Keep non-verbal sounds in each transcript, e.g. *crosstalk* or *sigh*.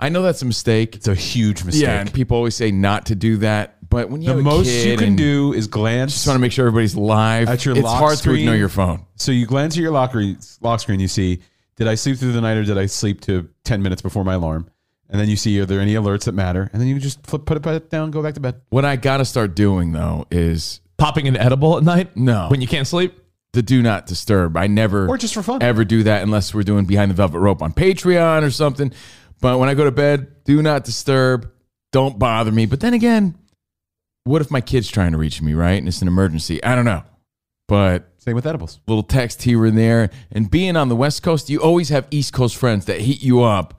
I know that's a mistake. It's a huge mistake. Yeah, and people always say not to do that, but when you the have a most kid you can and do is just glance. want to make sure everybody's live. At your it's lock hard to screen. ignore your phone. So you glance at your lock, re- lock screen, you see, did I sleep through the night or did I sleep to 10 minutes before my alarm? And then you see, are there any alerts that matter? And then you just flip, put it back down, go back to bed. What I got to start doing though is Popping an edible at night? No. When you can't sleep? the do not disturb. I never Or just for *laughs* fun. ever do that unless we're doing behind the velvet rope on Patreon or something. But when I go to bed, do not disturb. Don't bother me. But then again, what if my kid's trying to reach me, right? And it's an emergency. I don't know. But Same with edibles. little text here and there. And being on the West Coast, you always have East Coast friends that heat you up.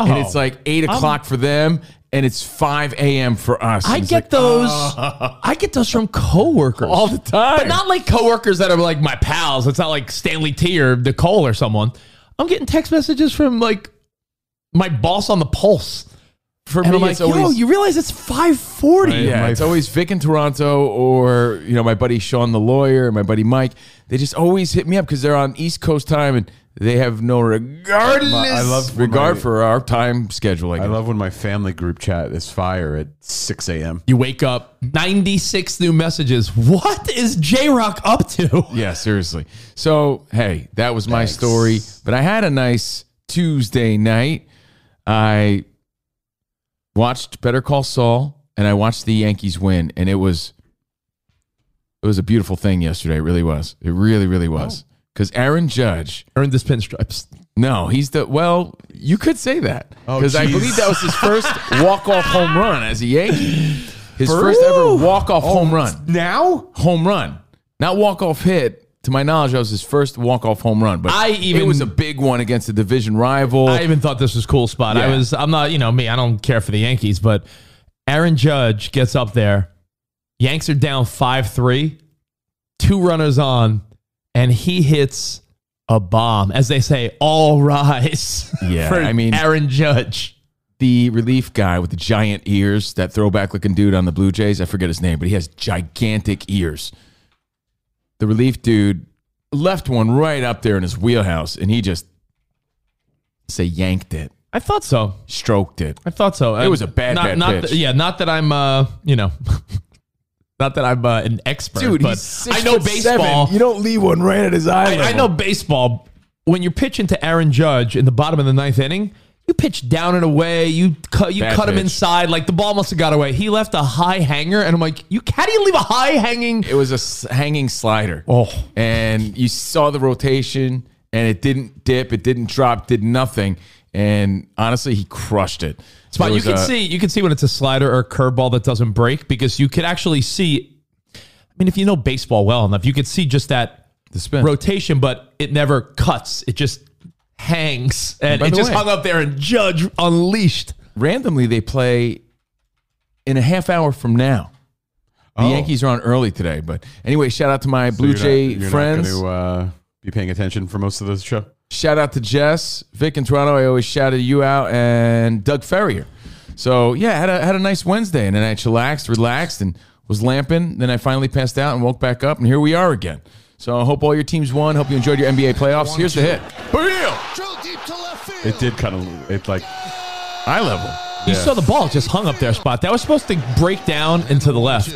Oh. and it's like eight o'clock for them, and it's five a.m. for us. I And it's get like, those. "Ah." I get those from coworkers All the time. but not like coworkers that are like my pals. It's not like Stanley T or Nicole or someone. I'm getting text messages from like my boss on the pulse, for and me. I'm like, it's "Yo, always you realize it's 5:40." *laughs* yeah, my- it's always Vic in Toronto or you know my buddy Sean the lawyer, my buddy Mike. They just always hit me up because they're on East Coast time and they have no regardless My- I love when regard my- for our time schedule. Like I love when my family group chat is fire at 6 a.m. You wake up, 96 new messages. What is J Rock up to? Yeah, seriously. So, hey, that was my story. But I had a nice Tuesday night. I watched Better Call Saul and I watched the Yankees win and it was it was a beautiful thing yesterday. It really was. It really really was. Oh. Cuz Aaron Judge, Earned this pinstripes. no, he's the well, you could say that. Oh, Cuz I geez. believe that was his first *laughs* walk-off home run as a Yankee. His first ever walk-off home Oh. run Now? home run, not walk off hit. To my knowledge, that was his first walk off home run. But I even- it was a big one against a division rival. I even thought this was cool spot. I Yeah. was I'm not, you know, me, I don't care for the Yankees, but Aaron Judge gets up there. Yanks are down 5-3, two runners on, and he hits a bomb, as they say. All rise. *laughs* Yeah, for I mean- Aaron Judge. the relief guy with the giant ears, that throwback looking dude on the Blue Jays. I forget his name, but he has gigantic ears. The relief dude left one right up there in his wheelhouse, and he just say yanked it, I thought so. stroked it. I thought so. It was a bad, not, bad not pitch. That, yeah, not that I'm, uh, you know, *laughs* not that I'm uh, an expert, Dude, but he's six I know foot seven. baseball. You don't leave one right at his eye. I, I level. know baseball. When you're pitching to Aaron Judge in the bottom of the ninth inning, you pitch down and away. You cut you Bad cut him pitch. inside. Like the ball must have got away. He left a high hanger, and I'm like, you how do you leave a high hanging? It was a s- hanging slider. Oh. And you saw the rotation, and it didn't dip, it didn't drop, did nothing. And honestly, he crushed it. It's fine. It You was uh, can a- see you can see when it's a slider or a curveball that doesn't break because you could actually see. I mean, if you know baseball well enough, you could see just that the spin. rotation, but it never cuts. It just hangs, and By it the just way- hung up there and Judge unleashed. randomly they play in a half hour from now. The Oh. Yankees are on early today, but anyway, shout out to my So Blue you're not- Jay you're not friends. gonna, uh, be paying attention for most of the show. shout out to Jess, Vic in Toronto. I always shouted you out, and Doug Ferrier. So yeah, had a had a nice Wednesday, and then I chillaxed, relaxed, and was lamping. Then I finally passed out and woke back up, and here we are again. So I hope all your teams won. Hope you enjoyed your NBA playoffs. Here's the hit. Bam! It did kind of it like Eye level. You saw the ball just hung up there, spot. That was supposed to break down and to the left,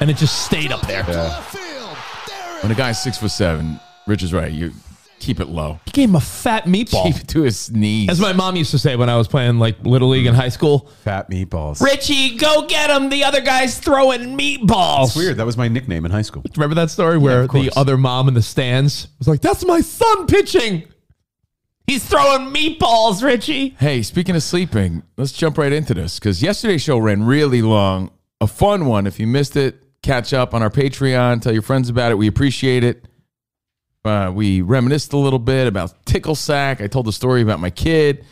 and it just stayed up there. When a guy's six foot seven, Rich is right. You keep it low. He gave him a fat meatball, Keep it to his knees. as my mom used to say when I was playing like little league in high school. fat meatballs. Richie, go get him. The other guy's throwing meatballs. It's weird. That was my nickname in high school. Remember that story where the other mom in the stands was like, "That's my son pitching. He's throwing meatballs, Richie." Hey, speaking of sleeping, let's jump right into this because yesterday's show ran really long. A fun one. If you missed it, catch up on our Patreon. Tell your friends about it. We appreciate it. Uh, we reminisced a little bit about Tickle Sack. I told the story about my kid.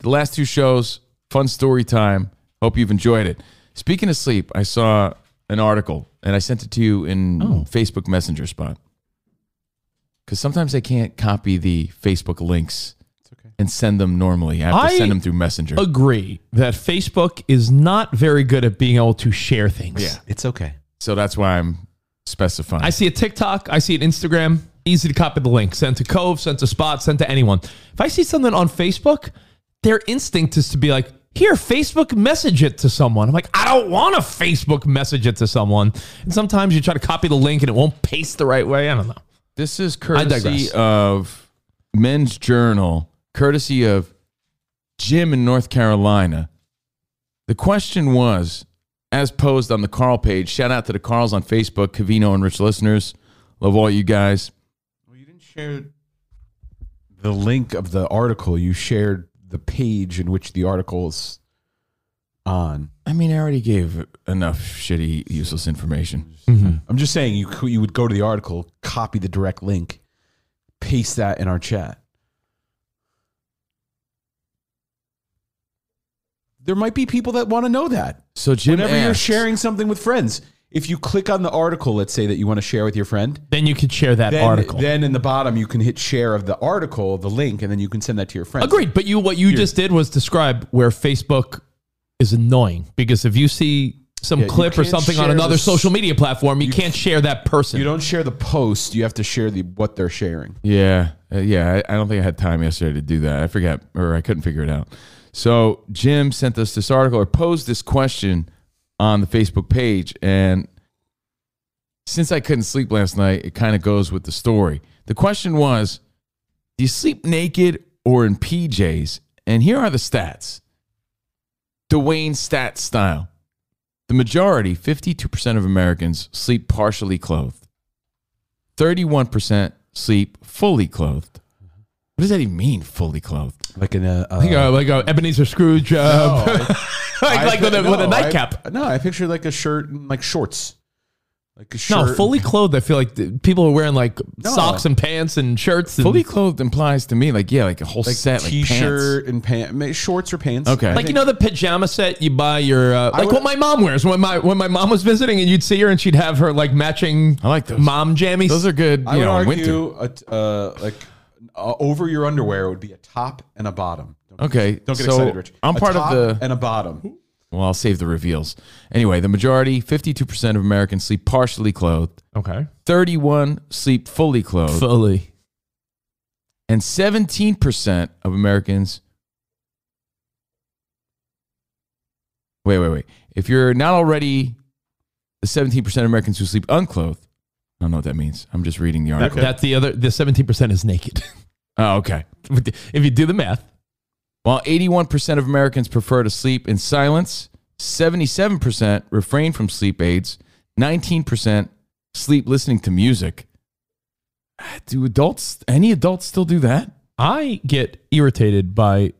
The last two shows, fun story time. Hope you've enjoyed it. Speaking of sleep, I saw an article and I sent it to you in Facebook Messenger spot. Because sometimes I can't copy the Facebook links and send them normally. I have to I- send them through Messenger. Agree that Facebook is not very good at being able to share things. Yeah. It's okay. So that's why I'm specifying. I see a TikTok, I see an Instagram, easy to copy the link, send to Cove, send to Spot, send to anyone. If I see something on Facebook, their instinct is to be like, here, Facebook message it to someone. I'm like, I don't want to Facebook message it to someone. And sometimes you try to copy the link and it won't paste the right way. I don't know. This is digress. courtesy of Men's Journal, courtesy of Jim in North Carolina. The question was, as posed on the Carl page, shout out to the Carls on Facebook, Cavino and Rich listeners. Love all you guys. Well, you didn't share the link of the article. You shared the page in which the article is on. I mean, I already gave enough shitty, useless information. I'm just saying you cou- you would go to the article, copy the direct link, paste that in our chat. There might be people that want to know that. So Jim Whenever you're asked- sharing something with friends, if you click on the article, let's say that you want to share with your friend, Then you could share that then, article. then in the bottom you can hit share of the article, the link, and then you can send that to your friends. Agreed. But you what you just did was describe where Facebook is annoying because if you see some Yeah, you clip or can't something on share another this- social media platform, you, can't share that person. You don't share the post; you have to share the what they're sharing. Yeah, uh, yeah. I, I don't think I had time yesterday to do that. I forgot, or I couldn't figure it out. So Jim sent us this article or posed this question on the Facebook page, and since I couldn't sleep last night, it kind of goes with the story. The question was, do you sleep naked or in PJs? And here are the stats. Dwayne stat style. The majority, 52% of Americans, sleep partially clothed. 31% sleep fully clothed. What does that even mean, fully clothed? Like in a, Like a, uh, like a Ebenezer Scrooge, uh, *laughs* like, like with, a, with a nightcap. no, I picture like a shirt and like shorts, like a shirt. no, fully clothed. I feel like th- people are wearing like socks and pants and shirts. And, Fully clothed implies to me, like, yeah, like a whole like set, like pants. t-shirt and pants, shorts or pants. Okay. I like you think- know the pajama set you buy your uh, like would- what my mom wears when my when my mom was visiting and you'd see her and she'd have her like matching I like those. mom jammies. Those are good, you I would know, in winter. argue a, t- uh, like uh, over your underwear would be a top and a bottom. Don't get- Okay, Don't get so excited, Rich. I'm A part of top the- and a bottom. Well, I'll save the reveals. Anyway, the majority, 52% of Americans sleep partially clothed, Okay. 31 sleep fully clothed, Fully. and 17% of Americans Wait, wait, wait. If you're not already the 17% of Americans who sleep unclothed, I don't know what that means. I'm just reading the article. That's the other. The seventeen percent is naked. Oh, okay. if you do the math, While 81% of Americans prefer to sleep in silence, 77% refrain from sleep aids, 19% sleep listening to music. Ah, Do adults, any adults still do that? I get irritated by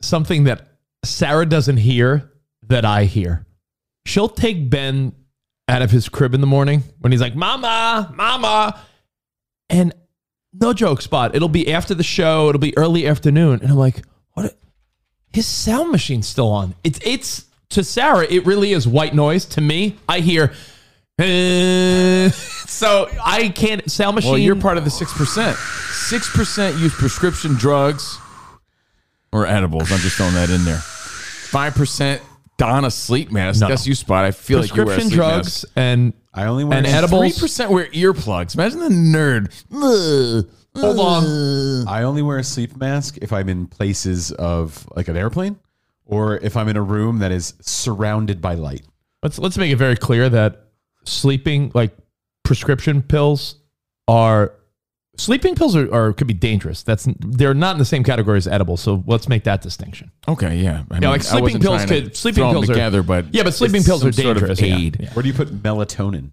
something that Sarah doesn't hear that I hear. She'll take Ben out of his crib in the morning when he's like, Mama, Mama. And no joke, Spot. It'll be after the show, it'll be early afternoon. And I'm like, What? a- his sound machine's still on. It's, it's, to Sarah, it really is white noise. To me, I hear, *laughs* "Eh." so I can't, sound machine. Well, you're part of the 6%. 6% use prescription drugs or edibles. I'm just throwing that in there. 5% don a sleep mask. No. That's you, Spot. I feel like you wear a prescription sleep drugs and I only wear And a- edible- mask. 3% wear earplugs. Imagine the nerd. Ugh. hold on. I only wear a sleep mask if I'm in places of like an airplane or if I'm in a room that is surrounded by light. Let's let's make it very clear that sleeping like prescription pills are sleeping pills are, are could be dangerous. That's they're not in the same category as edibles. So let's make that distinction. Okay, yeah. I mean, Yeah, like I sleeping wasn't pills trying to could sleeping throw them pills together, are but yeah, but sleeping it's pills are some sort of dangerous. yeah, aid. yeah. Where do you put melatonin?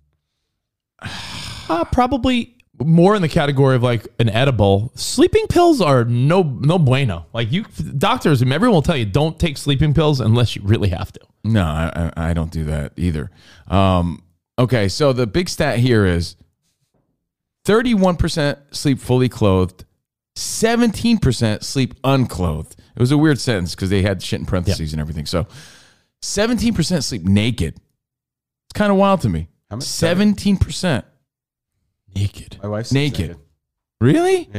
Uh, probably more in the category of like an edible. Sleeping pills are no no bueno. Like you doctors, everyone will tell you don't take sleeping pills unless you really have to. No, I, I I don't do that either. Um, okay, so the big stat here is 31% sleep fully clothed, 17% sleep unclothed. It was a weird sentence because they had shit in parentheses and everything. So 17% sleep naked. It's kind of wild to me. How much- 17%. Naked. My wife's Naked. Really?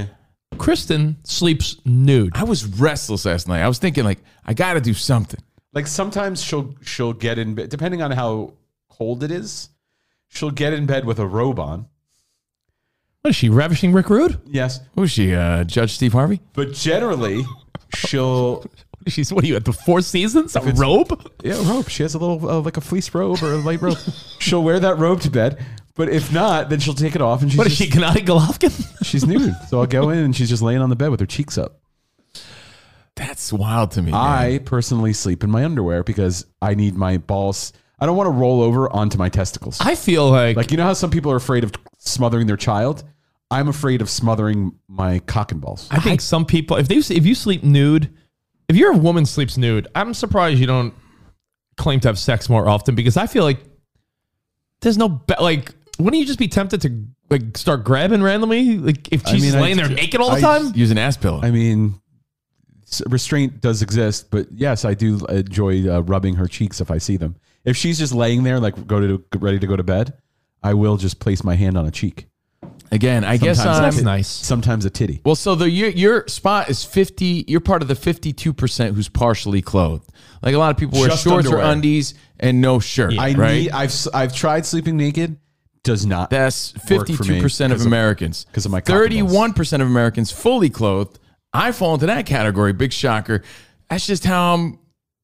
Kristen sleeps nude. I was restless last night. I was thinking, like, I got to do something. Like sometimes she'll she'll get in bed depending on how cold it is. She'll get in bed with a robe on. What is she ravishing Rick Rude? Yes, Who's she? Uh, Judge Steve Harvey? but generally she'll She's what are you at the Four Seasons? A robe? yeah robe. She has a little uh, like a fleece robe or a light robe. she'll wear that robe to bed. But if not, then she'll take it off and she's What is just- she, Gennady *laughs* Golovkin? she's nude. So I'll go in and she's just laying on the bed with her cheeks up. That's wild to me. man. I personally sleep in my underwear because I need my balls. I don't want to roll over onto my testicles. I feel like, like you know how some people are afraid of smothering their child. I'm afraid of smothering my cock and balls. I think some people if they if you sleep nude, if you're a woman sleeps nude, I'm surprised you don't claim to have sex more often because I feel like there's no be- like wouldn't you just be tempted to like start grabbing randomly like if I she's mean, I- laying there naked all the I- time? Use an ass pillow. I mean, s- restraint does exist, but yes, I do enjoy uh, rubbing her cheeks if I see them. If she's just laying there, like go to ready to go to bed, I will just place my hand on a cheek. Again, I guess Sometimes I'm, That's nice. Sometimes a titty. Well, so the your, your spot is 50. You're part of the 52 percent who's partially clothed. Like a lot of people wear Just shorts or underwear. undies and no shirt. I right? need. I've s- I've tried sleeping naked. Does not. That's Work for me 52 percent of 'cause of- Americans. 'cause of my cock and balls. 31 percent of Americans fully clothed. I fall into that category. Big shocker. That's just how I'm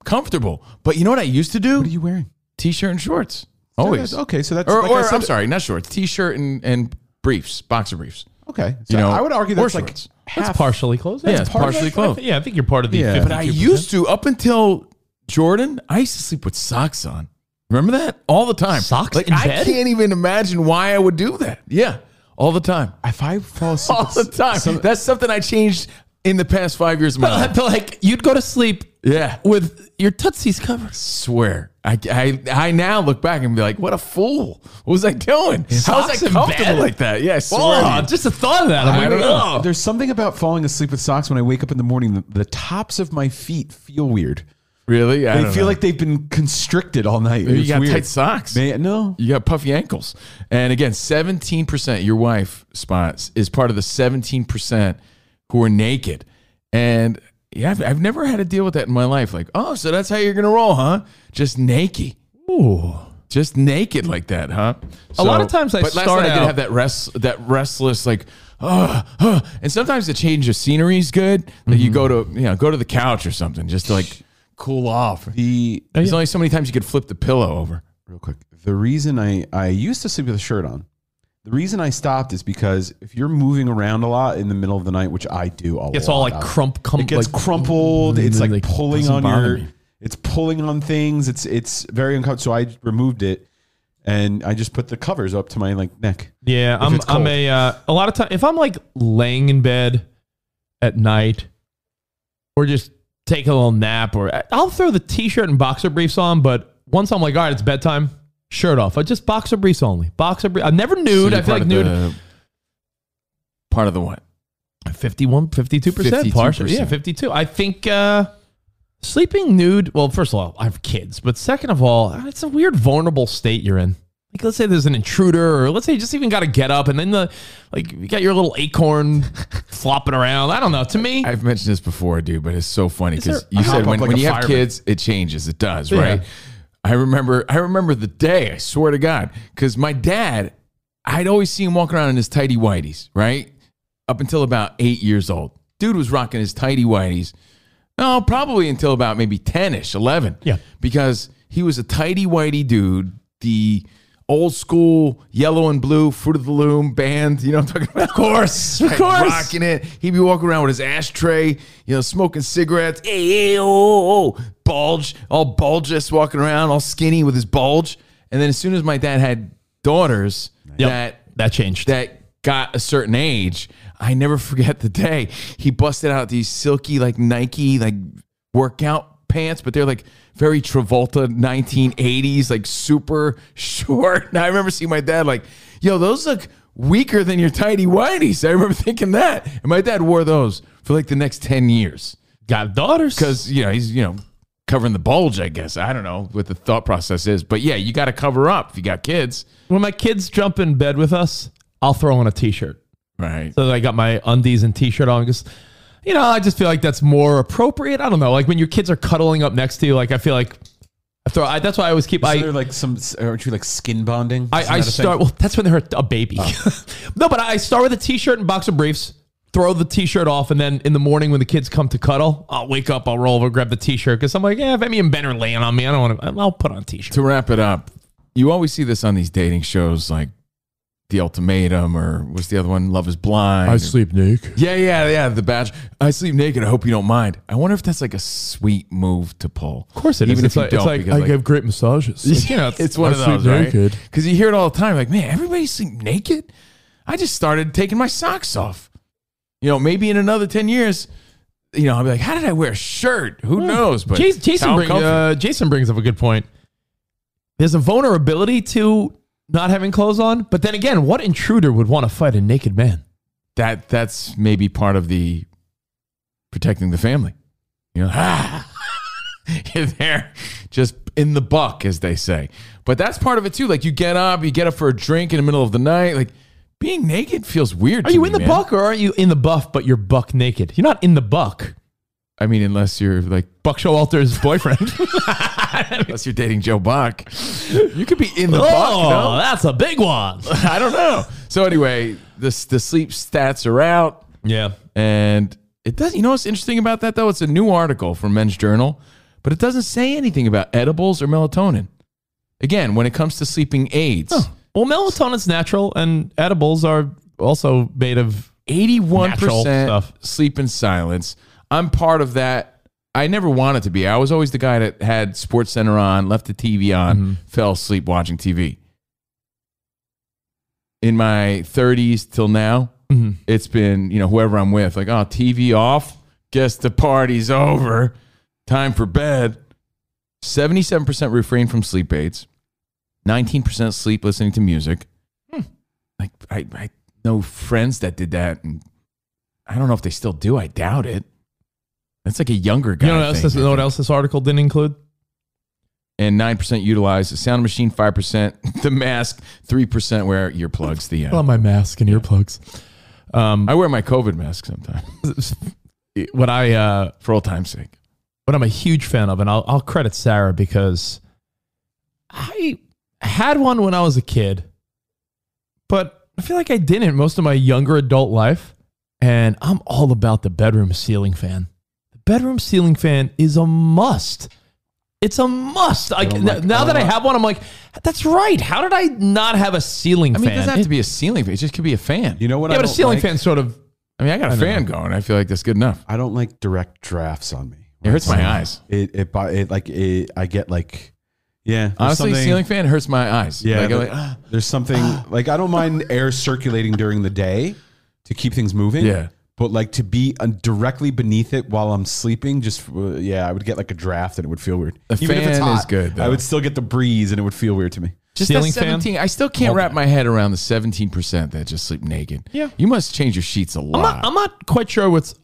comfortable. But you know what I used to do? what are you wearing? T-shirt and shorts. Always. Okay, so that's Or, like I or said- I'm sorry, not shorts. T-shirt and, and briefs, boxer briefs. Okay, so You know, I would argue or that's like shorts. That's partially closed. Yeah, it's partially closed. Yeah, I think you're part of the. Yeah. 52%. But But I used to up until Jordan. I used to sleep with socks on. Remember that all the time. Socks Like in I bed? can't even imagine why I would do that. Yeah, all the time, if I fall *laughs* asleep, all the time. some- That's something I changed in the past five years. Of my But, *laughs* life. but like you'd go to sleep Yeah, with your tootsies covered. swear. I, I I now look back and be like, what a fool. What was I doing? How was I Socks in comfortable bed? like that? Yeah, I swear. to Oh, you. just the thought of that. I'm I like, don't know. oh. There's something about falling asleep with socks when I wake up in the morning. The, the tops of my feet feel weird. really? I They don't feel know. like they've been constricted all night. Maybe you It's got weird. tight socks. May- no, You got puffy ankles. And again, 17%, your wife spots is part of the 17% who are naked. And yeah, I've, I've never had to deal with that in my life. Like, oh, so that's how you're going to roll, huh? Just naked. Ooh. Just naked like that, huh? A lot of times I but last start night I did out- have that rest, that restless like, uh, uh, and sometimes the change of scenery is good. That you go Mm-hmm. to, you know, go to the couch or something just to like cool off. Oh, The There's only so many times you could flip the pillow over. real quick. The reason I, I used to sleep with a shirt on. The reason I stopped is because if you're moving around a lot in the middle of the night, which I do a It's lot all like of, crump, cum, it gets like- Mm, crumpled. It's like, Like, pulling doesn't on bother your, me. it's pulling on things. It's it's very uncomfortable. So I removed it, and I just put the covers up to my like neck. Yeah, I'm it's I'm cold. a uh, a lot of time if I'm like laying in bed at night or just take a little nap or I'll throw the t-shirt and boxer briefs on, but once I'm like, all right, it's bedtime, shirt off. I just boxer briefs only. Boxer briefs. I'm never nude. So I you're feel part like of nude. the- part of the what? 51 52% partial. 52%. Yeah, 52. I think uh sleeping nude, well, first of all, I have kids, but second of all, uh, it's a weird vulnerable state you're in. Like let's say there's an intruder or let's say you just even got to get up and then the like you got your little acorn flopping around. I don't know. To me, I've mentioned this before, dude, but it's so funny Is there- because you I said hop when, up like when a you have fireman. kids, it changes. It does, Yeah. right? I remember, I remember the day. I swear to God, because my dad, I'd always see him walking around in his tidy whities, right? Up until about eight years old, dude was rocking his tidy whities. No, probably until about maybe 10 ish, 11. Yeah. Because he was a tidy whitey dude, the old school yellow and blue Fruit of the Loom band. You know what I'm talking about? Of course. Of course. Rocking it. He'd be walking around with his ashtray, you know, smoking cigarettes. Hey, hey, oh, oh, oh. Bulge, all bulges walking around, all skinny with his bulge. And then as soon as my dad had daughters, Yep. that that changed. that got a certain age, I never forget the day he busted out these silky like Nike like workout pants, but they're like very Travolta 1980s, like super *laughs* short. And I remember seeing my dad like, yo, those look weaker than your tidy whities. I remember *laughs* thinking that. And my dad wore those for like the next 10 years got daughters because you know he's you know covering the bulge i guess i don't know what the thought process is but yeah you got to cover up if you got kids when my kids jump in bed with us, I'll throw on a t-shirt. right So I got my undies and t-shirt on because, you know, I just feel like that's more appropriate. I don't know. Like when your kids are cuddling up next to you, like I feel like I throw. I, that's why I always keep. Isn't I, there like some? Aren't you like skin bonding? Isn't I, I that a thing? Oh. start. Well, that's when they're a, a baby. *laughs* no, but I start with a t-shirt and boxer briefs. Throw the t-shirt off, and then in the morning when the kids come to cuddle, I'll wake up. I'll roll over, grab the t-shirt because I'm like, yeah, if Emmy and Ben are laying on me, I don't want to. I'll put on a t-shirt. to wrap it up you always see this on these dating shows like the ultimatum or what's the other one love is blind or- naked. yeah yeah yeah the badge i sleep naked i hope you don't mind i wonder if that's like a sweet move to pull Of course it is. even It's if like- you don't it's because, like I like- *laughs* give great massages. Like, you know, it's, it's one of those, right? Because you hear it all the time. Like, man, everybody sleep naked. I just started taking my socks off. You know, maybe in another ten years, you know, I'll be like, how did I wear a shirt? Who knows? But Jason, Jason, how bring, comfy. uh, Jason brings up a good point. There's a vulnerability to not having clothes on, but then again, what intruder would want to fight a naked man? that that's maybe part of the protecting the family. You know, ah, *laughs* you're there, just in the buck, as they say. But that's part of it too. Like you get up, you get up for a drink in the middle of the night. Like being naked feels weird. Are to you me, in the man. buck or aren't you in the buff, but you're buck naked? You're not in the buck. I mean, unless you're like *laughs* Buck Showalter's *laughs* boyfriend. Unless you're dating Joe Buck, you could be in *laughs* the oh, Buck. that's a big one. No? *laughs* I don't know. So anyway, this the sleep stats are out, yeah. and it does. You know what's interesting about that though? It's a new article from Men's Journal, but it doesn't say anything about edibles or melatonin. Again, when it comes to sleeping aids, Well, melatonin's natural and edibles are also made of eighty-one Natural stuff. percent sleep in silence. I'm part of that. I never wanted to be. I was always the guy that had Sports Center on, left the TV on, Mm-hmm. fell asleep watching TV. In my 30s till now, Mm-hmm. it's been you know whoever I'm with, like oh TV off, guess the party's over, time for bed. Seventy-seven percent refrain from sleep aids, nineteen percent sleep listening to music. Like I, I know friends that did that, and I don't know if they still do. I doubt it. That's like a younger guy. You know what, else thing, this, I you know what think. else this article didn't include? And nine percent utilize the sound machine, five *laughs* percent the mask, three percent wear earplugs. The Put on end. my mask and earplugs. Um, I wear my COVID mask sometimes *laughs* what I uh, for old time's sake. what I'm a huge fan of, and I'll, I'll credit Sarah because I had one when I was a kid, but I feel like I didn't most of my younger adult life. And I'm all about the bedroom ceiling fan. The bedroom ceiling fan is a must. It's a must. Like, don't like- n- now I don't that I like- have one, I'm like, that's right. How did I not have a ceiling I mean, fan? it doesn't have to be a ceiling fan. It just could be a fan. You know what? yeah, I but a don't ceiling like? fan sort of. I mean, I got a fan going. I feel like that's good enough. I don't like direct drafts on me. It hurts my eyes. It it, bo- it like it, I get like yeah. there's Honestly, something- ceiling fan hurts my eyes. Yeah, Like, I'm there- like, ah. there's something like I don't mind air circulating during the day to keep things moving. Yeah. but like to be uh, directly beneath it while I'm sleeping, just uh, yeah, I would get like a draft and it would feel weird. The fan is good, I though. would still get the breeze and it would feel weird to me. Just Ceiling that fan? 17. I still can't wrap my head around the 17% that just sleep naked. Yeah. You must change your sheets a lot. I'm not, I'm not quite sure what's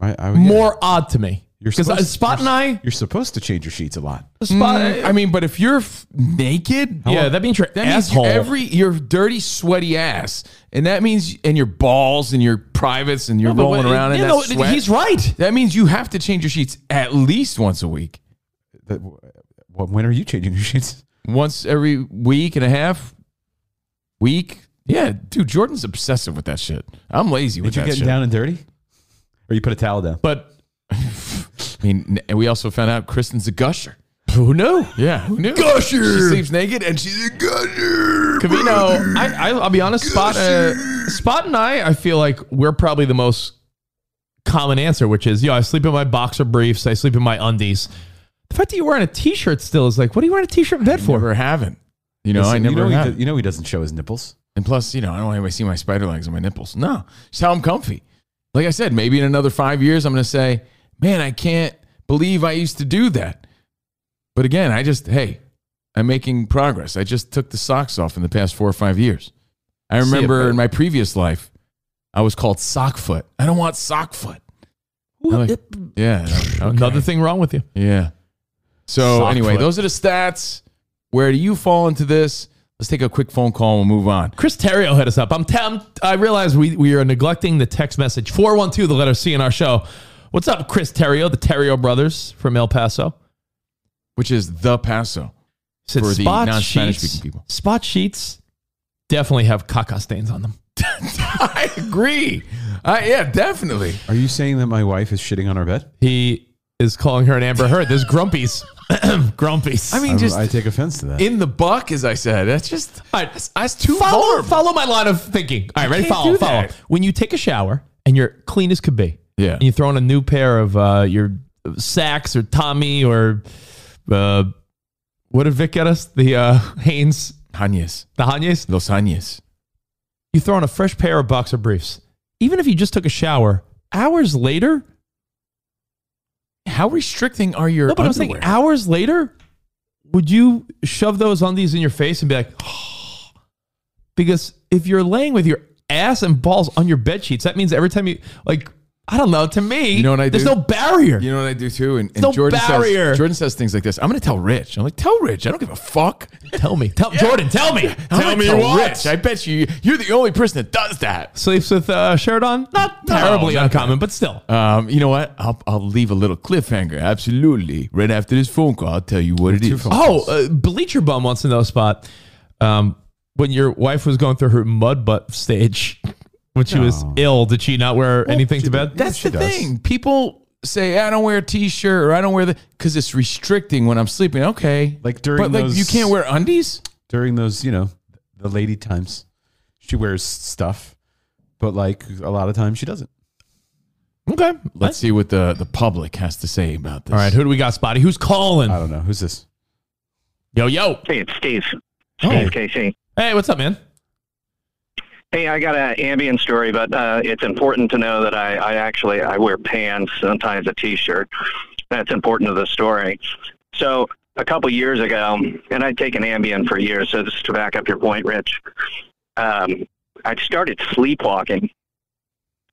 I, I would, more odd to me. You're Because supposed- Spot and I, You're supposed to change your sheets a lot. Spot, Mm, I mean, but if you're f- naked, Yeah, that means your that means asshole. every your dirty, sweaty ass, and that means and your balls and your privates and you're No, but rolling what- around in yeah, that no, sweat. He's right. That means you have to change your sheets at least once a week, That- wh- When are you changing *laughs* your sheets? once every week and a half, week. Yeah, dude, Jordan's obsessive with that shit. I'm lazy with Did you that get shit. down and dirty, or you put a towel down? But I mean, and we also found out Kristen's a gusher. who knew? Yeah, who knew? Gusher! She sleeps naked and she's a gusher. Cavino, I, I, I'll be honest. Spot, uh, Spot, and I, I feel like we're probably the most common answer, which is, yo, I sleep in my boxer briefs, I sleep in my undies. The fact that you're wearing a t-shirt still is like, what are you wearing a t-shirt in bed for? Never haven't. You know, Listen, I never you know, have. he, do- you know he doesn't show his nipples. And plus, you know, I don't want anybody to see my spider legs and my nipples. No, it's how I'm comfy. Like I said, maybe in another five years, I'm going to say, man, I can't believe I used to do that. But again, I just, hey, I'm making progress. I just took the socks off in the past four or five years. I See ya, remember buddy. in my previous life, I was called sock foot. I don't want sock foot. Who- I'm like, it- yeah. *laughs* okay. uh, Another thing wrong with you. Yeah. So Sock anyway, foot. those are the stats. Where do you fall into this? Let's take a quick phone call and we'll move on. Chris Terrio hit us up. I'm, t- I'm I realize we, we are neglecting the text message 412, the letter C in our show. What's up, Chris Terrio, the Terrio brothers from El Paso? which is the Paso. Said For the spot non-Spanish sheets- speaking people. Spot sheets definitely have caca stains on them. *laughs* I agree. I, yeah, definitely. Are you saying that my wife is shitting on our bed? He is calling her an Amber Heard. There's grumpies. *clears throat* grumpies. I mean, I, just I take offense to that. in the buck, as I said. That's just All right, that's, that's too follow, vulnerable. follow my line of thinking. All right, ready? can't Follow, do follow. that. When you take a shower and you're clean as could be, Yeah. and you throw on a new pair of uh, your Saks or Tommy or uh, what did Vic get us? The uh, *laughs* Hanes, Hañes, the Hanyes. Los Hañes. you throw on a fresh pair of boxer briefs. Even if you just took a shower, hours later, How restricting are your no, but I'm saying underwear? hours later, would you shove those undies in your face and be like, *gasps* because if you're laying with your ass and balls on your bed sheets, that means every time you like, I don't know. To me, You know what I there's do? no barrier. you know what I do too, and, and No Jordan barrier. says Jordan says things like this. I'm going to tell Rich. I'm like, tell Rich. I don't give a fuck. tell me, tell *laughs* Jordan, tell me, I'm gonna tell what. Rich. I bet you you're the only person that does *laughs* that. Sleeps with a shirt on, not No, terribly not uncommon, but still. Um, you know what? I'll, I'll leave a little cliffhanger. Absolutely. Right after this phone call, I'll tell you what it Two is. phone Oh, uh, Bleacher Bum wants to know spot. Um, when your wife was going through her mud butt stage *laughs* when she was No. ill, did she not wear anything to bed? That's she the does. thing. People say I don't wear a t-shirt or I don't wear the because it's restricting when I'm sleeping. Okay, Like during but like those- you can't wear undies. during those, you know, the lady times. She wears stuff, but like a lot of times she doesn't. okay. Let's see what the the public has to say about this. All right, who do we got, Spotty? Who's calling? I don't know. Who's this? Yo, yo. Hey, it's Steve. Steve Oh. KC. Hey, what's up, man? Hey, I got an ambient story, but uh, it's important to know that I, I actually I wear pants, sometimes a t-shirt. That's important to the story. So a couple years ago, and I'd taken Ambien for years. So this is to back up your point, Rich. Um, I started sleepwalking,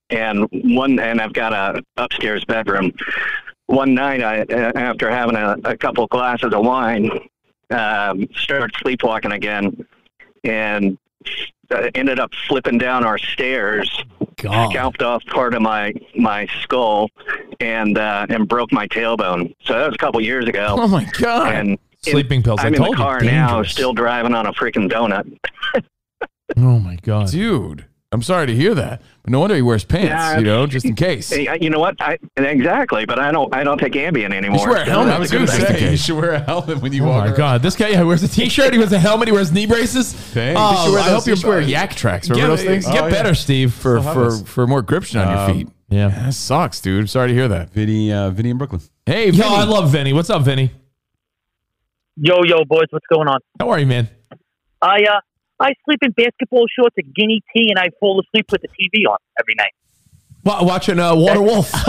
and one, and I've got a upstairs bedroom. One night, I uh, after having a, a couple glasses of wine, um, started sleepwalking again, and uh, ended up flipping down our stairs God. scalped off part of my my skull and uh, and broke my tailbone. So that was a couple years ago. *laughs* Oh my god! and in- Sleeping pills. I I'm in told the you, car now, dangerous. still driving on a freaking donut. Oh my God. Dude, I'm sorry to hear that. But no wonder he wears pants, Yeah. you know, just in case. Hey, I- you know what? I exactly, but I don't I don't take Ambien You anymore. should wear a So helmet. that's I was a good gonna thing. say. Okay. You should wear a helmet when you Oh walk. my around. God. This guy yeah, wears a t shirt. He wears a helmet. He wears knee braces. Dang, Oh, you should wear I those- hope you you're should wear yak tracks. Get, Remember those things? get Oh, yeah. better, Steve. For, *laughs* for, have for, those. for more gription on your feet. yeah. That sucks, dude. I'm sorry to hear that. Vinny, uh, Vinny in Brooklyn. Yo, Hey, Vinny, I love Vinny. What's up, Vinny? Yo, yo, boys, what's going on? How are you, man? I uh, I sleep in basketball shorts, a guinea tea, and I fall asleep with the TV on every night. Wa- Watching uh, Water Wolf. *laughs*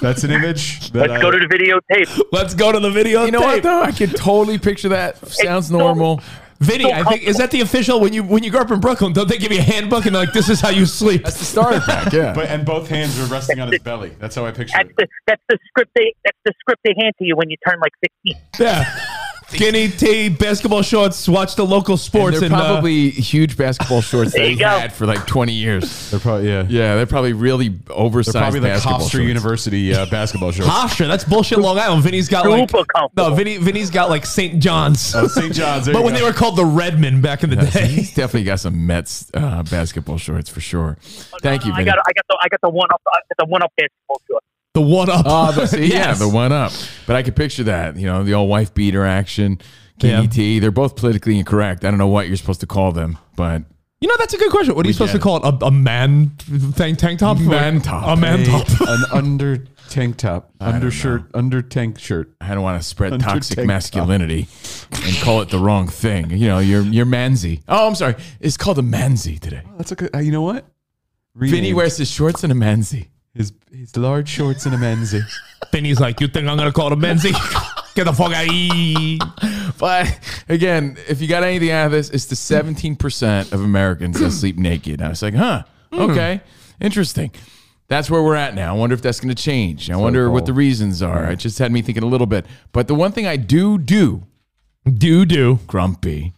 That's an image. That Let's I- go to the *laughs* videotape. Let's go to the video. you know tape. what though? I can totally picture that. Sounds so- normal. Vinny, So I think is that the official when you when you grow up in Brooklyn, don't they give you a handbook and like this is how you sleep? That's the starter pack. Yeah. But and both hands are resting on his belly. That's how I picture That's it. the that's the script they that's the script they hand to you when you turn like sixteen. *laughs* *laughs* yeah. Skinny tee, basketball shorts, watch the local and sports they're and, uh, probably huge basketball shorts that There he you go. had for like 20 years. They're probably yeah. Yeah, they're probably really oversized. They're probably like basketball Hofstra shorts. University uh, basketball shorts. Hofstra. That's bullshit Long Island. Vinny's got like Super No, comfortable. Vinny Vinny's got like St. John's. *laughs* Oh, St. John's. there but you when go. they were called the Redmen back in the *laughs* day. *laughs* He's definitely got some Mets uh, basketball shorts for sure. Thank you, Oh, I Vinny. got I got the I got the one up I got the one up basketball short. The one up. Oh, the, *laughs* see, yeah, Yes. the one up. But I could picture that, you know, the old wife beater action, KDT. They're both politically incorrect. I don't know what you're supposed to call them, but You know, that's a good question. What are you supposed to get call it? A, a man tank tank top? Man top. A man A- top. *laughs* *laughs* an under tank top, under shirt, under tank shirt. I don't want to spread Under toxic tank masculinity and call it the wrong thing. You know, you're you're manzy. Oh, I'm sorry. It's called a manzy today. That's a good. Uh, you know what? Vinny Rename wears his shorts in a manzy. his his large shorts and a menzie. Vinny's like, you think I'm gonna call the Menzie? *laughs* Get the fuck out of here. *laughs* But again, if you got anything out of this, it's the 17% of Americans that sleep naked. I was like, huh, Hmm. okay, interesting. That's where we're at now. I wonder if that's going to change. I wonder what the reasons are. It just had me thinking a little bit. But the one thing I do do, Do do. grumpy,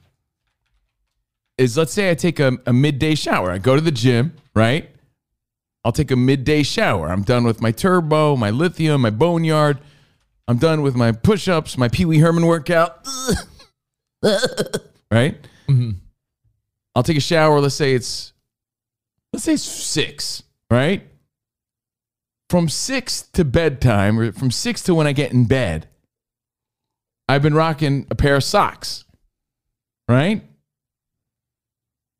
is let's say I take a, a midday shower. I go to the gym, right? I'll take a midday shower. I'm done with my turbo, my lithium, my boneyard. I'm done with my push ups, my Pee Wee Herman workout. right? I'll take a shower. Let's say it's, let's say it's six, right? From six to bedtime, or from six to when I get in bed, I've been rocking a pair of socks, right?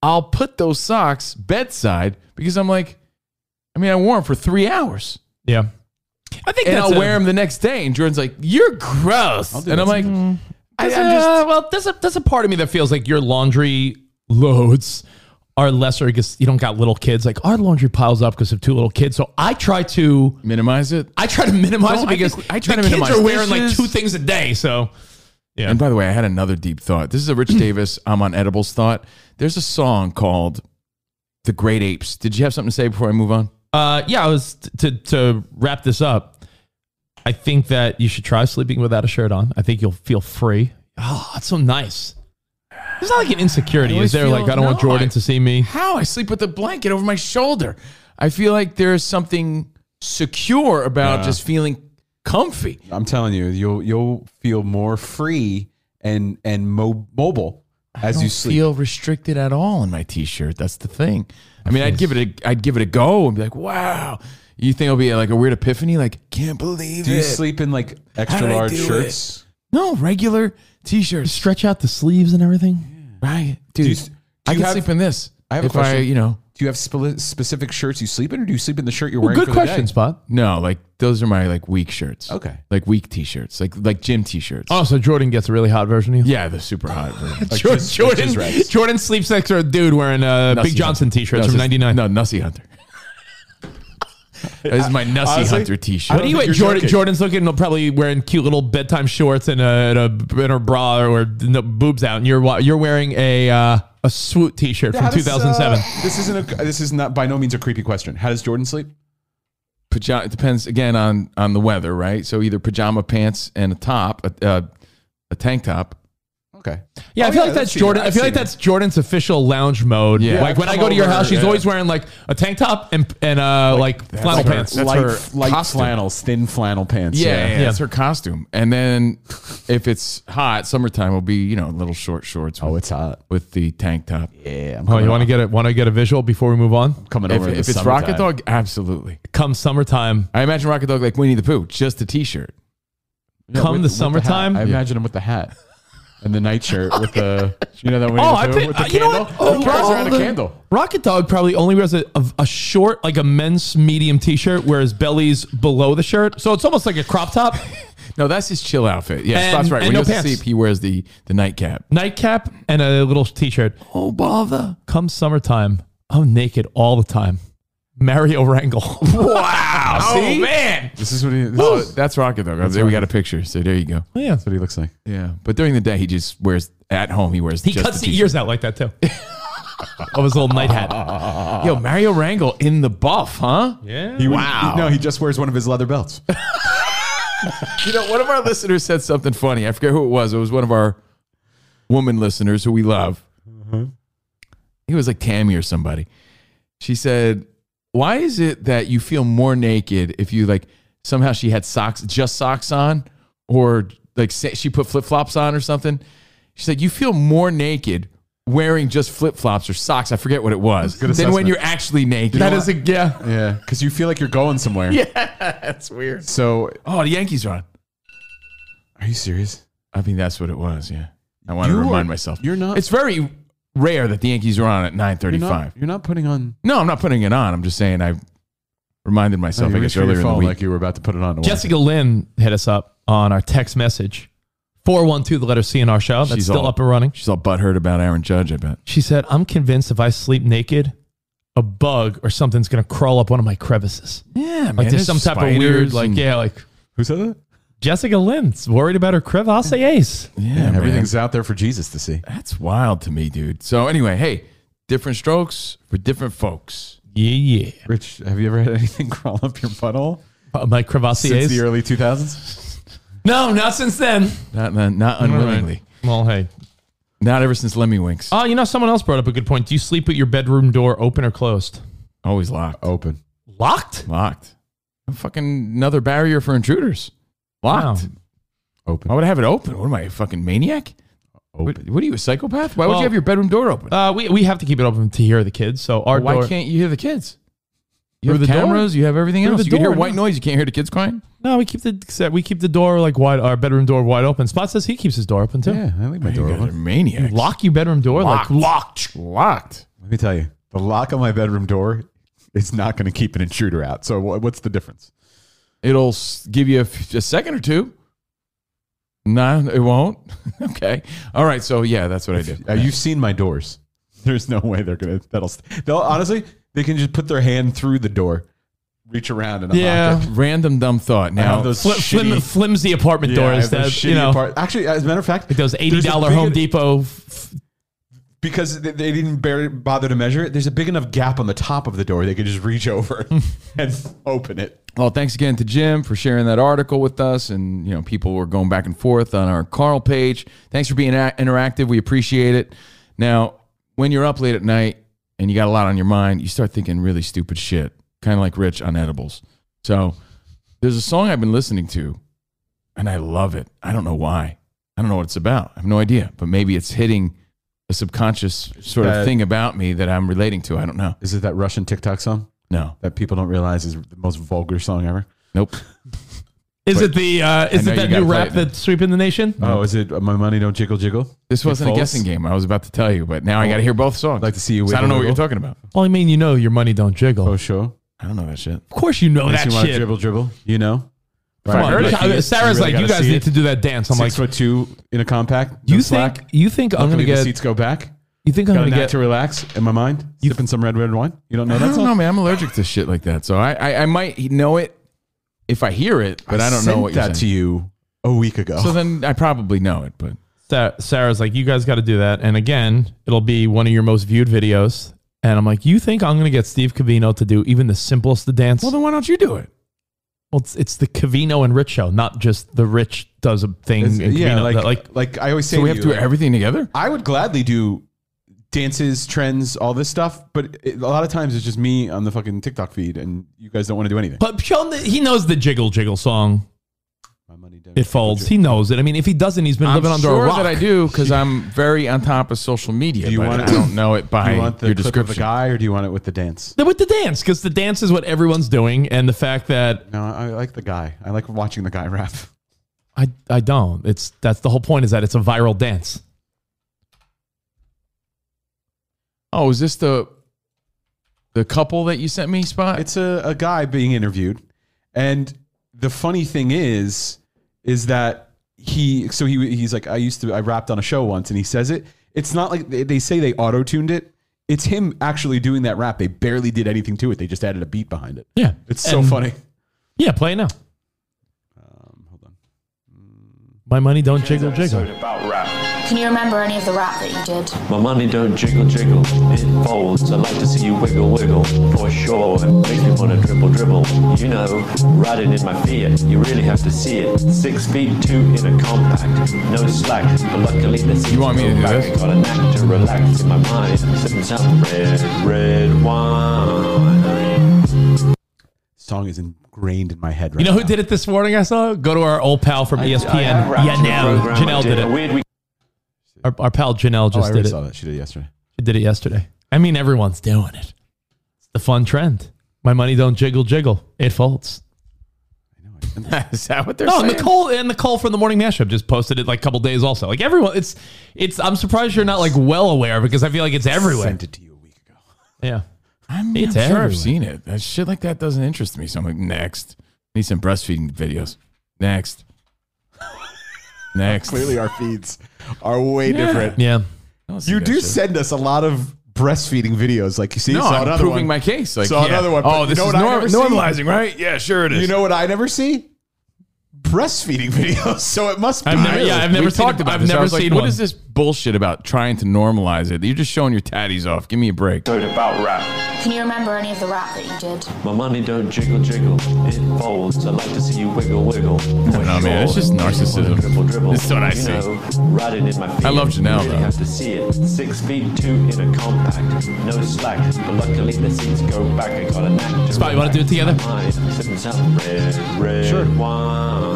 I'll put those socks bedside because I'm like, I mean, I wore them for three hours Yeah. I think and that's I'll a- wear them the next day. And Jordan's like, "You're gross," do and that I'm like, I, am Uh, just well, there's a there's a part of me that feels like your laundry loads are lesser because you don't got little kids. Like our laundry piles up because of two little kids. So I try to minimize it." I try to minimize No, it I because think- I try the to kids minimize are wearing like dishes. two things a day. So yeah, And by the way, I had another deep thought. This is a Rich *clears throat* Davis. I'm on edibles. Thought there's a song called "The Great Apes." Did you have something to say before I move on? uh, yeah. I was to to wrap this up. I think that you should try sleeping without a shirt on. I think you'll feel free. Oh, that's so nice. There's not like an I insecurity, always is there? feel- like I don't want no, Jordan I- to see me. How I sleep with a blanket over my shoulder. I feel like there's something secure about Yeah. just feeling comfy. I'm telling you, you'll you'll feel more free and and mo- mobile as don't you sleep. feel restricted at all in my t-shirt. That's the thing. I mean, I'd give it a I'd give it a go and be like, wow. You think it'll be like a weird epiphany? Like, can't believe do you it. sleep in like How extra did I large do shirts? No, regular t-shirts. Stretch out the sleeves and everything. right, dude. Do you- do I you can have- sleep in this. I have a if I, question. you know, Do you have spe- specific shirts you sleep in, or do you sleep in the shirt you're Well, wearing? good for question, The day? Spot. no, like those are my like weak shirts. Okay. like weak t-shirts, like like gym t-shirts. Oh, so Jordan gets a really hot version of you? yeah, the super hot. *laughs* version. *laughs* Like Jordan, jizz- Jordan, jizz rags. Jordan sleeps next to a dude wearing uh, Nussie Big Johnson Hunter. t shirts No, from this is- 99. No, Nussie Hunter. this is my Nussie honestly, Hunter t-shirt. What are you think at? you're Jordan, joking. Jordan's looking probably wearing cute little bedtime shorts and a, and a, and a bra or, no, boobs out, and you're wa- you're wearing a uh, a swoot t shirt How from does, 2007. uh, this isn't a. This is not by no means a creepy question. How does Jordan sleep? pajama. It depends again on on the weather, right? So either pajama pants and a top, a, uh, a tank top, Okay. Yeah, I Oh, yeah, feel like that's that's cheating. Jordan. I I've feel like seen it. that's Jordan's official lounge mode. Yeah. like when I come go to your over, house, she's yeah. always wearing like a tank top and and uh like, flannel her- pants. that's light, her light costume. flannels, thin flannel pants. Yeah, yeah, Yeah. that's her costume. And then if it's hot, summertime will be you know little short shorts. Oh, with- it's hot. with the tank top. Yeah. I'm Oh, you coming want to get a want to get a visual before we move on? coming If, over. in the if it's summertime. Rocket Dog, absolutely. Come summertime, I imagine Rocket Dog like Winnie the Pooh, just a T-shirt. Yeah, come with- the with hat. summertime. I imagine him with the hat and the nightshirt with *laughs* the you know that one Oh, I with, the, think- with the uh, you know candle. what? Oh, He carries oh, around the- a candle. Rocket Dog probably only wears a, a, a short, like a men's medium T-shirt, where his belly's below the shirt, so it's almost like a crop top, No, that's his chill outfit. Yeah, And- Scott's right. and When no he goes pants. to sleep, he wears the the nightcap. nightcap, and a little T-shirt. Oh bother! Come summertime, I'm naked all the time. Mario Wrangle. *laughs* Wow! Oh man! This is what he. This Oh, is that's Rocket Dog. There we got a picture. So there you go. Yeah, what he looks like. Yeah, but during the day he just wears at home. He wears he just cuts a the t-shirt. ears out like that *laughs* too. of his little night hat. Yo, Mario Wrangle in the buff, huh? Yeah. He would- Wow. he- no, he just wears one of his leather belts. You know, one of our listeners said something funny. I forget who it was. It was one of our woman listeners who we love. Mm-hmm. He was like Tammy or somebody. She said, "Why is it that you feel more naked if you like somehow she had socks, just socks on, or like sa- she put flip flops on or something?" She said, "You feel more naked." Wearing just flip flops or socks, I forget what it was. Then good when assessment. you're actually naked, That is a yeah. yeah, because you feel like you're going somewhere. Yeah. *laughs* that's weird. So, Oh, the Yankees are on. are you serious? I think that's what it was. Yeah, I want to You remind are- myself. you're not- It's very rare that the Yankees are on at nine You're not- thirty-five. You're not putting on. No, I'm not putting it on. I'm just saying I reminded So myself. you I reached guess for your earlier in the phone week. like you were about to put it on. to watch Jessica Lynn hit us up on our text message. 412, the letter C in our show. Oh, That's She's still all- up and running. She's all butthurt about Aaron Judge. I bet. She said, I'm convinced if I sleep naked, a bug or something's going to crawl up one of my crevices. Yeah, man. Like there's some type of weird, like, yeah, like it. Who said that? Jessica Lynn's worried about her crevice. I'll say ace. yeah, Yeah, man. everything's out there for Jesus to see. that's wild to me, dude. So anyway, hey, different strokes for different folks. Yeah, yeah. Rich, have you ever had anything crawl up your butthole Uh, my crevassiers. since the early 2000s? no, not since then. Not not, not unwillingly. Well, hey. Not ever since Lemmy Winks. Oh, you know, someone else brought up a good point. Do you sleep with your bedroom door open or closed? Always locked. Open. Locked? Locked. Fucking another barrier for intruders. Locked. Wow. Open. Why would I have it open? What am I, a fucking maniac? What, what are you, a psychopath? Why would Well- you have your bedroom door open? Uh, we, we have to keep it open to hear the kids. So our Why door. can't you hear the kids? You Through have the door? cameras, you have everything Through else. the You can hear door, white no. noise, you can't hear the kids crying. No, we keep the we keep the door like wide. Our bedroom door wide open. Spot says he keeps his door open too. Yeah, I leave my You door guys are open. maniacs. Lock your bedroom door locked. like Locked. Locked. Let me tell you, the lock on my bedroom door is not going to keep an intruder out. So wh- what's the difference? It'll s- give you a, f- a second or two. No, it won't. *laughs* okay. All right. So, yeah, that's what I did. Uh, you've seen my doors. *laughs* There's no way they're going to. That'll. St- they'll honestly, they can just put their hand through the door, reach around, and unlock Yeah. it. Uh, Random dumb thought. I Now, have those flim, flim, shitty- flimsy apartment Yeah, I doors have those that you shitty know apart- actually, as a matter of fact, like those eighty there's a dollar big- Home Depot. f- because they, they didn't bar- bother to measure it. There's a big enough gap on the top of the door they could just reach over *laughs* and open it. Well, thanks again to Jim for sharing that article with us, and you know people were going back and forth on our Carl page. Thanks for being a- interactive. We appreciate it. Now, when you're up late at night and you got a lot on your mind, you start thinking really stupid shit, kind of like Rich on edibles. So, there's a song I've been listening to, and I love it. I don't know why. I don't know what it's about. I have no idea. But maybe it's hitting a subconscious sort of that- thing about me that I'm relating to. I don't know. Is it that Russian TikTok song No. that people don't realize is the most vulgar song ever? Nope. Is But it the uh, is know it you that gotta new play rap it now. that's sweeping the nation? Oh, is it My Money Don't Jiggle Jiggle? This wasn't a guessing game. I was about to tell you, but now I got to hear both songs. like to see you 'Cause I don't know what you're talking about. Well, I mean, you know, your money don't jiggle. Oh, sure. I don't know that shit. of course, you know Makes that you wanna shit. dribble, dribble. You know, Come on, Right. Rich, Like, I- you- Sarah's you really like, you gotta guys see need it. to do that dance. I'm six like, foot two in a compact. no you slack. think you think I'm gonna Luckily, the get seats go back. you think I'm Got a gonna knack get to relax in my mind. Sipping some red red wine. You don't know I *laughs* that don't song? know, man. I'm allergic to shit like that. So I, I, I might know it if I hear it, but I, don't know sent what you're that to saying. you a week ago. So then I probably know it, but Sa- Sarah's like, you guys got to do that. And again, it'll be one of your most viewed videos. And I'm like, you think I'm going to get Steve Cavino to do even the simplest of dance? well, then why don't you do it? Well, it's, it's the Cavino and Rich show, not just the Rich does a thing. It's- in yeah, Covino. like, That, like like I always say, So we to have to you, do like, everything together? I would gladly do dances, trends, all this stuff, but it, a lot of times it's just me on the fucking TikTok feed, and you guys don't want to do anything. but Sean, he knows the Jiggle Jiggle song. My money don't- It folds. He knows it. I mean, if he doesn't, he's been I'm living under sure a rock. that I do because I'm very on top of social media. Do you but want I it- don't know it by Do you want the your clip of the description. guy, or do you want it with the dance? Then with the dance, because the dance is what everyone's doing, and the fact that No, I like the guy. I like watching the guy rap. I I don't. It's that's the whole point is that it's a viral dance. Oh, is this the the couple that you sent me spot? It's a, a guy being interviewed, and the funny thing is, is that he so he he's like I used to I rapped on a show once, and he says it. It's not like they, they say they auto tuned it. It's him actually doing that rap. They barely did anything to it. They just added a beat behind it. Yeah, It's so And- funny. Yeah, play it now. Um, hold on. Mm. My money don't jiggle jiggle. Can you remember any of the rap that you did? My money don't jiggle jiggle, it folds. I like to see you wiggle wiggle, for sure. It makes me wanna dribble dribble. You know, riding in my Fiat, you really have to see it. Six feet two in a compact, no slack. But luckily the seats You want me to pull do back. this? Got a knack to relax in my mind. Sipping some red, red wine. Song is ingrained in my head. Right You know who now. did it this morning? I saw. Go to our old pal from E ESPN. wrapped yeah, the now program. I Janelle did A it. weird week- Our, our pal Janelle Oh, I just already did it. saw that. She did it yesterday. She did it yesterday. I mean, everyone's doing it. It's the fun trend. My money don't jiggle jiggle. It folds. *laughs* is that what they're No, saying? Nicole Oh, and Nicole from the morning mashup just posted it like a couple days also. Like everyone, it's it's. I'm surprised you're not like well aware because I feel like it's everywhere. Sent it to you a week ago. Yeah. I mean, It's I'm sure everywhere. I've seen it. That shit like that doesn't interest me. So I'm like, next. Need some breastfeeding videos. *laughs* Next. Next. Clearly, our feeds are way different. Yeah. I don't see You that do shit. send us a lot of breastfeeding videos. Like you see, No, saw I'm another proving one. my case. Like, Saw yeah. another one, but Oh, you this know is what I nor- never seen? normalizing, right? Yeah, sure it is. You know what I never see? Breastfeeding *laughs* videos. So it must be. I've never- real. yeah, I've never we seen talked it. about I've this. I never was like, seen What one. is this bullshit about trying to normalize it? You're just showing your tatties off. Give me a break. Can you remember any of the rap that you did? My money don't jiggle jiggle, it folds. I like to see you wiggle wiggle. No, no, man, it's just narcissism. Dribble, dribble. This is what I you see. Know, riding in my feet. I love Janelle, You though. really have to see it. Six feet two in a compact, no slack. But luckily the seats go back. I got a knack. To Spot, you wanna do it relax. together? My mind, sipping some red, red wine.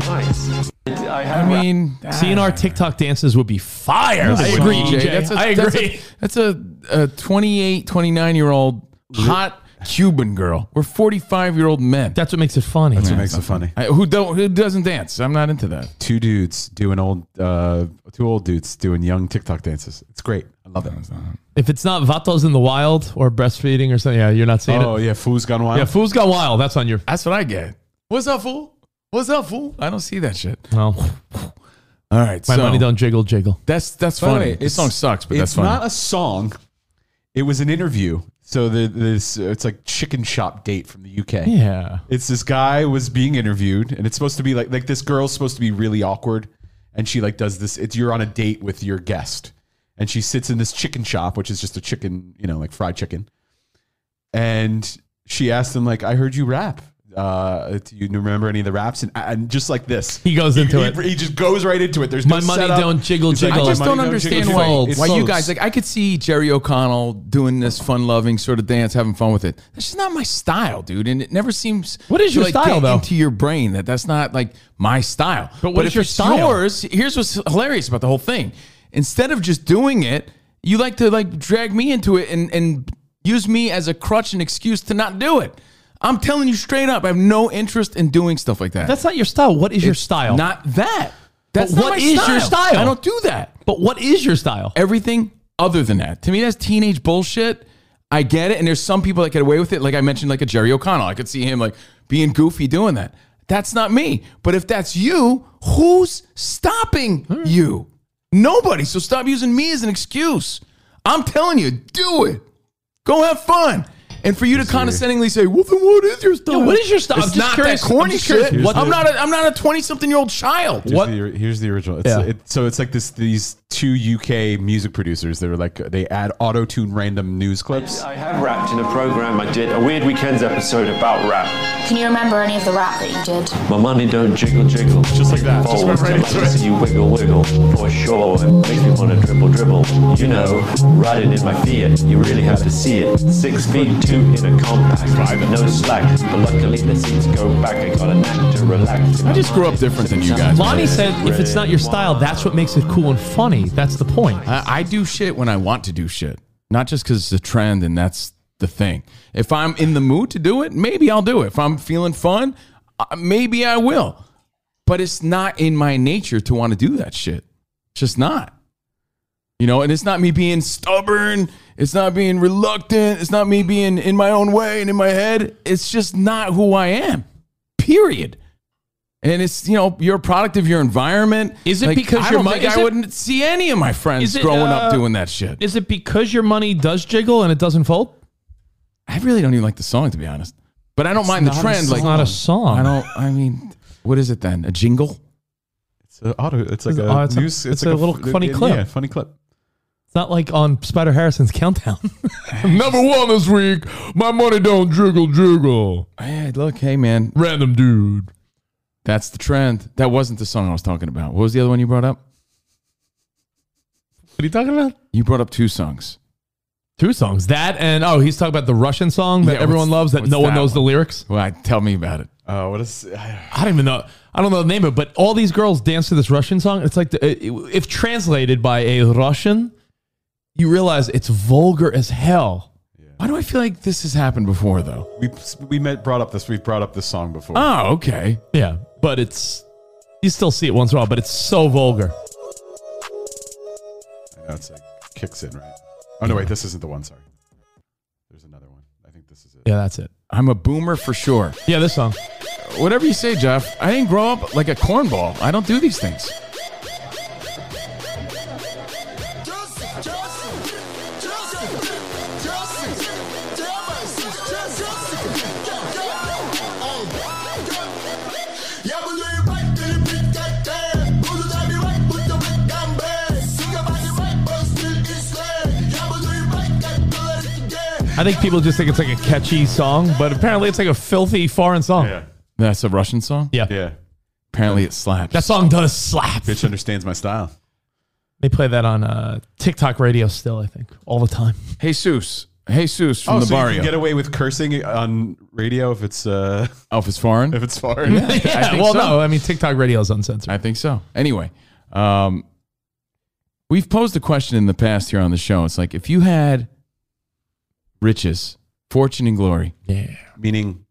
Nice. I I have mean, Seeing our TikTok dances would be fire. I That's agree, fine. EJ. That's a- I that's a- agree. That's a, a 28, 29 year old hot Cuban girl. We're 45 year old men. That's what makes it funny. That's what makes it funny. I- who don't who doesn't dance? I'm not into that. Two dudes doing old, uh, two old dudes doing young TikTok dances. It's great. I love it. If it's not Vatos in the Wild or breastfeeding or something, yeah, you're not seeing Oh it. yeah, Foo's Gone Wild. Yeah, Fool's Gone Wild. That's on your. That's what I get. What's up, fool? What's up, fool? I don't see that shit. Well, All right, my so money don't jiggle jiggle. That's that's By the funny. way, this song sucks, but that's it's funny. not a song. It was an interview. So the, this uh, it's like chicken shop date from the UK. Yeah. It's this guy was being interviewed, and it's supposed to be like like this girl's supposed to be really awkward, and she like does this. It's you're on a date with your guest, and she sits in this chicken shop, which is just a chicken, you know, like fried chicken. And she asked him like, "I heard you rap. Uh, do you remember any of the raps?" And, and just like this, He goes into he, it. He just goes right into it. There's My no money setup. don't jiggle, He's like, jiggle. I "My just money don't understand jiggle, why, jiggle." It's why you folds. guys like I could see Jerry O'Connell doing this fun-loving sort of dance, having fun with it. That's just not my style, dude. And it never seems What is to, your like, style, get though? Into your brain that that's not like my style. But what is if your it's style? Yours. Here's what's hilarious about the whole thing. Instead of just doing it, you like to like drag me into it and and use me as a crutch and excuse to not do it. I'm telling you straight up, I have no interest in doing stuff like that. That's not your style. What is your It's style? Not that. That's But not what my is your style? I don't do that. But what is your style? Everything other than that. To me, that's teenage bullshit. I get it. And there's some people that get away with it. Like I mentioned, like a Jerry O'Connell. I could see him like being goofy doing that. That's not me. But if that's you, who's stopping you? Nobody. So stop using me as an excuse. I'm telling you, do it. Go have fun. And for you to condescendingly say, "Well, then what is your style? what is your style? It's I'm just not curious. that corny I'm just curious. shit. What- I'm not. A, I'm not a twenty-something-year-old child. Here's The, here's the original. It's, Yeah. it- so it's like this: these two UK music producers. They were like they add auto tune random news clips. I have rapped in a program I did, a Weird Weekends episode about rap. Can you remember any of the rap that you did? My money don't jiggle jiggle. Just like that. just Folds. went right I like into to it. see you wiggle wiggle. For sure. It makes me want to dribble dribble. You know, riding in my Fiat. You really have to see it. Six feet two in a compact. No slack. But luckily the seats go back. I got a knack to relax. I just grew up different than you guys. Lonnie said, if it's not your style, that's what makes it cool and funny. That's the point. I, I do shit when I want to do shit, not just because it's a trend and that's the thing. If I'm in the mood to do it, maybe I'll do it. If I'm feeling fun, uh, maybe I will. But it's not in my nature to want to do that shit. It's just not. You know, and it's not me being stubborn. It's not being reluctant. It's not me being in my own way and in my head. It's just not who I am, period. And it's, you know, you're a product of your environment. Is it Like, because I your don't money? think I wouldn't see any of my friends growing up doing that shit. Is uh, it because your money does jiggle and it doesn't fold? I really don't even like the song to be honest. But I don't It's mind the not a trend. song. Like It's not a song. I don't. I mean, what is it then? A jingle? It's an auto. It's like Oh, it's a- it's a little funny clip. Yeah, funny clip. It's not like on Spider Harrison's countdown. *laughs* Number one this week. My money don't jiggle jiggle. Hey, look, hey man, random dude. That's the trend. That wasn't the song I was talking about. What was the other one you brought up? What are you talking about? You brought up two songs. Two songs. That and oh, he's talking about the Russian song that Yeah, everyone loves what's- that what's no one that knows the lyrics. Well, tell me about it. Oh, what is? I don't even know. I don't know the name of it, but all these girls dance to this Russian song. It's like the, it- if translated by a Russian, you realize it's vulgar as hell. Why do I feel like this has happened before though? We we met brought up this. We've brought up this song before. Oh, okay. Yeah, but it's you still see it once in a while, but it's so vulgar. I know, it's like kicks in right. Oh no, wait, this isn't the one. Sorry. There's another one. I think this is it. Yeah, that's it. I'm a boomer for sure. Yeah, this song. Whatever you say, Jeff. I didn't grow up like a cornball. I don't do these things. I think people just think it's like a catchy song, but apparently it's like a filthy foreign song. That's a Russian song. Yeah. Yeah. Apparently, it slaps. That song does slap. Bitch understands my style. They play that on uh, TikTok radio still, I think, all the time. Jesus. Jesus from oh, the so you barrio. can get away with cursing on radio if it's uh oh, if it's foreign? *laughs* if it's foreign. yeah, think well, so. no, I mean TikTok radio is uncensored. I think so. Anyway, um, we've posed a question in the past here on the show. It's like, if you had riches, fortune, and glory, Yeah, *laughs* Meaning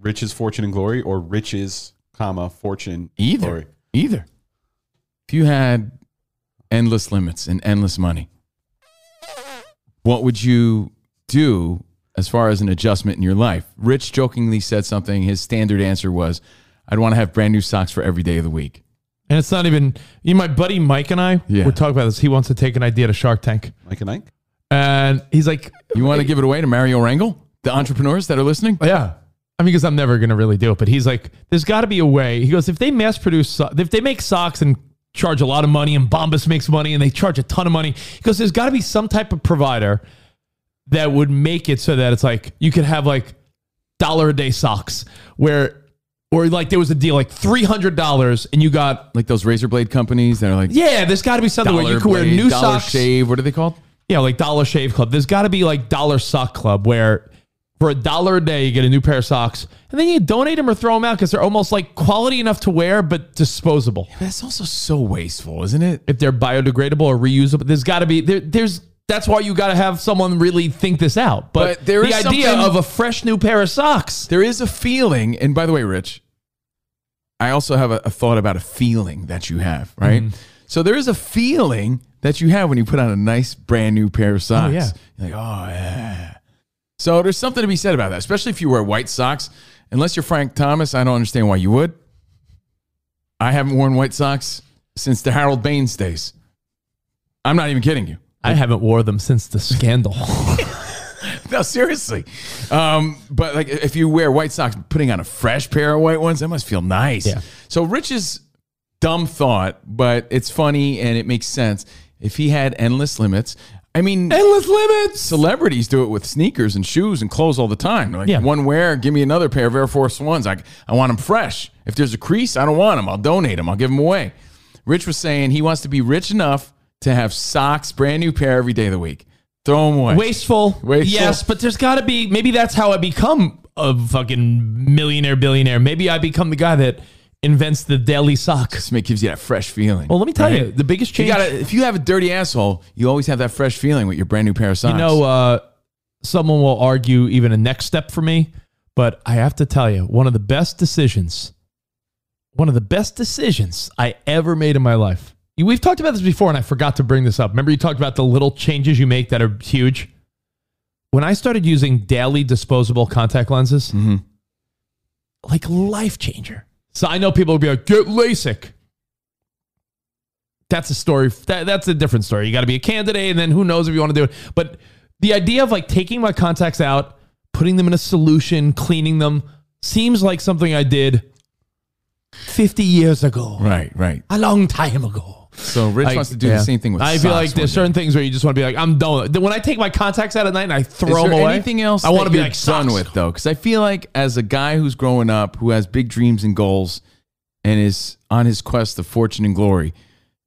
riches, fortune, and glory, or riches, comma, fortune, either, glory. either, if you had endless limits and endless money, what would you do as far as an adjustment in your life? Rich jokingly said something. His standard answer was, I'd want to have brand new socks for every day of the week. and it's not even. You, know, my buddy Mike and I Yeah. were talking about this. He wants to take an idea to Shark Tank, Like an Ike? and he's like, You want to give it away to Mario Rangel, the entrepreneurs that are listening? "Yeah." I mean, because I'm never gonna really do it, but he's like, "There's got to be a way." He goes, "If they mass produce, so- if they make socks and charge a lot of money, and Bombas makes money, and they charge a ton of money, he goes, "There's got to be some type of provider that would make it so that it's like you could have like dollar a day socks where." Or like there was a deal like three hundred dollars and you got Like those razor blade companies that are like Yeah, there's got to be something where you can wear Blade, new Dollar socks. Shave. What are they called? Yeah, like Dollar Shave Club. There's got to be like Dollar Sock Club where for a dollar a day you get a new pair of socks and then you donate them or throw them out because they're almost like quality enough to wear but disposable. That's also so wasteful, isn't it? If they're biodegradable or reusable, there's got to be there, there's. That's why you got to have someone really think this out. But, But there the is idea something- of a fresh new pair of socks. There is a feeling, and by the way, Rich, I also have a, a thought about a feeling that you have, right? So there is a feeling that you have when you put on a nice brand new pair of socks. yeah. You're like, oh yeah. So there's something to be said about that, especially if you wear white socks. Unless you're Frank Thomas, I don't understand why you would. I haven't worn white socks since the Harold Baines days. I'm not even kidding you. I haven't wore them since the scandal. *laughs* no, seriously. Um, but like, if you wear white socks, putting on a fresh pair of white ones, that must feel nice. Yeah. So Rich's dumb thought, but it's funny and it makes sense. If he had endless limits, I mean, endless limits. Celebrities do it with sneakers and shoes and clothes all the time. Like Yeah. one wear, give me another pair of Air Force Ones. I I want them fresh. If there's a crease, I don't want them. I'll donate them. I'll give them away. Rich was saying he wants to be rich enough to have socks, brand new pair every day of the week. Throw them away. Wasteful. Wasteful. Yes, but there's got to be. Maybe that's how I become a fucking millionaire, billionaire. Maybe I become the guy that invents the daily sock. It gives you that fresh feeling. Well, let me tell Right? you, the biggest You change. gotta, if you have a dirty asshole, you always have that fresh feeling with your brand new pair of socks. You know, uh, someone will argue even a next step for me, but I have to tell you, one of the best decisions, one of the best decisions I ever made in my life. You- We've talked about this before, and I forgot to bring this up. Remember, you talked about the little changes you make that are huge. When I started using daily disposable contact lenses, like life changer. So I know people will be like, get LASIK that's a story. That, that's a different story. You got to be a candidate, and then who knows if you want to do it. But the idea of like taking my contacts out, putting them in a solution, cleaning them seems like something I did 50 years ago, right, right. a long time ago. So Rich Like, wants to do yeah. the same thing with. I socks feel like one there's day. certain things where you just want to be like, I'm done. with it. When I take my contacts out at night and I throw Is them there away, anything else I want to be you're like done "Sucks." with though, because I feel like as a guy who's growing up, who has big dreams and goals, and is on his quest of fortune and glory,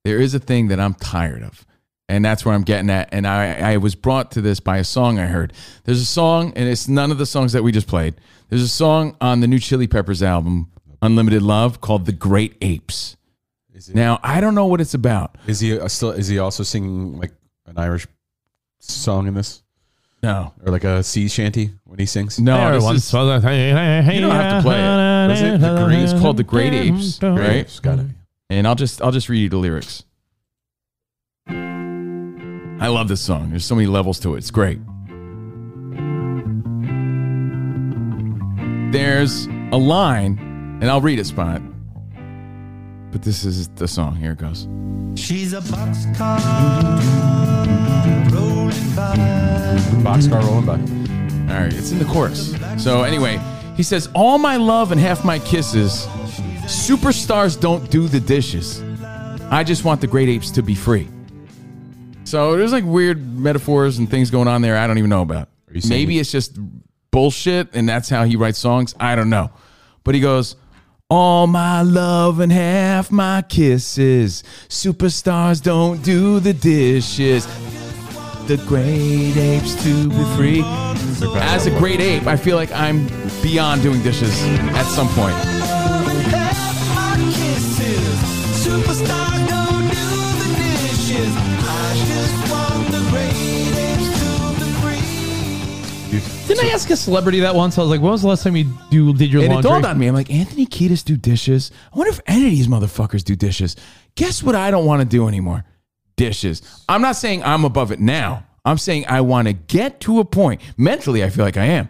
there is a thing that I'm tired of, and that's where I'm getting at. And I, I was brought to this by a song I heard. There's a song, and it's none of the songs that we just played. There's a song on the new Chili Peppers album, Unlimited Love, called "The Great Apes." Now I don't know what it's about. Is he uh, still? Is he also singing like an Irish song in this, No, or like a sea shanty when he sings? no, There this once is- was a- You don't have to play it. Was it the Great- It's called the Great Apes, Great right? Apes, gotta be. And I'll just I'll just read you the lyrics. I love this song. There's so many levels to it. It's great. There's a line, and I'll read it, Spot. But this is the song. Here it goes. She's a boxcar rolling by. Boxcar rolling by. All right, it's in the chorus. So anyway, he says, "All my love and half my kisses. Superstars don't do the dishes. I just want the great apes to be free." So there's like weird metaphors and things going on there I don't even know about. saying- Maybe it's just bullshit and that's how he writes songs. I don't know. But he goes, "All my love and half my kisses. Superstars don't do the dishes." The great apes to be free. As a great ape, I feel like I'm beyond doing dishes at some point. Didn't I ask a celebrity that once? I was like, when was the last time you do did your And it laundry? dawned on me. I'm like, Anthony Kiedis do dishes. I wonder if any of these motherfuckers do dishes. Guess what I don't want to do anymore? Dishes. I'm not saying I'm above it now. I'm saying I want to get to a point. Mentally, I feel like I am.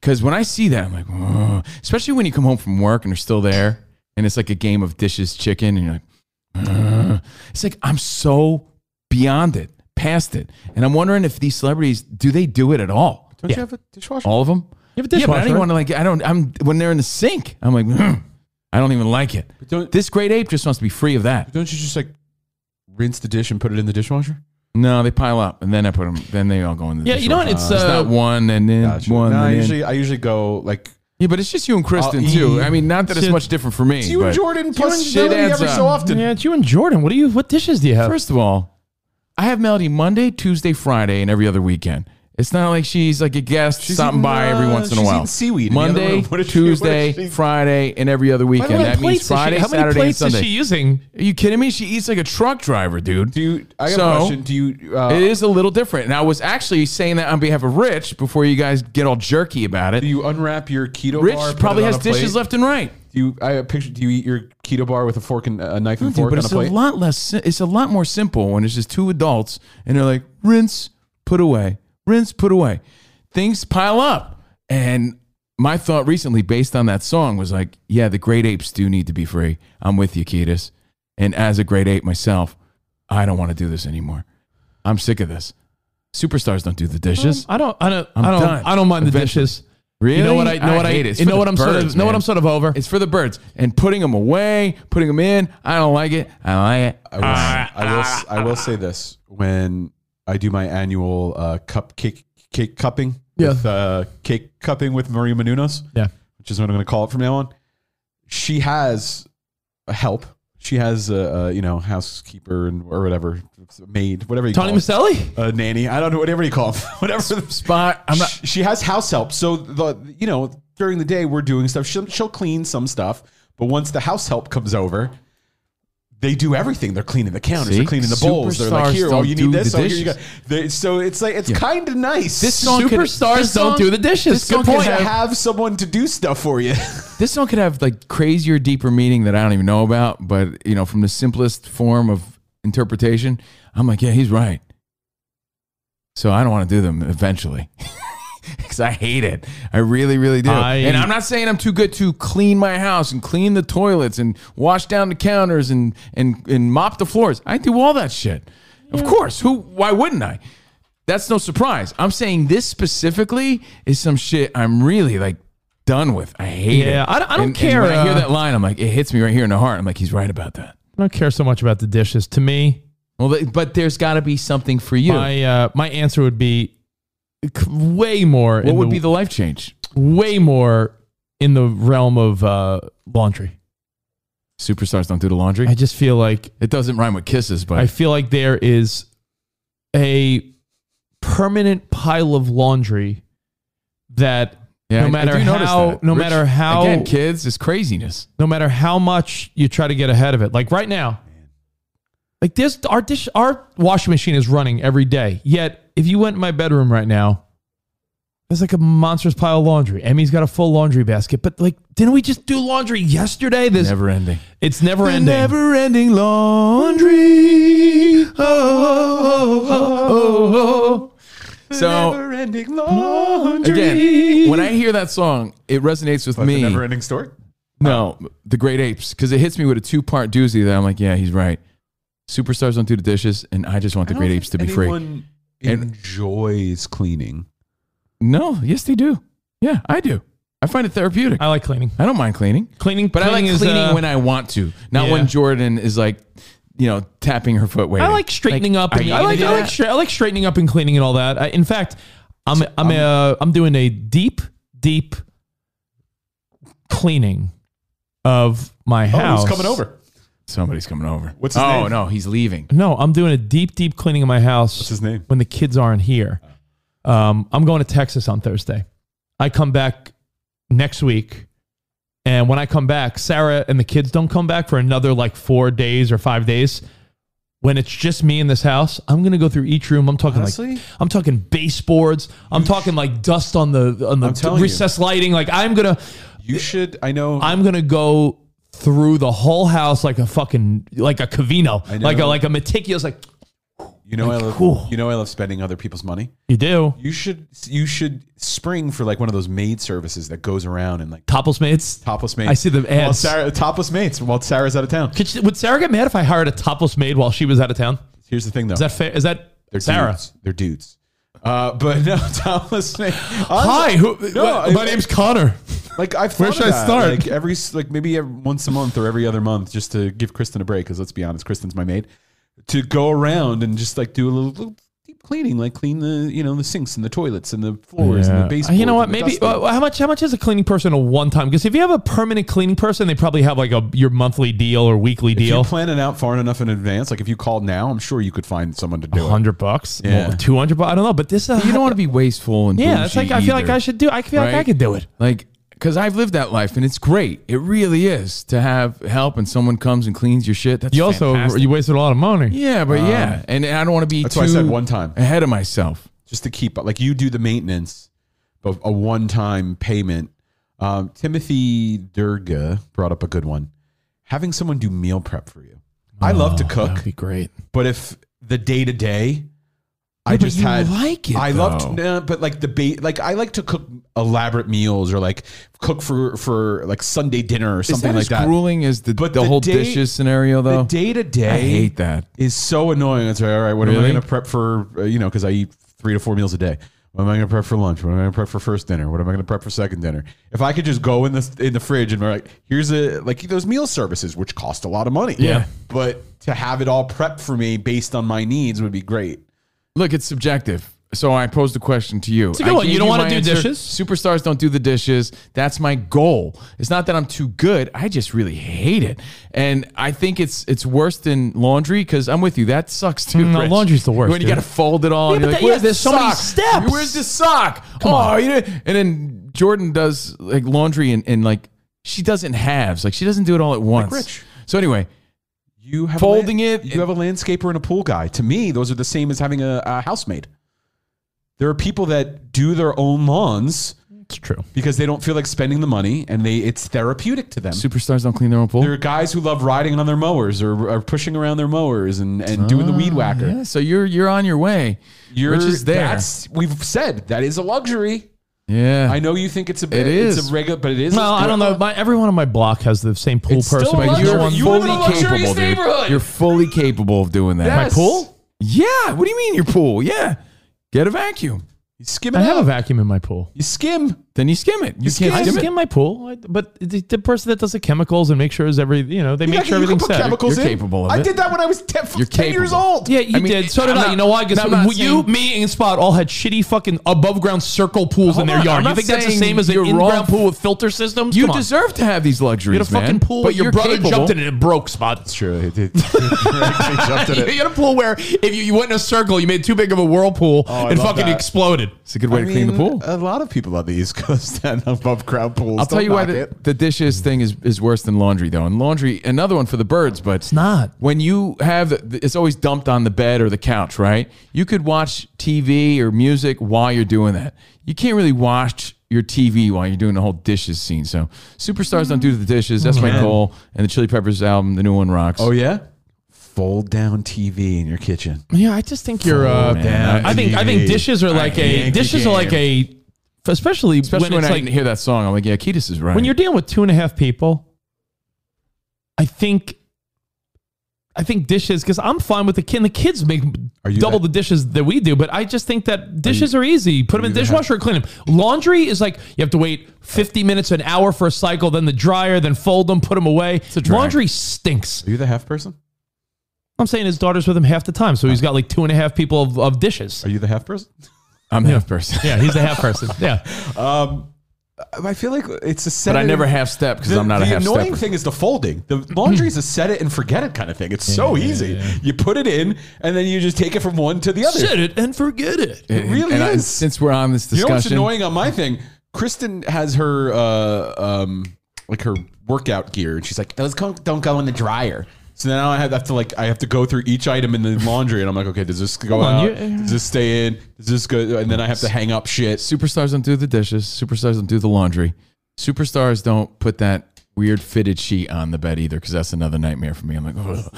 Because when I see that, I'm like, "Ugh." especially when you come home from work and they're still there and it's like a game of dishes chicken and you're like, "Ugh." it's like, I'm so beyond it, past it. And I'm wondering if these celebrities, do they do it at all? Don't you have a dishwasher? All of them? You have a Yeah, but I dishwasher, don't right? want to like. I don't. I'm when they're in the sink. I'm like, "Mm, I don't even like it. don't- This great ape just wants to be free of that. Don't you just like rinse the dish and put it in the dishwasher? No, they pile up and then I put them. Then they all go in the. Yeah, you know what? dishwasher. It's, uh, not one and then Gotcha. one. No, I and then- usually I usually go like yeah, but it's just you and Kristen I'll too. eat- I mean, not that it's Oh, Shit. much different for me. you but- and Jordan plus shit Melody adds every up. so often. Yeah, it's you and Jordan. What do you? What dishes do you have? First of all, I have Melody Monday, Tuesday, Friday, and every other weekend. It's not like she's like a guest She's stopping eating, by every uh, once in a she's while. eating seaweed in the other Monday, room. *laughs* What is she- what is Tuesday, she- Friday, and every other How weekend. many That means plates is she- Friday, how many Saturday, and plates Sunday. is she using? Are you kidding me? She eats like a truck driver, dude. Do you, I got So- a question? Do you? Uh, it is a little different. And I was actually saying that on behalf of Rich before you guys get all jerky about Do it. you unwrap your keto Rich bar? put probably it on has a plate? dishes left and right. Do you? I picture. Do you eat your keto bar with a fork and a knife and Dude, fork but on a it's a, plate? lot less. si- It's a lot more simple when it's just two adults and they're like, rinse, put away, rinse, put away. Things pile up. And my thought recently, based on that song, was like, yeah, the great apes do need to be free. I'm with you, Ketis. And as a great ape myself, I don't want to do this anymore. I'm sick of this. Superstars don't do the dishes. I don't. I don't. I'm I don't. done. I don't mind the Eventually. dishes. Really? You know what I? Know what I? hate it. It's You for know the what I'm sort of. birds, Know what man. I'm sort of over. It's for the birds and putting them away, putting them in. I don't like it. I don't like it. I will, I will, s- I will say this when I do my annual uh, cupcake cake cupping with uh, cake cupping with Maria Menounos. Yeah. which is what I'm going to call it from now on. She has a help. She has a, a you know housekeeper and or whatever maid, whatever you Tony call it. Maselli? a nanny. I don't know whatever you call them. *laughs* whatever spot. I'm not. She, she has house help, so the you know during the day we're doing stuff. She'll, she'll clean some stuff, but once the house help comes over. They do everything. They're cleaning the counters. See? They're cleaning the bowls. They're like, Superstars here, oh, don't you do need this. the Oh, here you go. dishes. They, so it's like it's kind of nice. This song could- Superstars this don't song- do the dishes. this Good song could point. have- To have someone to do stuff for you. This song could have like crazier, deeper meaning that I don't even know about. But you know, from the simplest form of interpretation, I'm like, yeah, he's right. So I don't want to do them eventually *laughs* because I hate it. I really, really do. I- and I'm not saying I'm too good to clean my house and clean the toilets and wash down the counters and and and mop the floors. I do all that shit. Of course. Who? Why wouldn't I? That's no surprise. I'm saying this specifically is some shit I'm really like done with. I hate it. Yeah, I don't- I don't And- and care, when I hear uh, that line, I'm like, it hits me right here in the heart. I'm like, he's right about that. I don't care so much about the dishes. To me, Well, th- but there's got to be something for you. my uh, my answer would be c- way more. what would be the life change? way more in the realm of uh, laundry? Superstars don't do the laundry. I just feel like It doesn't rhyme with kisses, but I feel like there is a permanent pile of laundry that Yeah, I- no I matter do notice how that. no Rich- matter how again, kids, it's craziness. no matter how much you try to get ahead of it. Like right now, like this, our dish, our washing machine is running every day. Yet, if you went in my bedroom right now, there's like a monstrous pile of laundry. Emmy's got a full laundry basket, but like, didn't we just do laundry yesterday? This Never *laughs* ending. it's never ending. Never ending laundry. Oh, oh, oh, oh, oh. So ending laundry. again, when I hear that song, it resonates with me. never ending story. No, the Great Apes, because it hits me with a two part doozy that I'm like, yeah, he's right. Superstars don't do the dishes, and I just want the Great Apes to be free. Anyone enjoys cleaning. No, yes, they do. Yeah, I do. I find it therapeutic. I like cleaning. I don't mind cleaning. Cleaning, But I Uh, cleaning is, like cleaning uh, when I want to, not Yeah. when Jordan is like, you know, tapping her foot. Waiting. I like straightening up. are And, you I gonna like do I like, that? stra- I like straightening up and cleaning and all that. I, in fact, I'm I'm um, uh, I'm doing a deep deep cleaning of my house. Oh, who's coming over? Somebody's coming over. What's his oh name? no, he's leaving. No, I'm doing a deep deep cleaning of my house. What's his name? When the kids aren't here, um, I'm going to Texas on Thursday. I come back next week. And when I come back, Sarah and the kids don't come back for another like four days or five days. When it's just me in this house, I'm gonna go through each room. I'm talking Honestly? like I'm talking baseboards. I'm talking like dust on the on the I'm telling you. recessed lighting. Like I'm gonna You should. I know. I'm gonna go through the whole house like a fucking like a Cavino, I know. like a like a meticulous like you know. I love. cool. You know. I love spending other people's money. you do. You should. You should spring for like one of those maid services that goes around and like Topless mates. topless maids. I see the While ads. Sarah, topless maids while Sarah's out of town. Could she, would Sarah get mad if I hired a topless maid while she was out of town? Here's the thing, though. Is that fair? Is that They're Sarah? Dudes. They're dudes. Uh, but *laughs* no, topless maids. Hi, who, No, my I- name's Connor. Like I've Where thought should I of that. start? Like every like maybe every, once a month or every other month, just to give Kristen a break. Because let's be honest, Kristen's my maid. To go around and just like do a little, little deep cleaning, like clean the you know the sinks and the toilets and the floors and the basement. You know what? Maybe uh, how much? How much is a cleaning person a one time? Because if you have a permanent cleaning person, they probably have like a your monthly deal or weekly if deal. you plan it out far enough in advance, like if you called now, I'm sure you could find someone to do it. Hundred bucks, Yeah. two hundred bucks. I don't know, but this. Uh, You don't want to be wasteful and Yeah, it's bougie like I feel like either, I should do. I feel like I right? could do it. Like because I've lived that life and it's great. It really is to have help and someone comes and cleans your shit. That's You also fantastic. you wasted a lot of money. yeah, but yeah, and, and I don't want to be That's too why I said one time. eh, ahead of myself. just to keep like you do the maintenance, but a one-time payment. Um, Timothy Durga brought up a good one: having someone do meal prep for you. I love Oh, to cook. That'd be great. But if the day to day, I but just you had like it, I loved, though. nah, but like the bait, like I like to cook elaborate meals or like cook for for like Sunday dinner or something is that like as that. grueling as the But the, the whole day- dishes scenario The though. day to day, I hate that. Is so annoying. It's like, all right, what am I Really? going to prep for? uh, you know, because I eat three to four meals a day. What am I going to prep for lunch? What am I going to prep for first dinner? What am I going to prep for second dinner? If I could just go in the in the fridge and be like, here's a like those meal services, which cost a lot of money. Yeah. but to have it all prepped for me based on my needs would be great. Look, it's subjective. So I posed a question to you. It's a good I one. gave You don't wanna my do dishes? Superstars don't do the dishes. That's my goal. It's not that I'm too good. I just really hate it, and I think it's it's worse than laundry because I'm with you. That sucks too. Mm, no, Rich. laundry's the worst, When you dude. got to fold it all, Yeah, and you're but like, that- "Where's yeah, the there's so many sock? steps." Where's the sock? oh, you didn't-" and then Jordan does like laundry and, and like she doesn't halves. Like she doesn't do it all at once. Rich. So anyway, You have Folding it. You have a landscaper and a pool guy. To me, those are the same as having a, a housemaid. There are people that do their own lawns. It's true because they don't feel like spending the money, and they it's therapeutic to them. superstars don't clean their own pool. There are guys who love riding on their mowers or, or pushing around their mowers and, and doing the Ah, weed whacker. Yeah, so you're you're on your way. You're, Rich is there. That's, we've said that is a luxury. yeah. I know you think it's a It it's is. a regular, but it is. Well, I I don't know. My, everyone on my block has the same pool It's person. still but luxury. no one- You're fully capable, dude. You're fully capable of doing that. My pool? Yeah. What do you mean your pool? Yeah. Get a vacuum. You skim I have a vacuum in my pool. You skim. Then you skim it. You, skim, can't I skim skim my pool, I- but the, the person that does the chemicals and make sure is every you know they You make got- sure you can everything's put set. chemicals in. I did that when I was 10, 10 *laughs* years old. Yeah, you I mean, did. So did I'm I. not- You know why? Because I'm not you, saying- me, and Spot all had shitty fucking above ground circle pools in Hold their on, I'm yard. You not think that's the saying same as an you're in wrong. ground pool with filter systems? You Come on. deserve to have these luxuries, You had a man. fucking pool, But but your you're brother capable. jumped in it and it broke, Spot. That's true. *laughs* It, it, it jumped *laughs* in you it. had a pool where if you, you went in a circle, you made too big of a whirlpool Oh, I and love fucking that. exploded. It's a good way to clean the pool. A lot of people on the East Coast have above ground pools. I'll tell Don't you why knock the, it. the dishes thing is, is worse than laundry, though. And laundry, another one for the birds, but it's not. When you have it's always dumped on the bed or the couch, right? You could watch TV or music while you're doing that. You can't really watch your TV while you're doing the whole dishes scene. So superstars don't do the dishes. That's my Mm-hmm. Man. goal. And the Chili Peppers album, the new one rocks. Oh yeah, fold down TV in your kitchen. Yeah, I just think you're. Oh, Uh, man. I think I I think hate- dishes are I like a hate dishes are like a, especially, Especially when, when, it's I like didn't hear that song, I'm like, yeah, Ketis is right. when you're dealing with two and a half people. I think, I think dishes because I'm fine with the kid. The kids make you double that- the dishes that we do, but I just think that dishes are, easy. Put them in the you that- dishwasher, and clean them. Laundry is like you have to wait 50 minutes, an hour for a cycle, then the dryer, then fold them, put them away. drag. Laundry stinks. Are you the half person? I'm saying his daughter's with him half the time, so he's got like two and a half people of, of dishes. Are you the half person? I'm half person. Yeah, he's the half person. Yeah. Um, I feel like it's a *laughs* set. But I it- never half step because The- I'm not a the half annoying stepper. thing is the folding. The laundry is a set it and forget it kind of thing. It's so easy. You put it in, and then you just take it from one to the other. Sit it and forget it. It really and I- is. since we're on this you know what's discussion, annoying on my thing? Kristen has her uh, um, like her workout gear, and she's like, "Those con- don't go in the dryer." So now I have have to like I have to go through each item in the laundry, and I'm like, "Okay, does this go Hold on, out? you- does this stay in? Does this go?" And then I have to hang up shit. superstars don't do the dishes. Superstars don't do the laundry. Superstars don't put that weird fitted sheet on the bed either because that's another nightmare for me. I'm like, oh.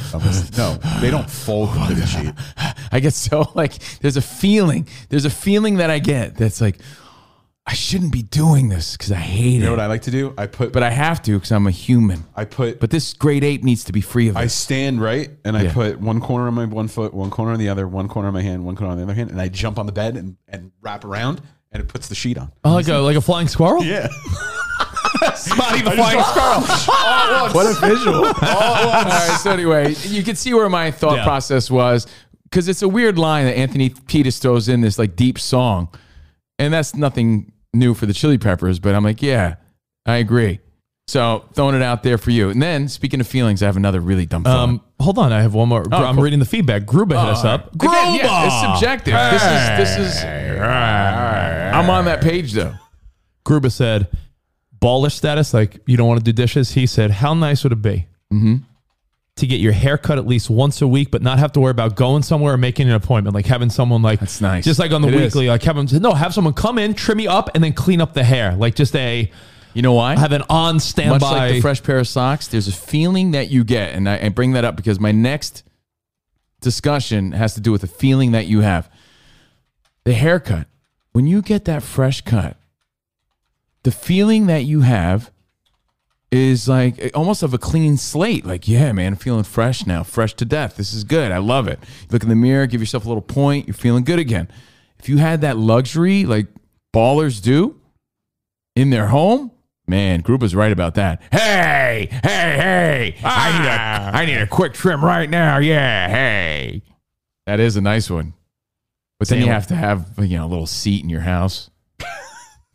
No, they don't fold them to the sheet. *laughs* I get so like, there's a feeling, there's a feeling that I get that's like, I shouldn't be doing this because I hate You know it, what I like to do? I put but I have to because I'm a human. I put But this grade eight needs to be free of I this. stand right and I Yeah. put one corner on my one foot, one corner on the other, one corner on my hand, one corner on the other hand, and I jump on the bed and, and wrap around and it puts the sheet on. Oh, like a like a flying squirrel. *laughs* Yeah. Spotty the flying squirrel. What a visual. All right. So anyway, you can see where my thought Yeah. process was because it's a weird line that Anthony Pettis throws in this like deep song, and that's nothing new for the Chili Peppers. But I'm like, yeah, I agree. So throwing it out there for you. And then speaking of feelings, I have another really dumb thought. Um, hold on, I have one more. I'm Oh, cool. reading the feedback. Gruba hit us all up. right. Again, yeah, it's subjective. This is- this is- I'm on that page though. Gruba said, "Baller status, like you don't want to do dishes." He said, "How nice would it be Mm-hmm. to get your hair cut at least once a week, but not have to worry about going somewhere or making an appointment? Like having someone like That's nice. just like on the It is. weekly, like have them no, have someone come in, trim me up, and then clean up the hair, like just a." You know why? Have an on standby. Much *laughs* like the fresh pair of socks, there's a feeling that you get, and I, I bring that up because my next discussion has to do with the feeling that you have. The haircut. When you get that fresh cut, the feeling that you have is like eh, almost of a clean slate. Like, yeah, man, I'm feeling fresh now, fresh to death. This is good. I love it. Look in the mirror, give yourself a little point. You're feeling good again. if you had that luxury like ballers do in their home, man, Group is right about that. Hey, hey, hey! I need Ah. a, I need a quick trim right now. Yeah, hey. That is a nice one. But then you Damn. have to have you know a little seat in your house. *laughs*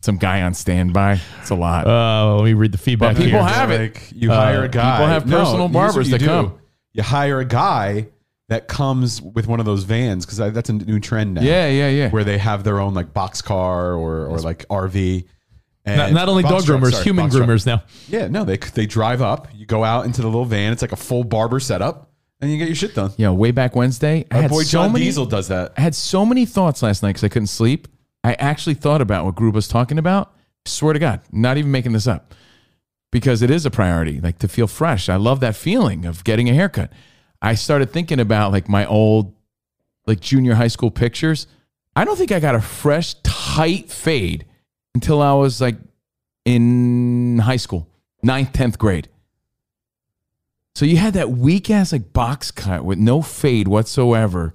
Some guy on standby. It's a lot. Uh, Oh, we read the feedback. But people here. have it. Uh, Like you hire a guy. People have No, personal here's barbers that what you do. come. You hire a guy that comes with one of those vans because that's a new trend now. Yeah, yeah, yeah. Where they have their own like box car or or like RV. Not, not only box dog truck, groomers, sorry, human box truck. groomers now. Yeah, no, they they drive up. You go out into the little van. It's like a full barber setup, and you get your shit done. Yeah, way back Wednesday, I Our had boy so John many. Diesel does that. I uh, had so many thoughts last night because I couldn't sleep. I actually thought about what Group was talking about. Swear to God, not even making this up, because it is a priority. Like to feel fresh. I love that feeling of getting a haircut. I started thinking about like my old, like junior high school pictures. I don't think I got a fresh, tight fade until I was like in high school, ninth, tenth grade. So you had that weak ass like box cut with no fade whatsoever.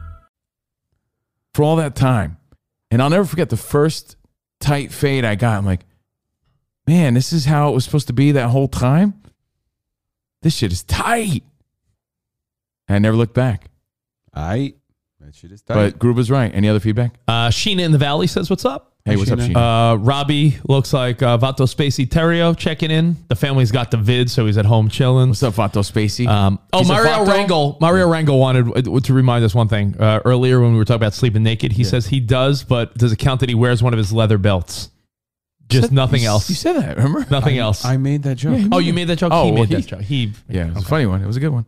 for all that time. And I'll never forget the first tight fade I got. I'm like, man, this is how it was supposed to be that whole time. This shit is tight. And I never looked back. I that shit is tight. But Groob is right. Any other feedback? Uh, Sheena in the Valley says, "What's up?" Hey, what's up, Uh, Robbie looks like uh, Vato Spacey Terrio checking in. The family's got the vid, so he's at home chilling. What's up, Vato Spacey? Um, oh, He's a Mario Vato? Rangel. Mario Rangel wanted uh, to remind us one thing uh, earlier when we were talking about sleeping naked. He says he does, but does it count that he wears one of his leather belts? Just nothing You s- else. You said that, remember? Nothing else. I made that joke. Yeah, he Oh, made you it. made that joke? Oh, He made well, that joke. He yeah, it was a funny one. It was a good one.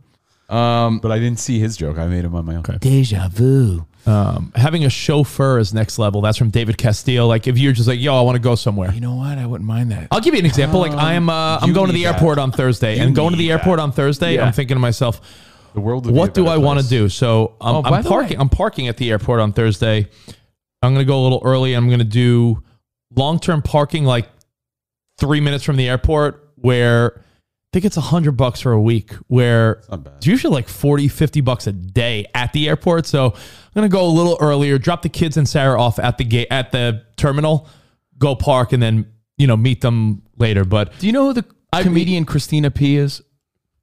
Um, but I didn't see his joke. I made him on my own. Deja vu. Um, having a chauffeur is next level. That's from David Castillo. Like if you're just like, yo, I want to go somewhere. You know what? I wouldn't mind that. I'll give you an example. Like I am, uh, I'm you going to need the that. airport on Thursday, You and going to need the airport on Thursday, Yeah. I'm thinking to myself, the world. be a What do better I want to place. do? So um, Oh, by I'm the parking. way- I'm parking at the airport on Thursday. I'm gonna go a little early. I'm gonna do long term parking, like three minutes from the airport, where I think it's a hundred bucks for a week. Where it's usually like 40, 50 bucks a day at the airport. So I'm gonna go a little earlier, drop the kids and Sarah off at the gate at the terminal, go park, and then you know meet them later. But do you know who the comedian Christina P is?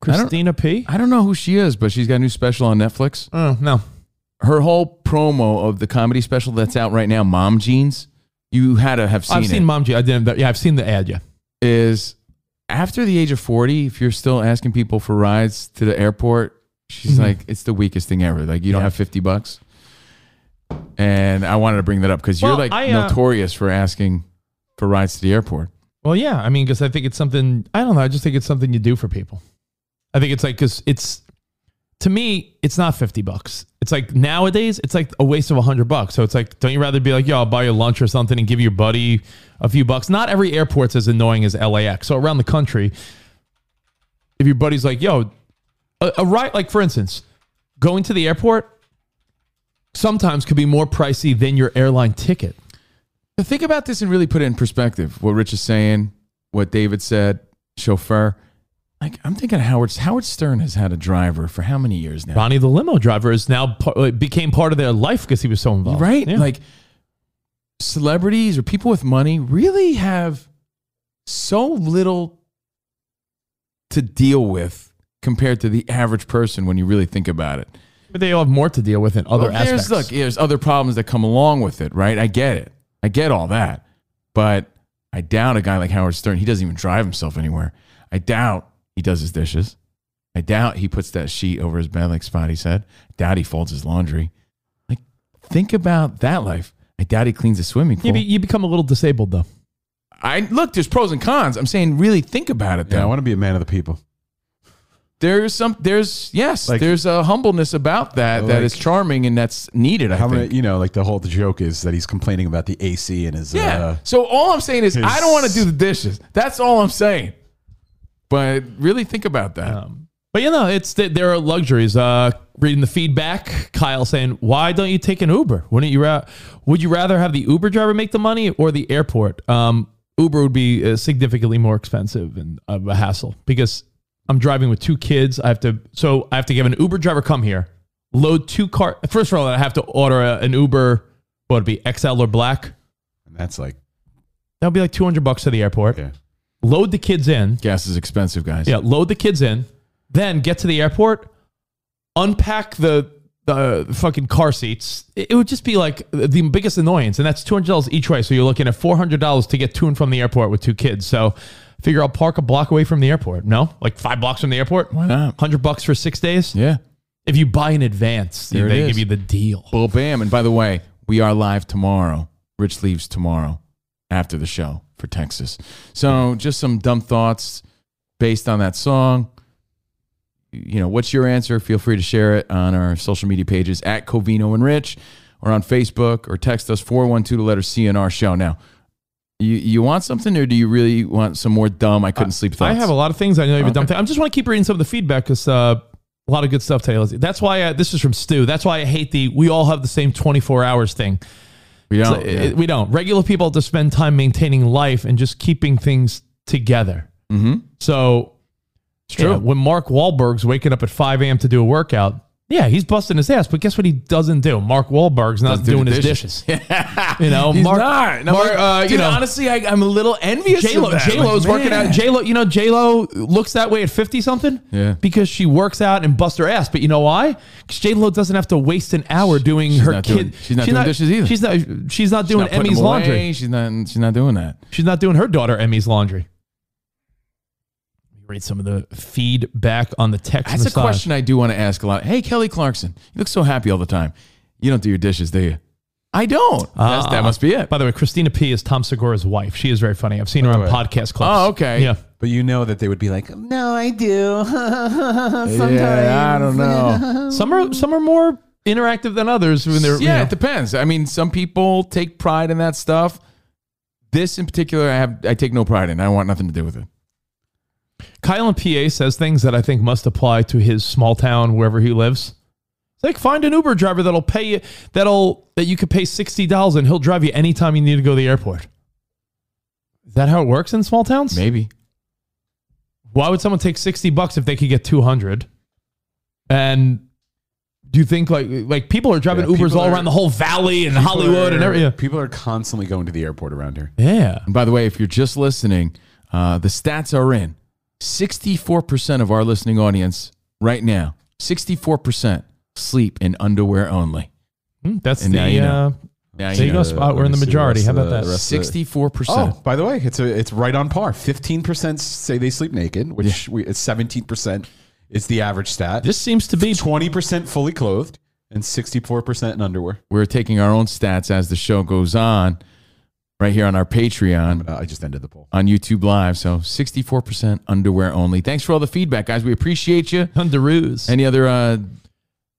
Christina P? I don't know who she is, but she's got a new special on Netflix. Oh, no. Her whole promo of the comedy special that's out right now, Mom Jeans, you had to have seen I've it. seen Mom G. I didn't. Yeah, I've seen the ad. Yeah. is after the age of 40, if you're still asking people for rides to the airport, she's Mhm. like, it's the weakest thing ever. Like, you don't Yeah. have 50 bucks. And I wanted to bring that up because Well, you're like I, uh, notorious for asking for rides to the airport. Well, yeah. I mean, because I think it's something, I don't know. I just think it's something you do for people. I think it's like, because it's, to me, it's not 50 bucks. It's like nowadays, it's like a waste of 100 bucks. So it's like, don't you rather be like, yo, I'll buy you lunch or something and give your buddy a few bucks? Not every airport's as annoying as LAX. So around the country, if your buddy's like, yo, a, a ride, like for instance, going to the airport sometimes could be more pricey than your airline ticket. But think about this and really put it in perspective. What Rich is saying, what David said, chauffeur. Like I'm thinking of Howard Howard Stern has had a driver for how many years now? Ronnie the limo driver is now par- became part of their life because he was so involved. Right? Yeah. Like celebrities or people with money really have so little to deal with compared to the average person when you really think about it. But they all have more to deal with in other Well, aspects. There's, look, there's other problems that come along with it, right? I get it. I get all that. But I doubt a guy like Howard Stern, he doesn't even drive himself anywhere. I doubt he does his dishes. I doubt he puts that sheet over his bed like Spotty said. I doubt he folds his laundry. Like, think about that life. I doubt he cleans a swimming pool. You, be, you become a little disabled though. I look, there's pros and cons. I'm saying really think about it though. Yeah, I want to be a man of the people. There's some. There's yes. there's a humbleness about that that is charming and that's needed. I How think. many, you know, like the whole the joke is that he's complaining about the AC in his. Yeah. Uh, so all I'm saying is his- I don't want to do the dishes. That's all I'm saying. But really think about that. Um, But you know, it's th- there are luxuries. Uh, reading the feedback, Kyle saying, "Why don't you take an Uber? Wouldn't you? Ra- would you rather have the Uber driver make the money or the airport? Um, Uber would be uh, significantly more expensive and of a hassle because I'm driving with two kids. I have to, so I have to give an Uber driver come here, load two car. First of all, I have to order a, an Uber. What would it be XL or black? that's like That would be like 200 bucks to the airport. Load the kids in. Gas is expensive, guys. Yeah, load the kids in. Then get to the airport, unpack the the fucking car seats. It, it would just be like the biggest annoyance, and that's two hundred dollars each way. So you're looking at four hundred dollars to get to and from the airport with two kids. So figure I'll park a block away from the airport. No, like five blocks from the airport. Why not? Hundred bucks for six days. Yeah. If you buy in advance, There it they is. give you the deal. Well, bam. And by the way, we are live tomorrow. Rich leaves tomorrow after the show for Texas. So just some dumb thoughts based on that song. You know, what's your answer? Feel free to share it on our social media pages at Covino and Rich or on Facebook or text us 412 to letter CNR show. Now, you, you want something or do you really want some more dumb I couldn't sleep thoughts? I have a lot of things I know even dumb thing. I just want to keep reading some of the feedback because uh, a lot of good stuff today. Let's- That's why I, this is from Stu. That's why I hate the we all have the same 24 hours thing. We It's don't, like, yeah. it- we don't. Regular people have to spend time maintaining life and just keeping things together. Mhm. So it's true. when Mark Wahlberg's waking up at 5 a.m. to do a workout, yeah, he's busting his ass. But guess what he doesn't do? Mark Wahlberg's not Doesn't do the doing his dishes. dishes. you know, *laughs* He's Mark. not. And I'm Mark, like, uh, you dude, know, honestly, I, I'm a little envious. J Lo, of that. J Lo's Like, working man. out. J Lo, you know, J Lo looks that way at fifty something. Yeah. because she works out and busts her ass. But you know why? Because J Lo doesn't have to waste an hour doing her not kid. doing- she's not doing dishes either. She's not. She's not doing not putting Emmy's them away. laundry. She's not. She's not doing that. She's not doing her daughter Emmy's laundry. Let me Read some of the feedback on the text. That's on the a side. question I do want to ask a lot. Hey, Kelly Clarkson, you look so happy all the time. You don't do your dishes, do you? I don't. That's, that must be it. By the way, Christina P is Tom Segura's wife. She is very funny. I've seen her on podcast clips. Oh, okay. Yeah. But you know that they would be like, No, I do. Sometimes. Yeah, I don't know. Some are some are more interactive than others when they're you yeah, know. it depends. I mean, some people take pride in that stuff. This in particular, I have I take no pride in. I want nothing to do with it. Kyle in PA says things that I think must apply to his small town wherever he lives. It's like find an Uber driver that'll pay you that'll that you could pay sixty dollars and he'll drive you anytime you need to go to the airport. Is that how it works in small towns? Maybe. Why would someone take sixty bucks if they could get two hundred? And do you think like like people are driving Ubers all around the whole valley and Hollywood and every yeah. People are constantly going to the airport around here. Yeah. And by the way, if you're just listening, uh, the stats are in. 64% of our listening audience right now, 64% sleep in underwear only. Mm, That's And the now you know. uh, Now there you you go know. spot. We're Let in me the see majority. rest How of about the- that? rest of the- 64%. Oh, by the way, it's a, it's right on par. Fifteen percent say they sleep naked, which we it's seventeen percent is the average stat. This seems to be twenty percent fully clothed and sixty four percent in underwear. We're taking our own stats as the show goes on right here on our Patreon. uh, I just ended the poll. On YouTube Live. So 64% underwear only. Thanks for all the feedback, guys. We appreciate you. Underoos. Any other uh,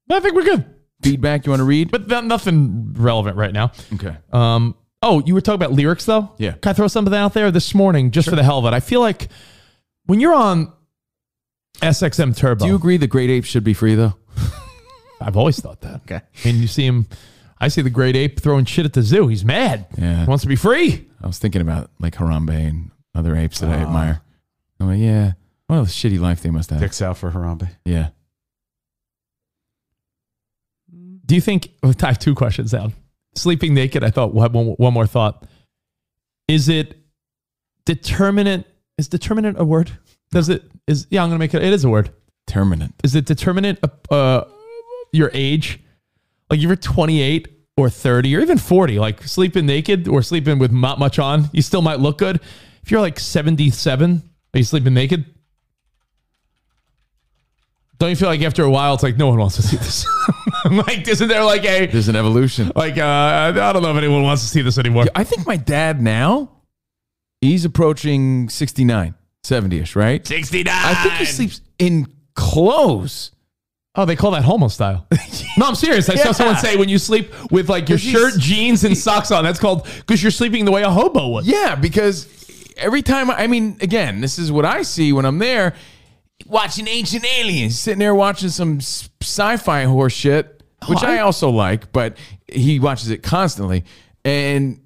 I think we're good. feedback you want to read? But th- nothing relevant right now. Okay. Um, oh, you were talking about lyrics though. Yeah. Can I throw something out there this morning just for the hell of it? I feel like when you're on SXM Turbo, Do you agree the great ape should be free, though? I've always thought that. Okay. I mean, you see him. I see the great ape throwing shit at the zoo. He's mad. Yeah. He wants to be free. I was thinking about like Harambe and other apes that I admire. I'm like, yeah, what a shitty life they must have. Dicks out for Harambe. Yeah. Do you think? *laughs* I have two questions down. Sleeping naked. I thought one, one more thought. Is it determinant? Is determinant a word? Does it? Is yeah? I'm gonna make it. It is a word. Terminant. is it determinant of uh, your age? Like if you're 28 or 30 or even 40, like sleeping naked or sleeping with not much on, you still might look good. If you're like 77, are you sleeping naked? Don't you feel like after a while it's like no one wants to see this? *laughs* like isn't there like a There's an evolution. like uh, I don't know if anyone wants to see this anymore. I think my dad now, he's approaching 69, 70 ish, right? 69. I think he sleeps in clothes. Oh, they call that homo style. No, I'm serious. I Yeah. saw someone say when you sleep with like your 'Cause you shirt, s- jeans, *laughs* and socks on, that's called because you're sleeping the way a hobo would. Yeah, because every time I mean, again, this is what I see when I'm there watching Ancient Aliens, sitting there watching some s- sci-fi horse shit, which Oh, I- I also like, but he watches it constantly, and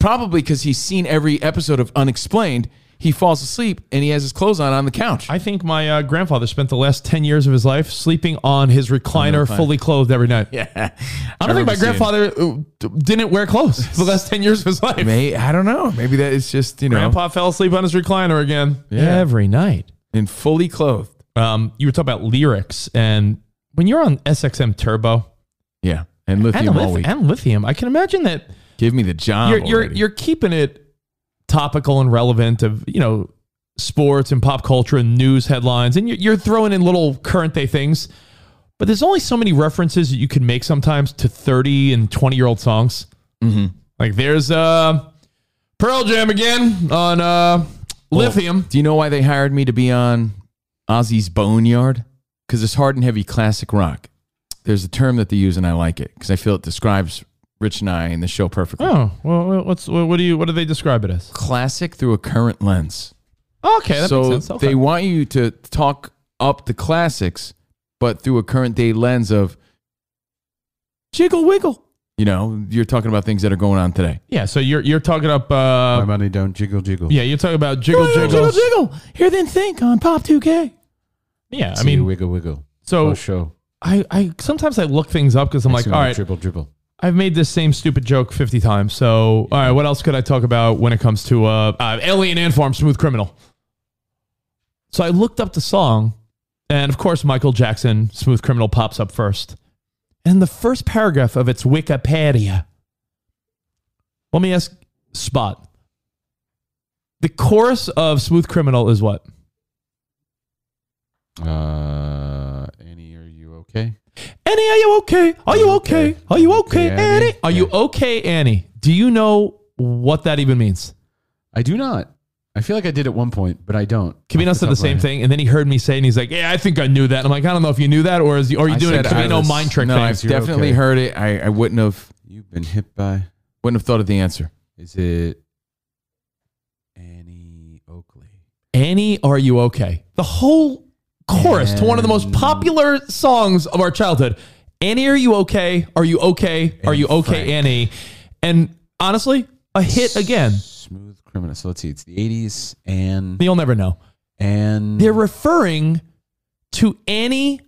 probably because he's seen every episode of Unexplained, he falls asleep and he has his clothes on on the couch. *laughs* I think my uh, grandfather spent the last 10 years of his life sleeping on his recliner, recliner. fully clothed every night. Yeah. I don't think remember my seeing it. grandfather uh, d- didn't wear clothes *laughs* for the last 10 years of his life. May I don't know. Maybe that is just you know Grandpa fell asleep on his recliner again Yeah. every night. and fully clothed. Um, you were talking about lyrics, and when you're on SXM Turbo Yeah, and, and lithium all lith- week. and lithium, I can imagine that Give me the job. you're, you're already. you're keeping it topical and relevant of you know sports and pop culture and news headlines, and you're, you're throwing in little current day things. But there's only so many references that you can make sometimes to 30 and 20 year old songs. Like there's uh, Pearl Jam again on uh, lithium. Do you know why they hired me to be on Ozzy's Boneyard? Because it's hard and heavy classic rock. There's a term that they use, and I like it because I feel it describes Rich and I and the show perfectly. Oh, well, what's what do you what do they describe it as? Classic through a current lens. Okay, that so makes sense. Okay. they want you to talk up the classics, but through a current day lens of jiggle wiggle. You know, you're talking about things that are going on today. yeah, so you're you're talking up My uh, money don't jiggle jiggle. yeah, you're talking about jiggle jiggles. jiggle. Here then think on Pop 2K. Yeah, I See you mean, wiggle wiggle. so Oh, show. I I sometimes I look things up because I'm like, See all my right, dribble dribble. I've made this same stupid joke 50 times. So, all right, what else could I talk about when it comes to uh, uh, Alien Ant Farm, Smooth Criminal? So I looked up the song, and of course, Michael Jackson, Smooth Criminal, pops up first. And the first paragraph of its Wikipedia. Let me ask Spot. The chorus of Smooth Criminal is what? Uh, Annie, are you okay? Annie, are you okay? Are you okay? Are you okay, Okay, Annie? Annie? Are you okay, Annie? Do you know what that even means? I do not. I feel like I did at one point, but I don't. Camino said the same thing, and then he heard me say, it, and he's like, "Yeah, I think I knew that." I'm like, "I don't know if you knew that, or is you, are you I doing a said I Camino was- mind trick No, thing?" I've You're definitely okay. heard it. I, I wouldn't have You've been hit by. wouldn't have thought of the answer. Is it Annie Oakley? Annie, are you okay? The whole chorus to one of the most popular songs of our childhood. Annie, are you okay? Are you okay? Are you okay, Annie? And honestly, a hit again. Smooth criminal. So let's see. It's the eighties and You'll never know. and They're referring to Annie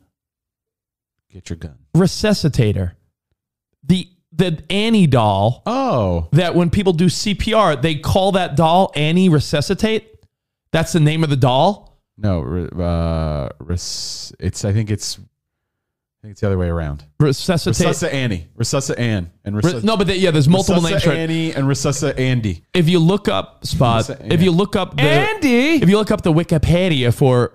get your gun. Resuscitator, the the Annie doll. Oh, that when people do CPR, they call that doll Annie Resuscitate. That's the name of the doll. No, re- uh, res- it's. I think it's. I think it's the other way around. Resuscitate. Resuscita Annie, Resuscita Ann, and Re- Resuscita. no, but they, yeah, there's multiple names for it. Annie and Resuscita Andy. If you look up spot, Recessa- if yeah. you look up the, Andy! if you look up the Wikipedia for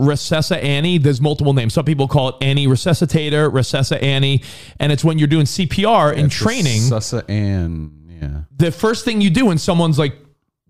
Recessa Annie, there's multiple names. Some people call it Annie Resuscitator, Recessa Annie, and it's when you're doing CPR in training. Resuscita Ann. Yeah. the first thing you do when someone's like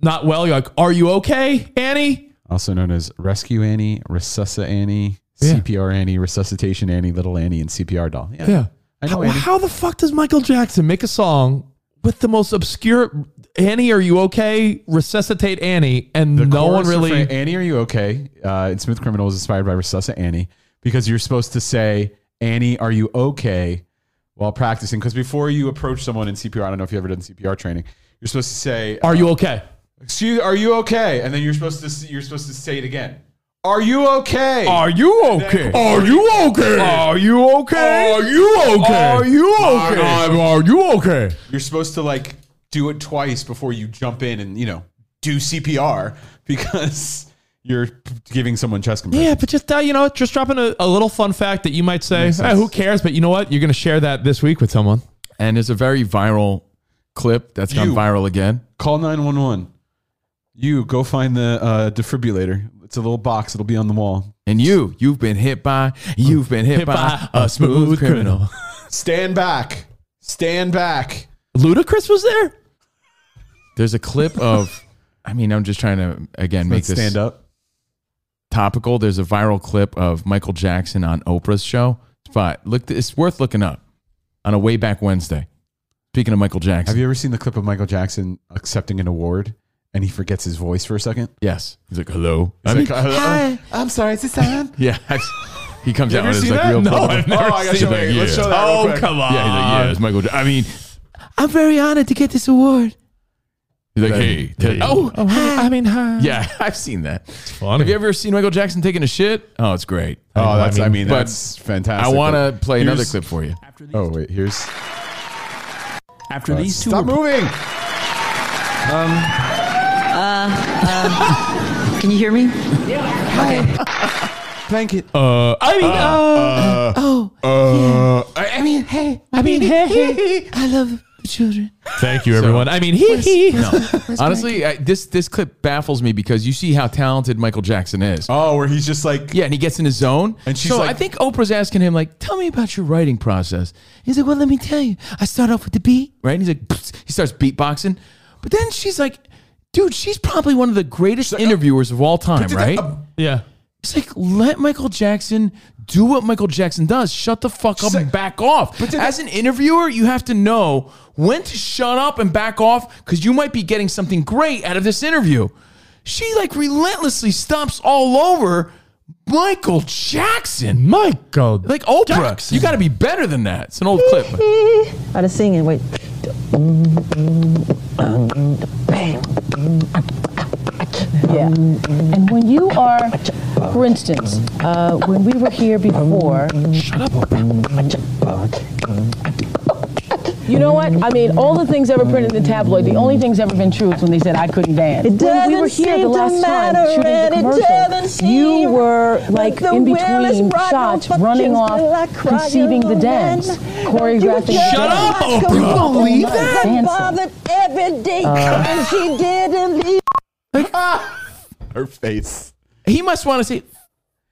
not well, you're like, "Are you okay, Annie?" Also known as Rescue Annie, Resuscita Annie, Yeah. CPR Annie, Resuscitation Annie, Little Annie, and CPR doll. Yeah. I know How, Annie. how the fuck does Michael Jackson make a song with the most obscure Annie, are you okay? Resuscitate Annie, and *laughs* The no one chorus really. refrain, Annie, are you okay? Uh, in Smooth Criminal was inspired by Resuscita Annie because you're supposed to say, Annie, are you okay? While practicing, because before you approach someone in CPR, I don't know if you ever done CPR training, you're supposed to say, Are you okay? "Excuse, are you okay?" And then you're supposed to s- you're supposed to say it again. Are you okay? you okay? Are you okay? Are you okay? Are you okay? Are you okay? Are you okay? You're supposed to like do it twice before you jump in and you know do CPR because *laughs* you're p- giving someone chest compression. Yeah, but just uh, you know, just dropping a, a little fun fact that you might say, Makes "Eh, sense. "Who cares?" But you know what? You're going to share that this week with someone. And there's a very viral clip that's gone You. viral again. Call nine one one. You go find the uh, defibrillator. It's a little box. It'll be on the wall. And you, you've been hit by, you've been hit, Hit by, by a smooth criminal. Stand back. Stand back. Ludacris was there. There's a clip of, I mean, I'm just trying to again make Let's this stand up. topical. There's a viral clip of Michael Jackson on Oprah's show. But look, it's worth looking up on a way back Wednesday. Speaking of Michael Jackson, Have you ever seen the clip of Michael Jackson accepting an award and he forgets his voice for a second? Yes. He's like, hello. He's I'm- like, "Hello?" Hi, I'm sorry. Is this on? *laughs* Yeah. He comes You out ever and it's seen like that? real No, public. Oh, I've never I gotta seen show it. you. Let's Yeah. Oh, show that real quick. Yeah, he's like, yeah, it's Michael. Ja- I mean, I'm very honored to get this award. he's like, hey, Ted- oh, Oh, I mean, hi. yeah, *laughs* I've seen that. It's funny. Have you ever seen Michael Jackson taking a shit? Oh, it's great. Oh, that's. I mean, but *laughs* that's fantastic. I want to But play another here's- clip for you. Oh wait, here's. After Uh, these two, stop were- moving. Um, uh, uh, can you hear me? Blanket. Uh, I mean, uh, uh, oh, uh, I mean, hey, I mean, hey, hey, I love children. Thank you, everyone. I mean, he, Where's- he. No. Honestly, I, this this clip baffles me because you see how talented Michael Jackson is. *laughs* Oh, where he's just like yeah, and he gets in his zone. And she's so like- I think Oprah's asking him like, "Tell me about your writing process." He's like, well, let me tell you. I start off with the beat. right? And he's like, "Psst," he starts beatboxing, but then she's like, "Dude, she's probably one of the greatest uh, interviewers of all time, right?" Yeah. It's like let Michael Jackson do what Michael Jackson does. Shut the fuck up and back off. But as an interviewer, you have to know when to shut up and back off because you might be getting something great out of this interview. She like relentlessly stomps all over Michael Jackson. Michael, like Oprah, you got to be better than that. It's an old clip. Out of singing, wait. Yeah. And when you are, for instance, uh, when we were here before. Shut up, You know what? I mean, all the things ever printed in the tabloid, the only things ever been true is when they said I couldn't dance. It when we doesn't were here the seem to last time matter, shooting and the it doesn't commercial, you seem were like the in will is between right, shots, no running fucking still off, like crying conceiving the old man. dance, choreographing. You the just dance. like a All woman night dancing. bothered every day, Uh. and she didn't leave. Her face. He must want to say,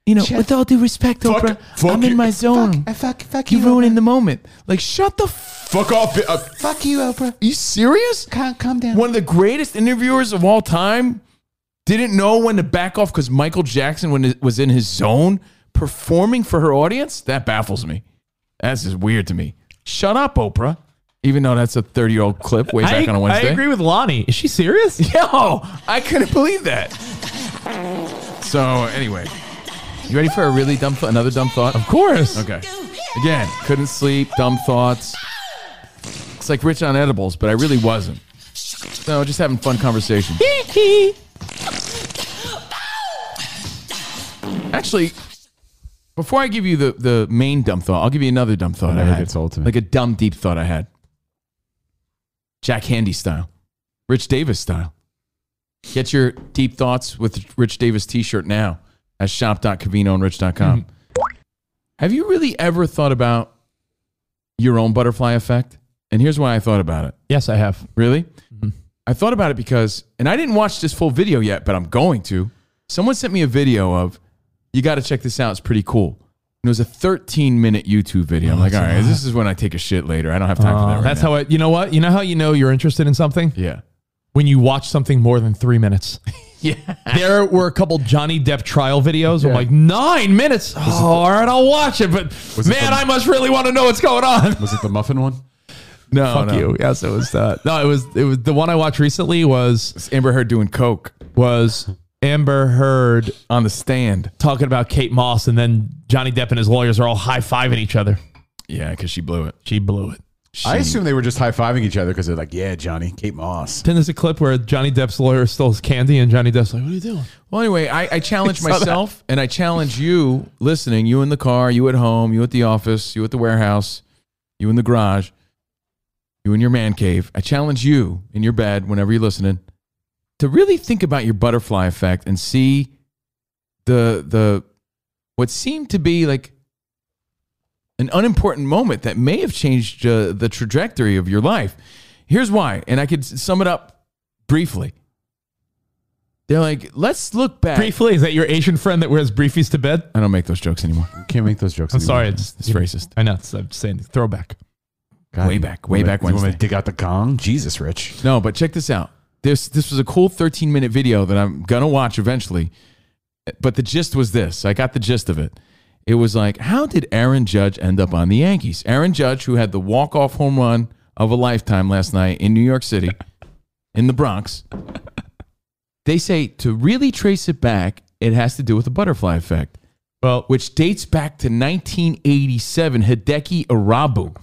you know, with all due respect, Oprah, I'm in my zone. fuck, fuck you, ruining the moment. Like, shut the fuck off. fuck you, Oprah. You serious? Calm, calm down. One of the greatest interviewers of all time didn't know when to back off because Michael Jackson, when it was in his zone, performing for her audience. That baffles me. That's just weird to me. Shut up, Oprah. Even though that's a 30 year old clip way back I, on a Wednesday. I agree with Lonnie. Is she serious? *laughs* Yo, I couldn't believe that. So anyway, you ready for a really dumb th- another dumb thought? Of course. Okay. Again, couldn't sleep, dumb thoughts. It's like rich on edibles, but I really wasn't. No, just having fun conversation. Actually, before I give you the, the main dumb thought, I'll give you another dumb thought. I never had. gets old to me. Like a dumb deep thought I had. Jack Handy style, Rich Davis style. Get your deep thoughts with Rich Davis t-shirt now at shop.cavinoandrich.com. Mm-hmm. Have you really ever thought about your own butterfly effect? And here's why I thought about it. Yes, I have. Really? Mm-hmm. I thought about it because, and I didn't watch this full video yet, but I'm going to. Someone sent me a video of, you got to check this out. It's pretty cool. And it was a 13 minute YouTube video. I'm like, all Oh, that's a right, lot. this is when I take a shit later. I don't have time for that. Oh, Right that's now. how I. You know what? You know how you know you're interested in something? *laughs* Yeah. When you watch something more than three *laughs* minutes. yeah. There were a couple Johnny Depp trial videos. I'm Yeah. like nine minutes. Oh, all right, I'll watch it. But it man, the- I must really want to know what's going on. Was it the muffin one? *laughs* No, Fuck Oh, no. you. Yes, it was that. No, it was it was the one I watched recently was Amber Heard doing coke. Was Amber Heard on the stand talking about Kate Moss, and then Johnny Depp and his lawyers are all high fiving each other. Yeah, because she blew it. She blew it. I She- assume they were just high fiving each other because they're like, "Yeah, Johnny, Kate Moss." Then there's a clip where Johnny Depp's lawyer steals candy, and Johnny Depp's like, "What are you doing?" Well, anyway, I, I *laughs* challenge I saw that. myself and I challenge you listening, you in the car, you at home, you at the office, you at the warehouse, you in the garage, you in your man cave. I challenge you in your bed, whenever you're listening, to really think about your butterfly effect and see the the what seemed to be like an unimportant moment that may have changed uh, the trajectory of your life. Here's why, and I could s- sum it up briefly. They're like, let's look back. Briefly, is that your Asian friend that wears briefies to bed? I don't make those jokes anymore. Can't make those jokes. I'm anymore. sorry, it's, It's racist. I know. It's, I'm just saying throwback. God, way back, way you back want me- You want me Wednesday. to dig out the gong? Jesus, Rich. No, but check this out. This this was a cool 13 minute video that I'm gonna watch eventually. but the gist was this. I got the gist of it. It was like, how did Aaron Judge end up on the Yankees? Aaron Judge, who had the walk off home run of a lifetime last night in New York City, *laughs* in the Bronx. They say to really trace it back, it has to do with the butterfly effect. Well, which dates back to 1987, Hideki Arabu.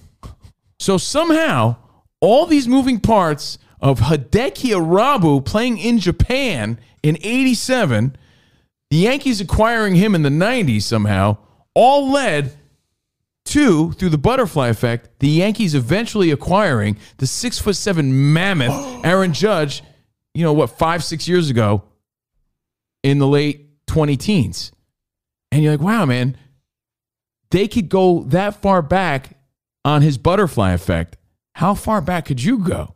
So somehow, all these moving parts of Hideki Arabu playing in Japan in 87, the Yankees acquiring him in the 90s somehow, all led to, through the butterfly effect, the Yankees eventually acquiring the six foot seven mammoth Aaron Judge, you know, what, five, six years ago in the late 20 teens. And you're like, wow, man, they could go that far back on his butterfly effect. How far back could you go?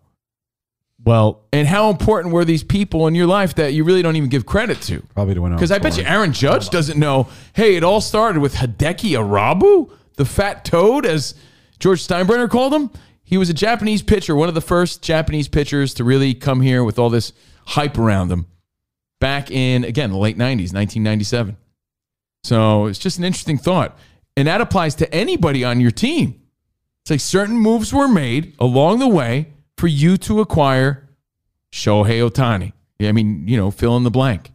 Well, and how important were these people in your life that you really don't even give credit to? Probably the one Because I bet you Aaron Judge doesn't know. Hey, it all started with Hideki Arabu, the fat toad, as George Steinbrenner called him. He was a Japanese pitcher, one of the first Japanese pitchers to really come here with all this hype around him back in, again, the late 90s, 1997. So it's just an interesting thought. And that applies to anybody on your team. It's like certain moves were made along the way for you to acquire Shohei Otani. I mean, you know, fill in the blank.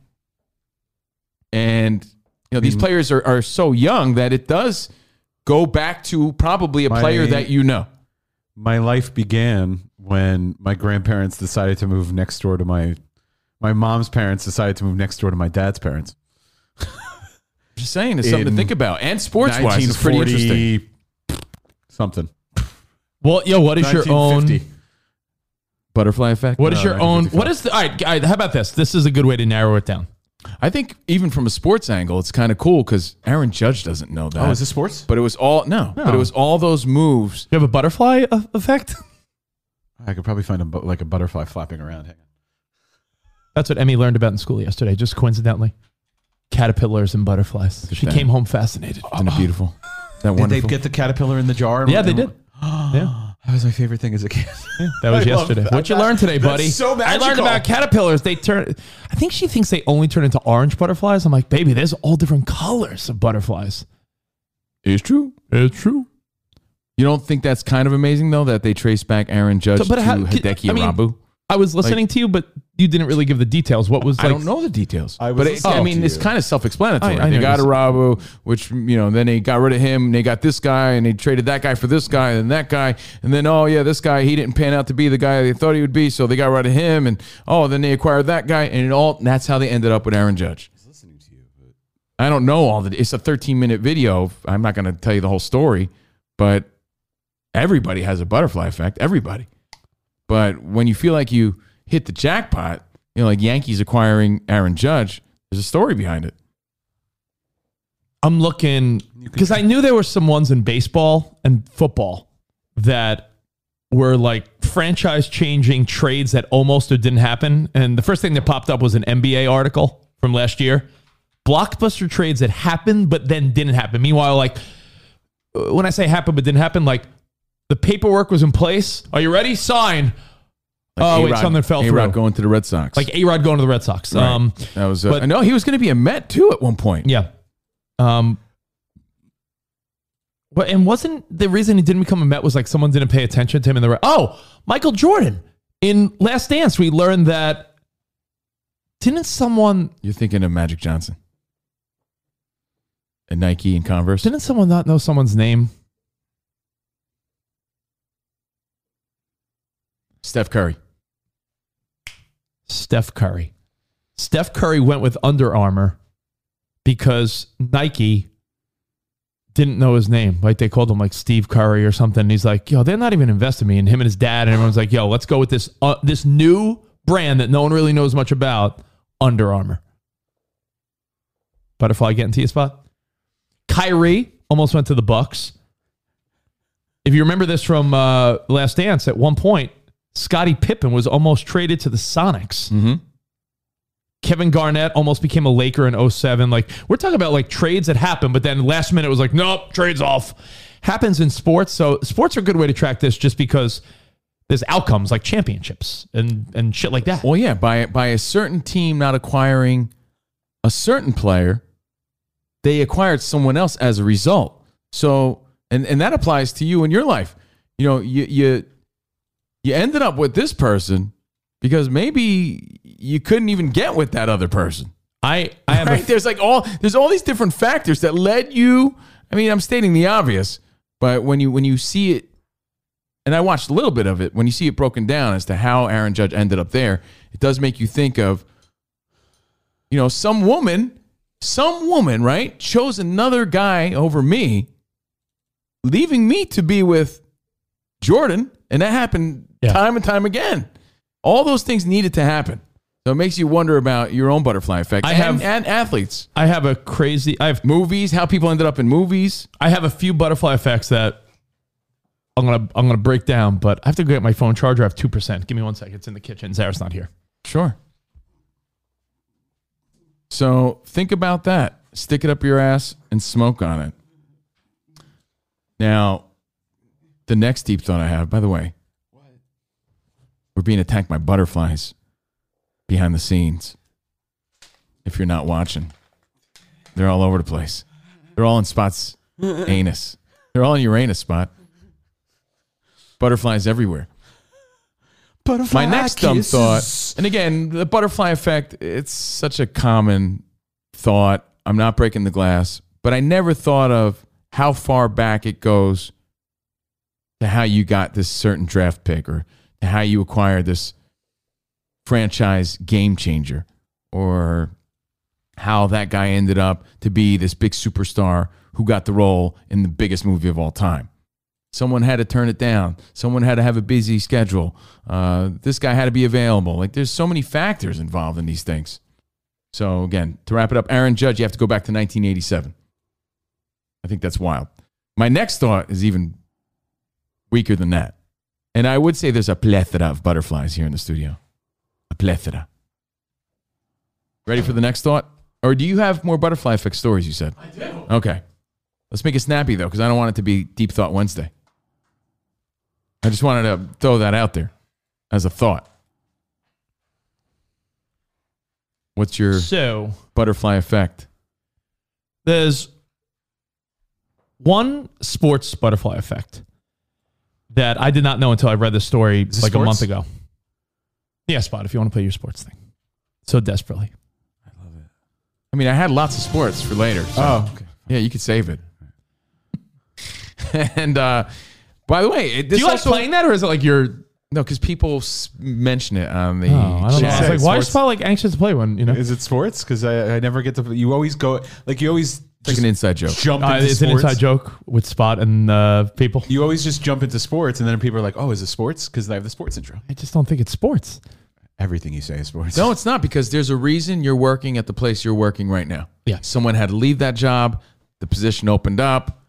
And, you know, these Mm-hmm. players are, are so young that it does go back to probably a player that you know. My life began when my grandparents decided to move next door to my my mom's parents decided to move next door to my dad's parents. Just saying, it's something to think about. And sports wise, it's pretty interesting. Something. Well, yo, what is your own 1950. butterfly effect? What is your own? What is the? All right, all right, how about this? This is a good way to narrow it down. I think even from a sports angle, it's kind of cool because Aaron Judge doesn't know that. Oh, is this sports? But it was all no, No. But it was all those moves. You have a butterfly e, effect. *laughs* I could probably find a bu- like a butterfly flapping around. Hang on. That's what Emmy learned about in school yesterday, just coincidentally. Caterpillars and butterflies. She that. came home fascinated. Isn't it beautiful? Ah. That Did wonderful. they get the caterpillar in the jar? and- Yeah, they and- did. yeah. That was my favorite thing as a kid. *laughs* That was I love yesterday. that. What you learned today, That's buddy? so I learned magical. about caterpillars. They turn. I think she thinks they only turn into orange butterflies. I'm like, baby, there's all different colors of butterflies. It's true. It's true. You don't think that's kind of amazing though that they trace back Aaron Judge to Hideki I mean, Arabu? I was listening to you, but you didn't really give the details. What was I like, don't know the details, I was but it, I listening mean to it's you. kind of self-explanatory. I- I they know got this. Arabu, which you know, then they got rid of him, and they got this guy, and they traded that guy for this guy, and then that guy, and then oh yeah, this guy he didn't pan out to be the guy they thought he would be, so they got rid of him, and oh then they acquired that guy, and it all and that's how they ended up with Aaron Judge. I don't know all the. It's a 13 minute video. I'm not going to tell you the whole story, but everybody has a butterfly effect. Everybody. But when you feel like you hit the jackpot, you know, like Yankees acquiring Aaron Judge, there's a story behind it. I'm looking because I knew there were some ones in baseball and football that were like franchise changing trades that almost or didn't happen. And the first thing that popped up was an NBA article from last year. Blockbuster trades that happened but then didn't happen. Meanwhile, like uh, when I say happened but didn't happen, like the paperwork was in place. Are you ready? Sign. oh, wait, A-Rod- something fell A-Rod through. going to the Red Sox. like A Rod going to the Red Sox. Right. Um, that was. A, but- no, he was going to be a Met too at one point. yeah. Um. But and wasn't the reason he didn't become a Met was like someone didn't pay attention to him in the right? Oh, Michael Jordan in Last Dance, we learned that didn't someone You're thinking of Magic Johnson, and Nike and Converse. didn't someone not know someone's name? Steph Curry. Steph Curry. Steph Curry went with Under Armour because Nike didn't know his name. Like they called him like Steve Curry or something. And he's like, yo, they're not even investing me. And him and his dad and everyone's like, yo, let's go with this uh, this new brand that no one really knows much about, Under Armour. Butterfly getting to your spot. Kyrie almost went to the Bucks. If you remember this from uh, Last Dance, at one point, Scottie Pippen was almost traded to the Sonics. Kevin Garnett almost became a Laker in 07. Like, we're talking about like trades that happen, but then last minute was like, nope, trades off. Happens in sports. So, sports are a good way to track this just because there's outcomes like championships and, and shit like that. Well, yeah, by by a certain team not acquiring a certain player, they acquired someone else as a result. So, and, and that applies to you in your life. You know, you, you, you ended up with this person because maybe you couldn't even get with that other person. I, I have a- Right? there's like all there's all these different factors that led you. I mean, I'm stating the obvious, but when you when you see it, and I watched a little bit of it, when you see it broken down as to how Aaron Judge ended up there, it does make you think of, you know, some woman, some woman, right, chose another guy over me, leaving me to be with Jordan, and that happened time and time again. All those things needed to happen. So it makes you wonder about your own butterfly effect. I and, have- and athletes. I have a crazy. I have movies. How people ended up in movies. I have a few butterfly effects that I'm gonna I'm gonna break down, but I have to go get my phone charger. I have two percent. Give me one second. It's in the kitchen. Zara's not here. Sure. So think about that. Stick it up your ass and smoke on it. Now, the next deep thought I have, by the way, we're being attacked by butterflies behind the scenes. If you're not watching, they're all over the place. They're all in spots, anus. They're all in Uranus spot. Butterflies everywhere. Butterfly My next dumb kisses. thought, and again, the butterfly effect, it's such a common thought. I'm not breaking the glass, but I never thought of how far back it goes to how you got this certain draft pick or to how you acquired this franchise game changer or how that guy ended up to be this big superstar who got the role in the biggest movie of all time. Someone had to turn it down. Someone had to have a busy schedule. Uh, this guy had to be available. Like, there's so many factors involved in these things. So, again, to wrap it up, Aaron Judge, you have to go back to 1987. I think that's wild. My next thought is even weaker than that. And I would say there's a plethora of butterflies here in the studio. A plethora. Ready for the next thought? Or do you have more butterfly effect stories, you said? I do. Okay. Let's make it snappy, though, because I don't want it to be Deep Thought Wednesday. I just wanted to throw that out there as a thought. What's your So butterfly effect? there's one sports butterfly effect that I did not know until I read this story this like a month sports? ago. Yeah, spot. If you want to play your sports thing, so desperately. I mean, I had lots of sports for later. oh, yeah, you could save it. *laughs* and uh, by the way, it, this Do you like also- playing that, or is it like your? No, because people s- mention it on the. Oh, I don't know. I was chat. like, why is Spot like anxious to play one? You know, Is it sports? Because I, I never get to. You always go like you always like an inside joke. Jump. Uh, Into it's an sports. inside joke with Spot and uh, people. You always just jump into sports, and then people are like, "Oh, is it sports?" Because I have the sports intro. I just don't think it's sports. Everything you say is sports. No, it's not because there's a reason you're working at the place you're working right now. Yeah. Someone had to leave that job, the position opened up,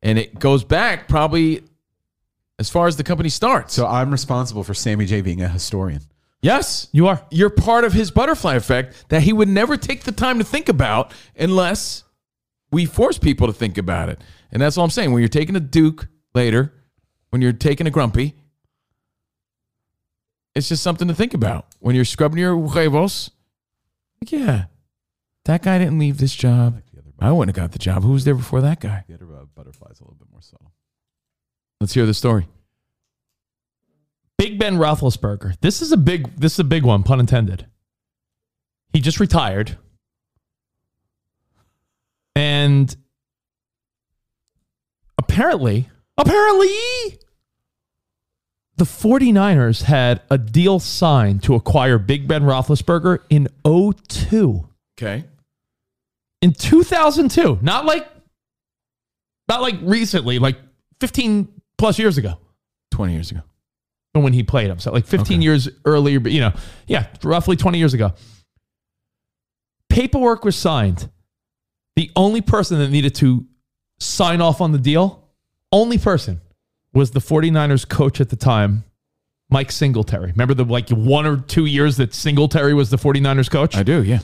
and it goes back probably as far as the company starts. *laughs* So I'm responsible for Sammy J being a historian. Yes, you are. You're part of his butterfly effect that he would never take the time to think about unless we force people to think about it. And that's all I'm saying. When you're taking a Duke later, when you're taking a Grumpy, it's just something to think about. When you're scrubbing your huevos, like, yeah, that guy didn't leave this job. I wouldn't have got the job. Who was there before that guy? The other uh, butterfly's a little bit more subtle. Let's hear the story. Big Ben Roethlisberger. This is a big. This is a big one. Pun intended. He just retired, and apparently, apparently, the 49ers had a deal signed to acquire Big Ben Roethlisberger in 02. Okay. in 2002 not like not like recently like 15 plus years ago 20 years ago from when he played him so like 15 years earlier but you know yeah roughly 20 years ago paperwork was signed the only person that needed to sign off on the deal only person was the 49ers coach at the time Mike Singletary. Remember the like one or two years that Singletary was the 49ers coach? I do, yeah.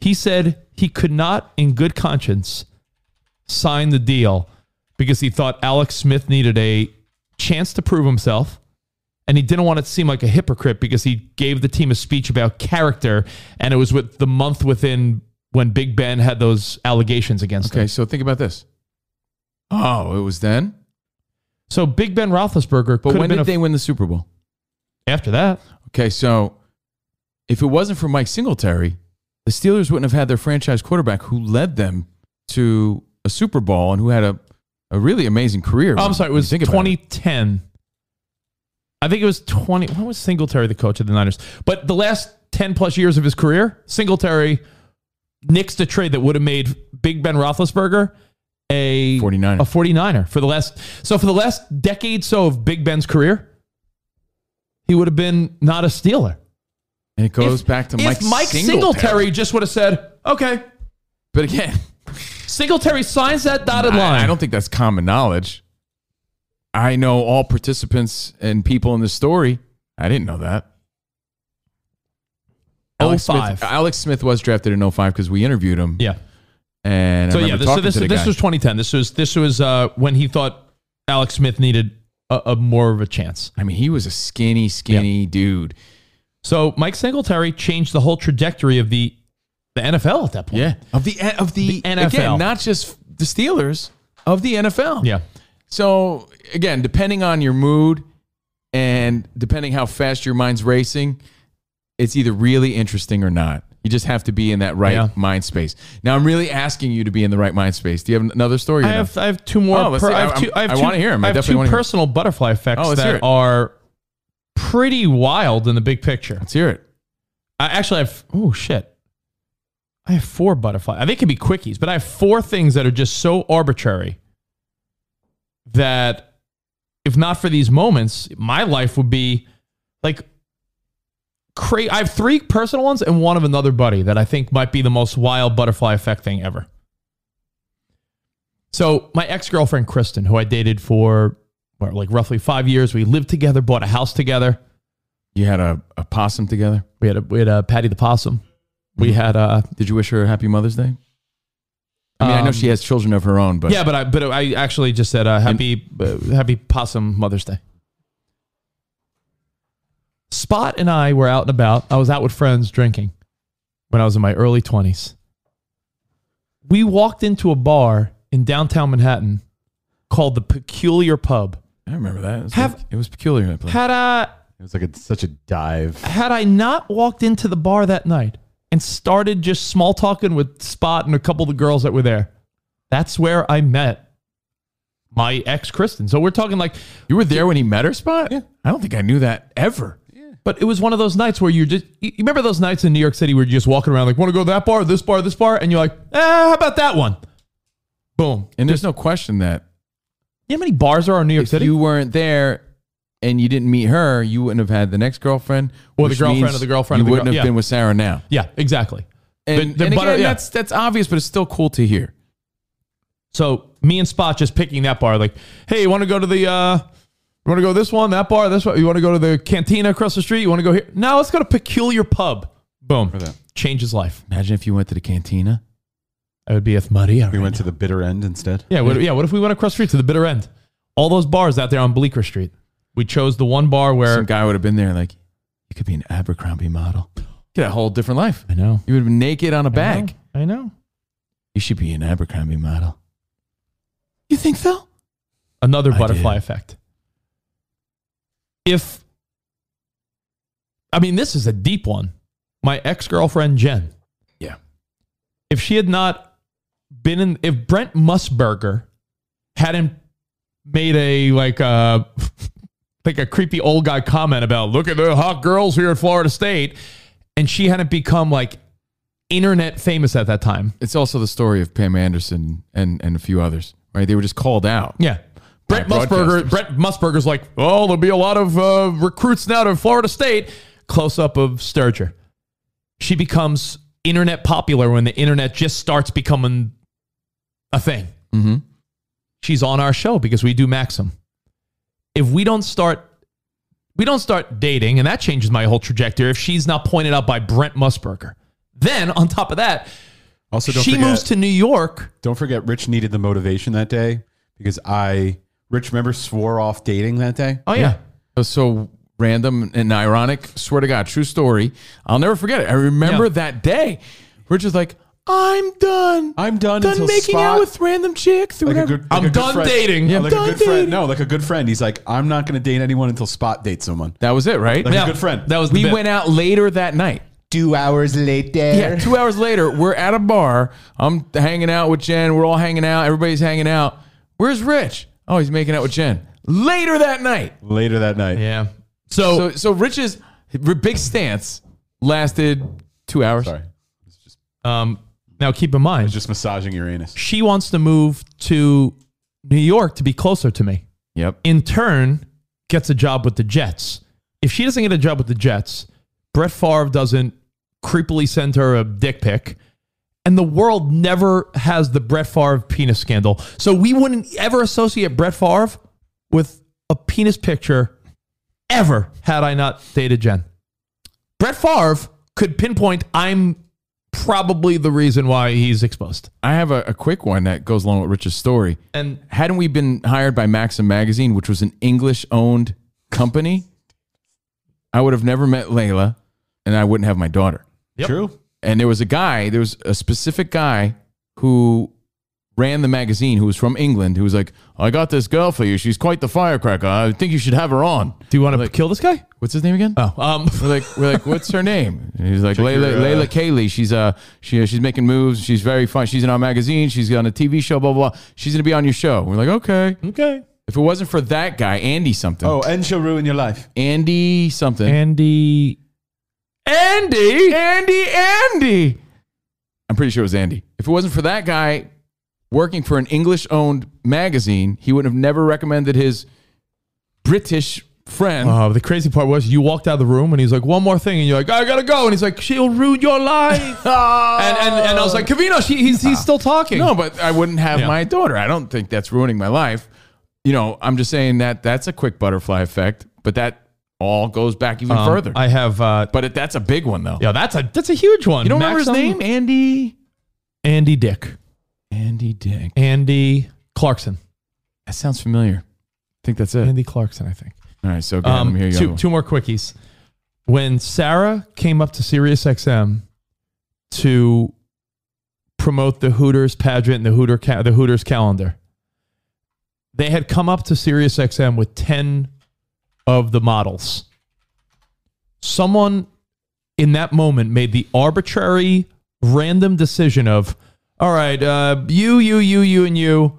He said he could not, in good conscience, sign the deal because he thought Alex Smith needed a chance to prove himself and he didn't want it to seem like a hypocrite because he gave the team a speech about character, and it was with the month within when Big Ben had those allegations against him. Okay, so think about this. Oh, it was then. So Big Ben Roethlisberger. But could have when been did a- they win the Super Bowl? After that. Okay, so if it wasn't for Mike Singletary, the Steelers wouldn't have had their franchise quarterback who led them to a Super Bowl and who had a, a really amazing career. Oh, I'm sorry, it was Think about 2010. I think it was 20. When was Singletary the coach of the Niners? But the last 10 plus years of his career, Singletary nixed a trade that would have made Big Ben Roethlisberger a 49er. a 49er for the last so for the last decade so of Big Ben's career, he would have been not a Steeler. And it goes back to if Mike Mike Singletary. Singletary just would have said, "Okay." But again, Singletary signs that dotted line. I, I don't think that's common knowledge. I know all participants and people in the story. I didn't know that. Alex Smith, 05. Alex Smith was drafted in 05 because we interviewed him. Yeah. And I so yeah, remember this, so talking this, to the this guy. was 2010. This was this was uh, when he thought Alex Smith needed a, a more of a chance. I mean, he was a skinny, skinny dude. So Mike Singletary changed the whole trajectory of the the NFL at that point. Yeah, of the eh, of the, NFL, Again, not just the Steelers, of the NFL. Yeah. So again, depending on your mood and depending how fast your mind's racing, it's either really interesting or not. You just have to be in that right Yeah. mind space. Now I'm really asking you to be in the right mind space. Do you have another story? or I no? have I have two more. Oh, let's per- see. I, have I'm- two, I, have I two- wanna hear 'em. I have definitely two wanna hear 'em. personal butterfly effects Oh, let's hear that it. are pretty wild in the big picture. Let's hear it. I actually have oh shit. I have four butterfly. They could be quickies, but I have four things that are just so arbitrary that if not for these moments, my life would be like cra I have three personal ones and one of another buddy that I think might be the most wild butterfly effect thing ever. So my ex girlfriend Kristen, who I dated for what, like roughly five years, we lived together, bought a house together. You had a, a possum together. We had a we had a Patty the possum. uh, We had a. Did you wish her a happy Mother's Day? I mean, I know Um, she has children of her own, but yeah, but I but I actually just said uh, happy uh, happy possum Mother's Day. Spot and I were out and about. I was out with friends drinking when I was in my early twenties. We walked into a bar in downtown Manhattan called the Peculiar Pub. I remember that. It was, Have- like- it was peculiar. That place. Had I It was like a, such a dive. had I not walked into the bar that night and started just small talking with Spot and a couple of the girls that were there, that's where I met my ex Kristen. So we're talking like you were there when he met her, Spot. Yeah, I don't think I knew that ever. But it was one of those nights where you're just, you you remember those nights in New York City where you're just walking around like, want to go to that bar, this bar, this bar? And you're like, ah, how about that one? Boom. And there's no question that You know how many bars are in New York if City? you weren't there and you didn't meet her, you wouldn't have had the next girlfriend Or the which girlfriend means of the girlfriend You of the wouldn't girl- have yeah. been with Sarah now. yeah, exactly. And, The- the and butter- again, yeah. that's that's obvious, but it's still cool to hear. So me and Spot just picking that bar, like, hey, you want to go to the, uh, you want to go this one, that bar, this one? You want to go to the cantina across the street? You want to go here? No, let's go to Peculiar Pub. Boom. Change his life. Imagine if you went to the cantina. I would be with Maria. We went to the bitter end instead. Yeah, what, yeah. What if we went across the street to the bitter end? All those bars out there on Bleecker Street. We chose the one bar where Some guy would have been there, like you could be an Abercrombie model. Get a whole different life. I know. You would have been naked on a bag. I know. You should be an Abercrombie model. You think so? Another I butterfly effect. If I mean this is a deep one. My ex-girlfriend Jen. Yeah. If she had not been in if Brent Musburger hadn't made a like a *laughs* like a creepy old guy comment about look at the hot girls here at Florida State and she hadn't become like internet famous at that time. It's also the story of Pam Anderson and and a few others. Right? They were just called out. Yeah. Brent By Musburger. Brent Musburger's like, oh, there'll be a lot of uh, recruits now to Florida State. Close up of Sturger. She becomes internet popular when the internet just starts becoming a thing. Mm-hmm. She's on our show because we do Maxim. If we don't start, we don't start dating, and that changes my whole trajectory. If she's not pointed out by Brent Musburger, then on top of that, Also, don't she forget- moves to New York. Don't forget, Rich needed the motivation that Oh, day because I, Rich, remember swore off dating that day. Oh yeah. So random and ironic. Swear to God, true story. I'll never forget it. I remember that day. We're just like, I'm done. I'm done. done until making Spot- out with random chicks. Or Like a whatever. good, like a good friend- Yeah, like done a good friend. dating. No, like a good friend. He's like, I'm not going to date anyone until Spot dates someone. That was it, right? Like Yeah. a good friend. That was. We went out later that night. Two hours later. Yeah, two hours later, we're at a bar. I'm hanging out with Jen. We're all hanging out. Everybody's hanging out. Where's Rich? Oh, he's making out with Jen. Later that night. Later that night. Yeah. So so, Rich's big stance lasted two hours. Sorry. Um, now keep in mind, just massaging your anus. She wants to move to New York to be closer to me. Yep. In turn, gets a job with the Jets. If she doesn't get a job with the Jets, Brett Favre doesn't creepily send her a dick pic. And the world never has the Brett Favre penis scandal. So we wouldn't ever associate Brett Favre with a penis picture ever had I not dated Jen. Brett Favre could pinpoint I'm probably the reason why he's exposed. I have a, a quick one that goes along with Rich's story. And hadn't we been hired by Maxim Magazine, which was an English owned company, I would have never met Layla and I wouldn't have my daughter. Yep. True. And there was a guy, there was a specific guy who ran the magazine who was from England who was like, I got this girl for you. She's quite the firecracker. I think you should have her on. Do you want to kill this guy? What's his name again? Oh, um, we're like, we're like, what's her name? And he's like, Check Layla, your, uh, Layla Kaylee. She's uh, she she's making moves. She's very fun. She's in our magazine. She's on a TV show. Blah blah. blah. She's gonna be on your show. We're like, okay, okay. If it wasn't for that guy, Andy something. Oh, and she'll ruin your life. *laughs* Andy something. Andy. Andy. Andy. Andy. I'm pretty sure it was Andy. If it wasn't for that guy working for an English-owned magazine, he would have never recommended his British friend. Oh, the crazy part was you walked out of the room and he's like, one more thing. And you're like, I got to go. And he's like, she'll ruin your *laughs* life. and, and, and I was like, Cavino, she, he's, he's still talking. Ah. No, but I wouldn't have Yeah. my daughter. I don't think that's ruining my life. You know, I'm just saying that that's a quick butterfly effect, but that all goes back even Um, further. I have. Uh, but it, that's a big one, though. yeah, that's a that's a huge one. You don't remember his name? Andy. Andy Dick. Andy Dick. Andy Clarkson. That sounds familiar. I think that's it. Andy Clarkson, I think. All right, so go ahead, Um, let me hear you. two, two more quickies. When Sarah came up to SiriusXM to promote the Hooters pageant and the Hooter ca- the Hooters calendar, they had come up to SiriusXM with ten of the models. Someone in that moment made the arbitrary, random decision of, all right, uh, you, you, you, you, and you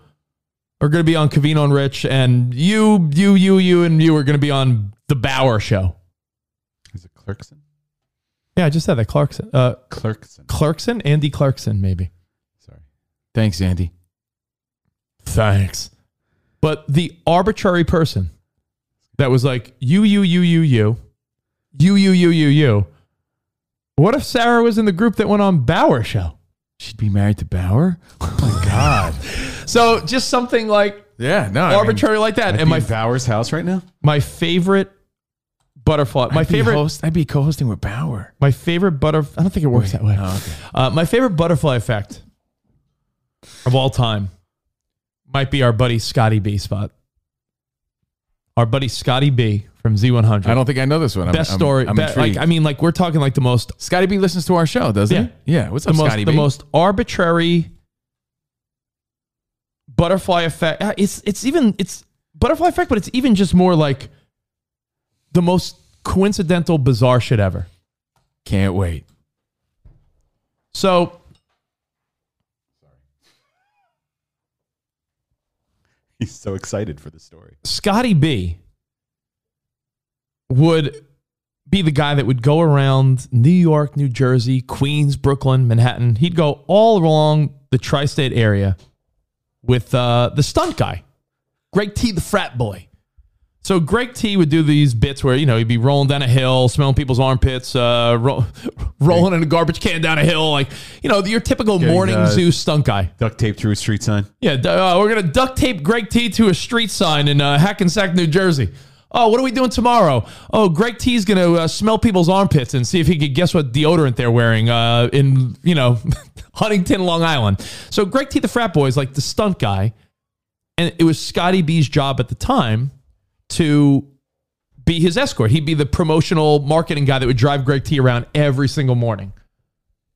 are going to be on Cavino and Rich, and you, you, you, you, and you are going to be on the Bauer show. Is it Clarkson? Yeah, I just said that Clarkson. Uh, Clarkson. Clarkson, Andy Clarkson, maybe. Thanks, Andy. Thanks. But the arbitrary person that was like, you, you, you, you, you, you, you, you, you, you. What if Sarah was in the group that went on Bauer show? She'd be married to Bauer? Oh *laughs* my God. So just something like yeah, no. arbitrary like that. And my Bauer's house right now? my favorite butterfly. My I'd be favorite host, I'd be co hosting with Bauer. oh, My favorite butterfly. I don't think it works that way. Uh, my favorite butterfly effect of all time might be our buddy Scotty B spot. Our buddy Scotty B from Z100. I don't think I know this one. I'm- Best I'm- story. I'm be- like intrigued. I mean, like we're talking like the most. Scotty B listens to our show, doesn't yeah, he? Yeah. What's the up, most, Scotty The B? most arbitrary butterfly effect. Uh, It's it's even it's butterfly effect, but it's even just more like the most coincidental, bizarre shit ever. Can't wait. So He's so excited for the story. Scotty B would be the guy that would go around New York, New Jersey, Queens, Brooklyn, Manhattan. He'd go all along the tri state area with uh, the stunt guy, Greg T, the frat boy. So Greg T would do these bits where, you know, he'd be rolling down a hill, smelling people's armpits, uh, ro- *laughs* rolling in a garbage can down a hill. Like, you know, your typical Getting, morning uh, zoo stunt guy. Duct tape through a street sign. Yeah, d- uh, we're gonna duct tape Greg T to a street sign in uh, Hackensack, New Jersey. Oh, what are we doing tomorrow? Oh, Greg T's gonna uh, smell people's armpits and see if he could guess what deodorant they're wearing uh, in you know *laughs* Huntington, Long Island. So Greg T, the frat boy, is like the stunt guy, and it was Scotty B's job at the time to be his escort. He'd be the promotional marketing guy that would drive Greg T around every single morning.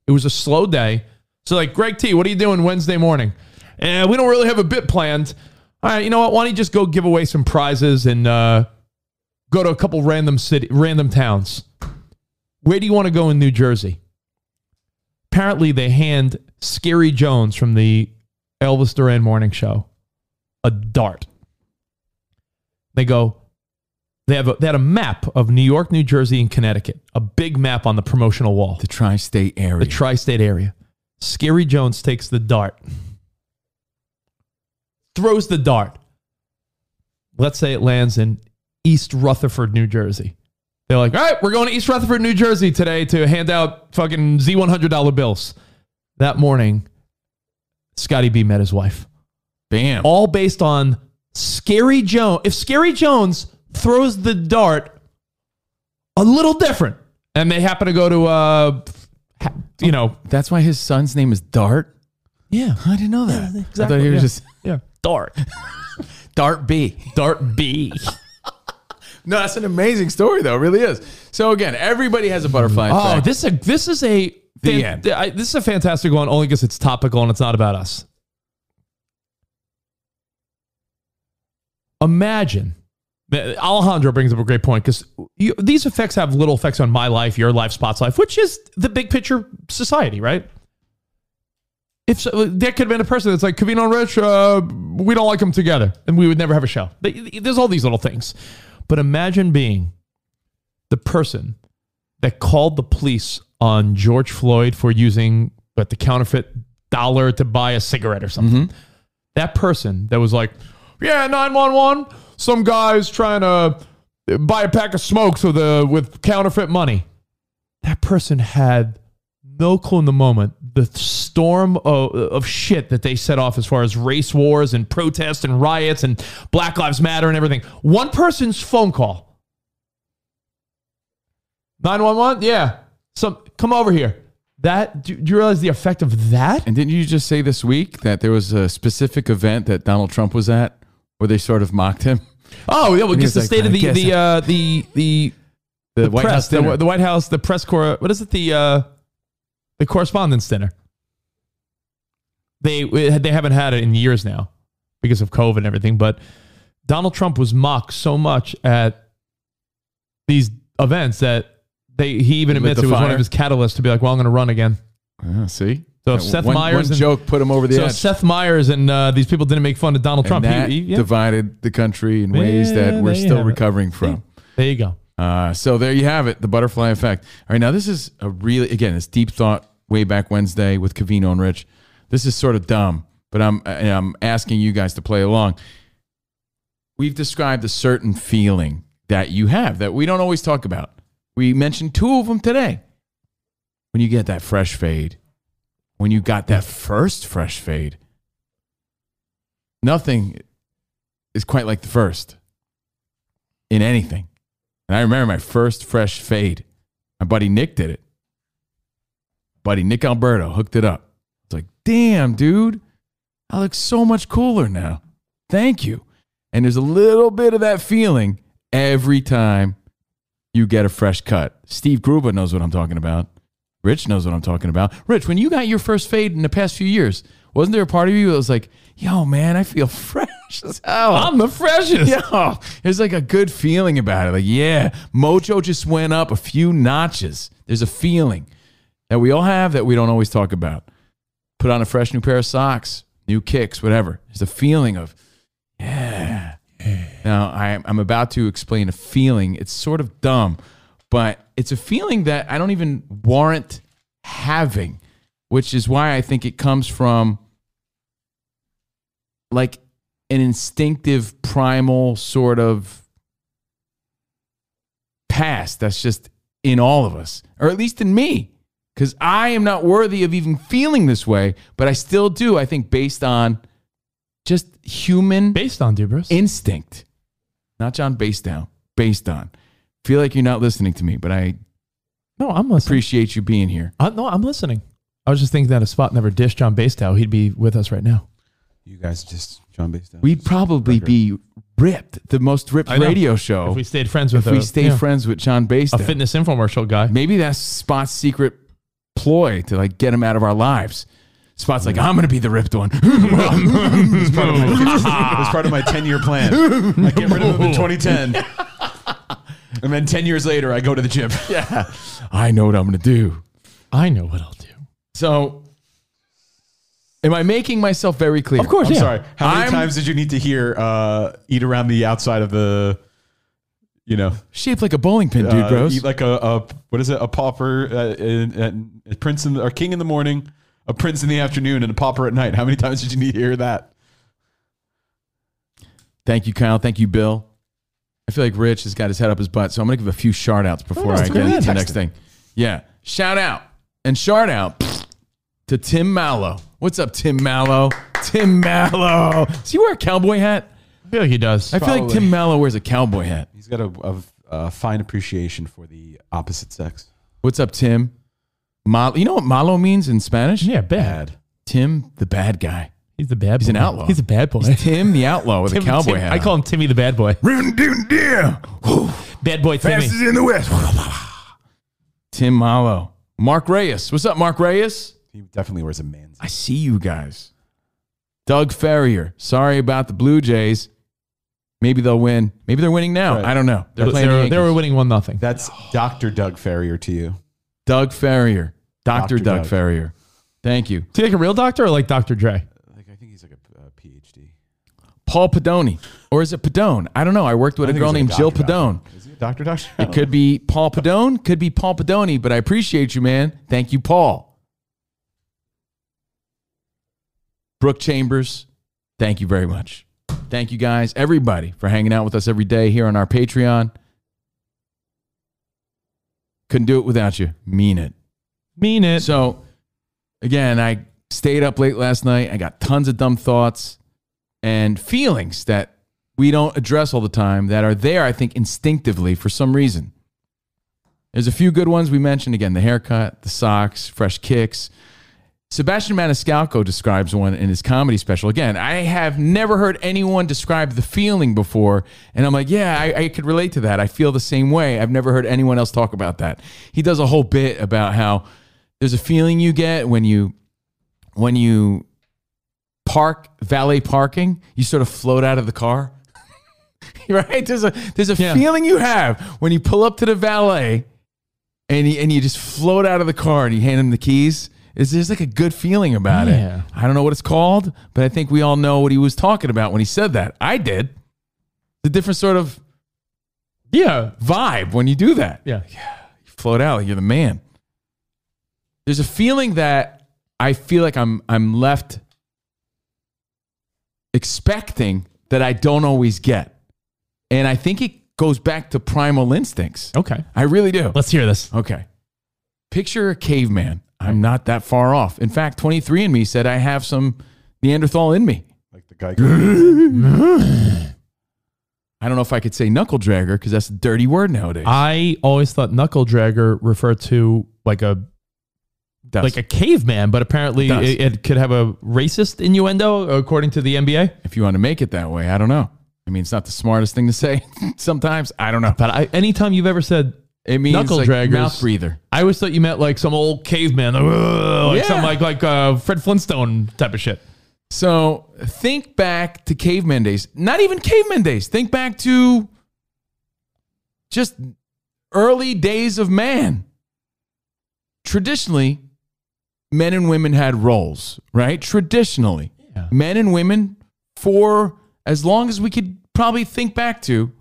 It was a slow day. So, like, Greg T, what are you doing Wednesday morning? And we don't really have a bit planned. All right, you know what? Why don't you just go give away some prizes and uh, go to a couple random city, random towns? Where do you want to go in New Jersey? Apparently, they hand Scary Jones from the Elvis Duran Morning Show a dart. They go, they have a, they had a map of New York, New Jersey, and Connecticut, a big map on the promotional wall. The tri-state area. The tri-state area. Scary Jones takes the dart, throws the dart. Let's say it lands in East Rutherford, New Jersey. They're like, all right, we're going to East Rutherford, New Jersey today to hand out fucking Z100 dollar bills. That morning, Scotty B met his wife. Bam. All based on Scary Jones. If Scary Jones throws the dart a little different, and they happen to go to, uh, ha- you know, that's why his son's name is Dart. Yeah, I didn't know that. exactly. I thought he was yeah. just yeah, dart, Dart B. dart B. *laughs* No, that's an amazing story though. It really is. So again, everybody has a butterfly. Oh, effect. this is a, this is a The end. I- this is a fantastic one only because it's topical and it's not about us. Imagine that- Alejandro brings up a great point because these effects have little effects on my life, your life, Spot's life, which is the big picture society, right? If so, there could have been a person that's like Cavino and Rich, uh, we don't like them together, and we would never have a show. They- There's all these little things, but imagine being the person that called the police on George Floyd for using but the counterfeit dollar to buy a cigarette or something. That person that was like, "Yeah, nine one one. Some guy's trying to buy a pack of smokes with a with counterfeit money." That person had no clue in the moment the storm of, of shit that they set off as far as race wars and protests and riots and Black Lives Matter and everything. One person's phone call 911? Yeah. Some come over here. That do, do you realize the effect of that? And didn't you just say this week that there was a specific event that Donald Trump was at where they sort of mocked him? *laughs* Oh, yeah, well, And he because the was state like, of "I the guess the uh, the the The White press, House the, dinner." the White House, the press corps. What is it? The uh, the correspondence dinner. They they haven't had it in years now because of COVID and everything. But Donald Trump was mocked so much at these events that they he even He lit admits it the was one fire? of his catalysts to be like, well, I'm going to run again. Yeah, ah, see? So if That Seth one, Meyers one and- joke put him over the so edge. if Seth Meyers and uh, these people didn't make fun of Donald And Trump. he- that he- yeah. divided the country in ways Yeah, that we're there you still have it. recovering from. There you go. Uh, so there you have it, the butterfly effect. All right, now this is a really again, it's deep thought way back Wednesday with Cavino and Rich. This is sort of dumb, but I'm and I'm asking you guys to play along. We've described a certain feeling that you have that we don't always talk about. We mentioned two of them today. When you get that fresh fade, when you got that first fresh fade, nothing is quite like the first in anything. And I remember my first fresh fade. My buddy Nick did it. Buddy Nick Alberto hooked it up. It's like, damn, dude, I look so much cooler now. Thank you. And there's a little bit of that feeling every time you get a fresh cut. Steve Gruba knows what I'm talking about. Rich knows what I'm talking about. Rich, when you got your first fade in the past few years, wasn't there a part of you that was like, yo, man, I feel *laughs* fresh as hell? I'm the freshest. Yo, there's like a good feeling about it. Like, yeah, mojo just went up a few notches. There's a feeling that we all have that we don't always talk about. Put on a fresh new pair of socks, new kicks, whatever. There's a feeling of, yeah. Now, I, I'm about to explain a feeling. It's sort of dumb, but it's a feeling that I don't even warrant having, which is why I think it comes from like an instinctive primal sort of past that's just in all of us or at least in me because i am not worthy of even feeling this way but i still do i think based on just human Based on Dubras. instinct not john based down based on feel like you're not listening to me but i No, I'm listening. appreciate you being here I, no, I'm listening. I was just thinking that if Spot never dished John Bastow, he'd be with us right now. You guys just John Bass down. We'd probably be ripped, the most ripped I know. radio show. If we stayed friends with Oh. If we a- stayed yeah. friends with John Bass. A fitness infomercial guy. Maybe that's Spot's secret ploy to like get him out of our lives. Spot's like, I'm gonna be the ripped *laughs* one. It's part of my, it's part of my 10 year plan. I get rid of *laughs* him in 2010. And then 10 years later, I go to the gym. Yeah. I know what I'm gonna do. I know what I'll do. So am I making myself very clear? Of course, I'm yeah. sorry. How many I'm- times did you need to hear uh, eat around the outside of the, you know, uh, shaped like a bowling pin, dude, bros. Eat like a, a what is it? A pauper, uh, in- in- a prince in the, or king in the morning, a prince in the afternoon, and a pauper at night. How many times did you need to hear that? Thank you, Kyle. Thank you, Bill. I feel like Rich has got his head up his butt, so I'm gonna give a few shout outs before Oh, I that's get good. into the Texting. next thing. Yeah. Shout out and shout out to Tim Mallow. What's up, Tim Mallow? Tim Mallow. Does he wear a cowboy hat? I feel like he does. I feel like Probably. Tim Mallow wears a cowboy hat. He's got a, a, a fine appreciation for the opposite sex. What's up, Tim? Mal- you know what Malo means in Spanish? Yeah, bad. Tim, the bad *laughs* guy. He's the bad He's boy. an outlaw. He's a bad boy. He's Tim, the outlaw with Tim- a cowboy Tim- hat. I call him Timmy the bad boy. Bad boy Timmy. Fastest in the West. Tim Malo. Mark Reyes. What's up, Mark Reyes? He definitely wears a man's. I see you guys. Doug Ferrier. Sorry about the Blue Jays. Maybe they'll win. Maybe they're winning now. I don't know. They're, They're- playing. they're- the they were Yankees. winning one nothing. That's *gasps* Doctor Doug Ferrier to you. Doug Ferrier. Dr. Dr. Doug, Doug. Ferrier. Thank you. Do you like a real doctor or like Dr. Dre? Like I think he's like a, uh PhD. Paul Padoni. Or is it Padone? I don't know. I worked with a I think girl he's a named Jill doctor, Padone. Is he a doctor? Doctor? It could be Paul Padone, could be Paul Padoni, but I appreciate you, man. Thank you, Paul. Brooke Chambers, thank you very much. Thank you guys, everybody, for hanging out with us every day here on our Patreon. Couldn't do it without you. Mean it. Mean it. So, again, I stayed up late last night. I got tons of dumb thoughts and feelings that we don't address all the time that are there, I think, instinctively for some reason. There's a few good ones we mentioned again the haircut, the socks, fresh kicks. Sebastian Maniscalco describes one in his comedy special. Again, I have never heard anyone describe the feeling before. And I'm like, yeah, I, I could relate to that. I feel the same way. I've never heard anyone else talk about that. He does a whole bit about how there's a feeling you get when you when you park valet parking, you sort of float out of the car. *laughs* right? There's a there's a feeling you have when you pull up to the valet and you, and you just float out of the car and you hand him the keys. Is there's like a good feeling about Yeah. it. I don't know what it's called, but I think we all know what he was talking about when he said that. I did. The different sort of Yeah. vibe when you do that. Yeah. You float out, like you're the man. There's a feeling that I feel like I'm I'm left expecting that I don't always get. And I think it goes back to primal instincts. Okay. I really do. Let's hear this. Okay. Picture a caveman. I'm not that far off. In fact, 23andMe said I have some Neanderthal in me. Like the guy. *laughs* I don't know if I could say knuckle dragger because that's a dirty word Uh, nowadays. I always thought knuckle dragger referred to like a Dust. like a caveman, but apparently It does. it, it could have a racist innuendo according to the NBA. if you want to make it that way, I don't know. I mean, it's not the smartest thing to say *laughs* sometimes. I don't know. But I, anytime you've ever said It means knuckle like draggers, mouth breather. I always thought you meant like some old caveman, like, "Ugh," like Yeah. some like like uh, Fred Flintstone type of shit. So think back to caveman days. Not even caveman days. Think back to just early days of man. Traditionally, men and women had roles, right? Traditionally, men and women, for as long as we could probably think back to,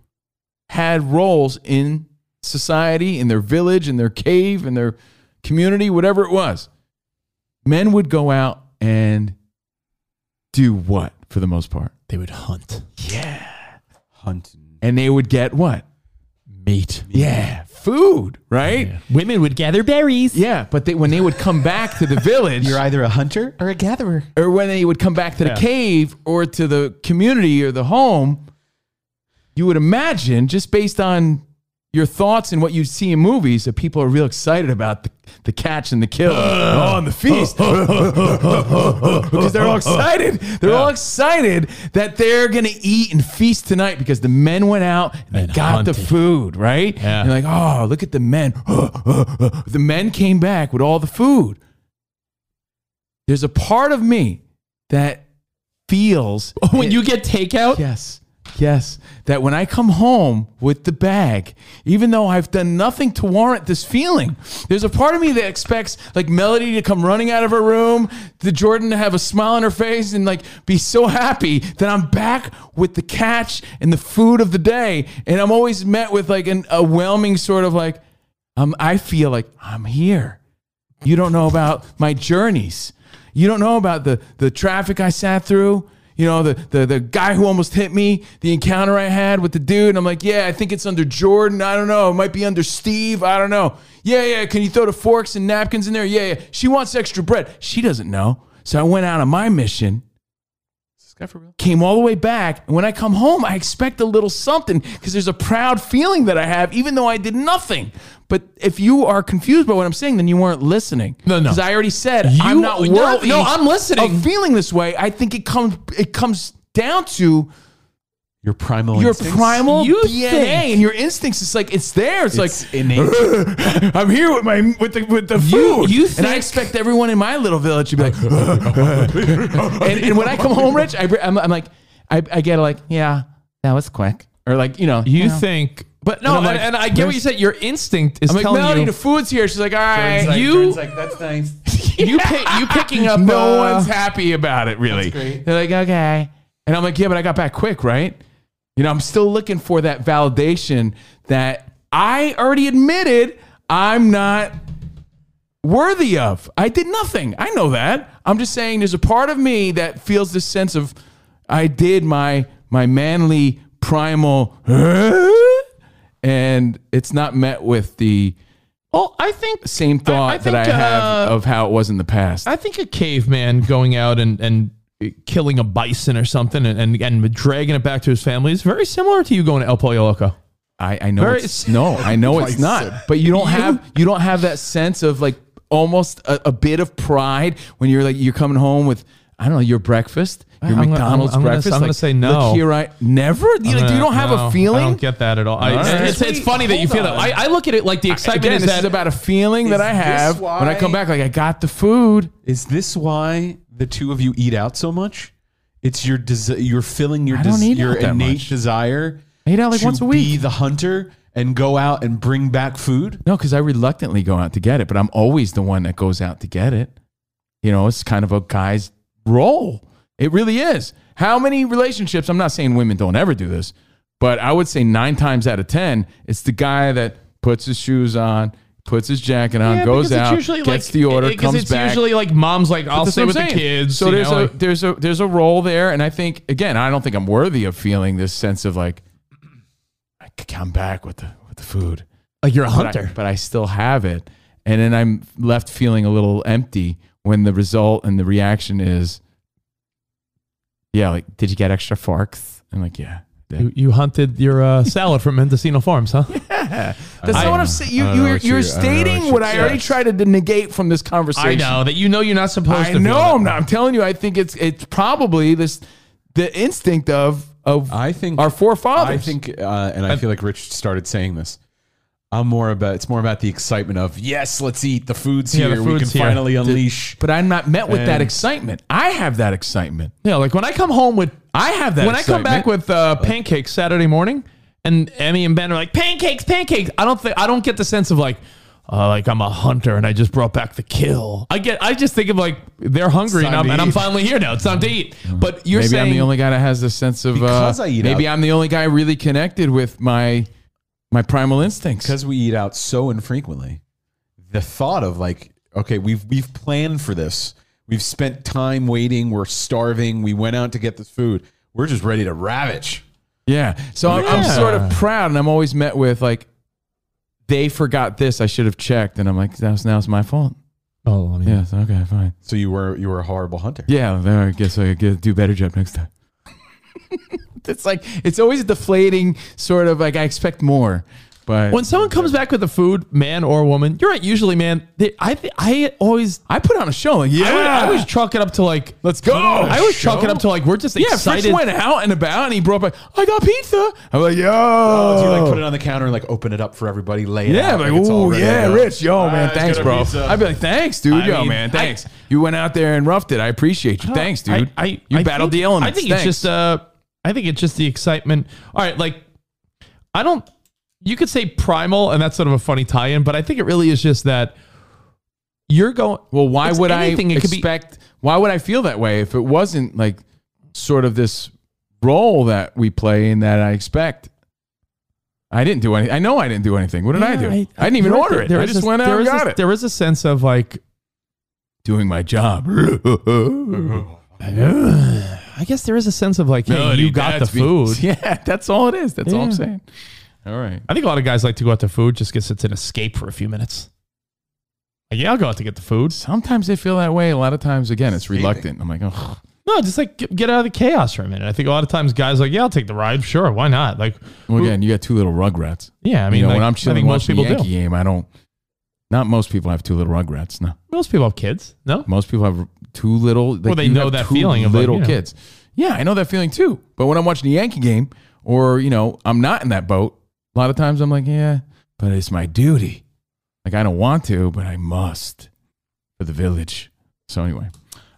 had roles in society, in their village, in their cave, in their community, whatever it was. Men would go out and do what for the most part? They would hunt. Hunting. And they would get what? Meat. Yeah, food, right? Yeah, Women would gather berries. but they, when they would come back to the village, You're either a hunter or a gatherer. or when they would come back to the Yeah. cave or to the community or the home, you would imagine just based on your thoughts and what you see in movies that people are real excited about the, the catch and the kill oh, and the feast because they're *laughs* all excited. They're all excited that they're gonna eat and feast tonight because the men went out and they got the food right. And like, oh, look at the men. *gasps* the men came back with all the food. There's a part of me that feels *laughs* when you get takeout. Yes. Yes, that when I come home with the bag, even though I've done nothing to warrant this feeling, there's a part of me that expects like Melody to come running out of her room, the Jordan to have a smile on her face and like be so happy that I'm back with the catch and the food of the day. And I'm always met with like an overwhelming sort of like, um, I feel like I'm here. You don't know about my journeys. You don't know about the the traffic I sat through. You know, the the the guy who almost hit me, the encounter I had with the dude. And I'm like, yeah, I think it's under Jordan. I don't know. It might be under Steve. I don't know. Yeah, yeah. Can you throw the forks and napkins in there? Yeah, yeah. She wants extra bread. She doesn't know. So I went out on my mission. Came all the way back. And when I come home, I expect a little something because there's a proud feeling that I have, even though I did nothing. But if you are confused by what I'm saying, then you weren't listening. No, no. Because I already said I'm You- not no, worthy. no, I'm listening. Of feeling this way, I think it comes. It comes down to *laughs* Your primal your instincts? primal You DNA think- and your instincts. It's like it's there. It's, It's like innate. I'm here with my with the with the You- food. you and I think- expect everyone in my little village to *laughs* be like. *laughs* and, and when I come home, Rich, I, br- I'm, I'm like, I, I get like, yeah, that was quick, or like you know, You yeah. think, but And no, I'm and, like, and I get what you said. Your instinct is I'm like, telling Melody, you the food's here. She's like, all Jordan's right, like- you. Jordan's like, that's nice. *laughs* you pick, you picking up. no uh, one's happy about it, really. They're like, okay. And I'm like, yeah, but I got back quick, right? You know, I'm still looking for that validation that I already admitted I'm not worthy of. I did nothing. I know that. I'm just saying there's a part of me that feels this sense of I did my my manly primal and it's not met with the "Oh, Well, I think same thought that I think, have uh, of how it was in the past. I think a caveman going out and, and killing a bison or something and, and, and dragging it back to his family is very similar to you going to El Pollo Loco. I, I know Very- it's, no, I know it's not. But you don't have you don't have that sense of like almost a, a bit of pride when you're like you're coming home with I don't know your breakfast, your I'm gonna- McDonald's I'm gonna- breakfast. I'm gonna like, say no. Look here, I never. You, like, you don't have No, a feeling. I don't get that at all. I, All right. it's, it's funny that you feel that. Hold on. I, I look at it like the excitement Again, is this that is about a feeling that Is I this have when I why- come back. Like I got the food. Is this why the two of you eat out so much? It's your desi- you're filling your I don't des- eat your out that innate much. desire. I eat out like to once a Be the hunter and go out and bring back food. No, because I reluctantly go out to get it, but I'm always the one that goes out to get it. You know, it's kind of a guy's role. It really is. How many relationships? I'm not saying women don't ever do this, but I would say nine times out of ten, it's the guy that puts his shoes on, puts his jacket on, Yeah, goes because it's out, usually gets like- the order, because comes it's back. usually like mom's like, But I'll that's stay what with I'm the saying. kids. So you there's know, a like- there's a there's a role there, and I think again, I don't think I'm worthy of feeling this sense of like I could come back with the with the food. Like you're a But I- hunter. but I, still have it, and then I'm left feeling a little empty when the result and the reaction is, yeah, like did you get extra forks? I'm like, yeah. I did." you, you hunted your uh, salad from Mendocino Farms, huh? That's not what I'm saying. You, you, are you're stating what I already tried to de- negate from this conversation. I know that you know you're not supposed I to. know feel that. I'm not. I'm telling you. I think it's it's probably this the instinct of of I think our forefathers. I think, uh, and I feel like Rich started saying this. I'm more about it's more about the excitement of yes, let's eat. The food's Yeah, the here. we can food's here. finally unleash. but I'm not met with that And- excitement. I have that excitement. Yeah, like when I come home with I have that. when I come back with uh, pancakes Saturday morning, and Emmy and Ben are like pancakes, pancakes. I don't think I don't get the sense of like. Uh, like I'm a hunter and I just brought back the kill. I get. I just think of like they're hungry It's and time I'm, to and I'm eat. finally here now. It's time to eat. But you're Mm-hmm. maybe saying I'm the only guy that has the sense of uh, Because I eat maybe out. I'm the only guy really connected with my my primal instincts. because we eat out so infrequently, the thought of like, okay, we've we've planned for this. We've spent time waiting. We're starving. We went out to get this food. We're just ready to ravage. Yeah. So I'm, I'm sort of proud, and I'm always met with like, they forgot this. I should have checked, and I'm like, that's now it's my fault. Oh, I mean, Yes. Okay. Fine. So you were you were a horrible hunter. Yeah. Then I guess I get do a better job next *laughs* time. it's like it's always a deflating sort of like I expect more. But When someone comes back with the food, man or woman, you're right. Usually, man, they, I th- I always I put on a show. Like, I, would- yeah. I always chalk it up to like let's go. I always chalk Show. it up to like we're just yeah. excited. Fritz went out and about, and he brought back. I got pizza. I'm like, yo. Oh, do you like put it on the counter and like open it up for everybody? Lay it Yeah, out. like, it's all ooh, ready yeah, to go. Rich, yo, Ah, man, let's thanks, get a bro. pizza. I'd be like, thanks, dude, I yo, mean, man, I- thanks. you went out there and roughed it. I appreciate you. Thanks, dude. I, I- you I battled think- the elements. I think thanks. it's just uh, I think it's just the excitement. All right, like I don't. You could say primal, and that's sort of a funny tie-in, but I think it really is just that you're going. Well, why it's would I anything, it could be- expect? why would I feel that way if it wasn't like sort of this role that we play and that I expect? I didn't do any. I know I didn't do anything. What did I do? Yeah, I, didn't even you're right. order it. There I is just a- went out there and is a- got it. There is a sense of like Doing my job. *laughs* I guess there is a sense of like, hey, Melody, you got the that's me. food. *laughs* Yeah, that's all it is. That's all I'm Yeah. saying. All right. I think a lot of guys like to go out to food just because it's an escape for a few minutes. Like, yeah, I'll go out to get the food. Sometimes they feel that way. A lot of times, again, it's reluctant. I'm like, oh, No, just like get, get out of the chaos for a minute. I think a lot of times guys are like, yeah, I'll take the ride. Sure, why not? Like, well, again, you got two little rugrats. Yeah, I mean, you know, like, when I I'm think chilling most watching the people do. Yankee game, I don't. Not most people have two little rugrats. No, most people have kids. No, most people have two little. Like, Well, they you know have that two feeling of, like, little you know. kids. Yeah, I know that feeling too. But when I'm watching the Yankee game, or you know, I'm not in that boat. A lot of times, I'm like, yeah, but it's my duty. Like I don't want to, but I must for the village. So anyway,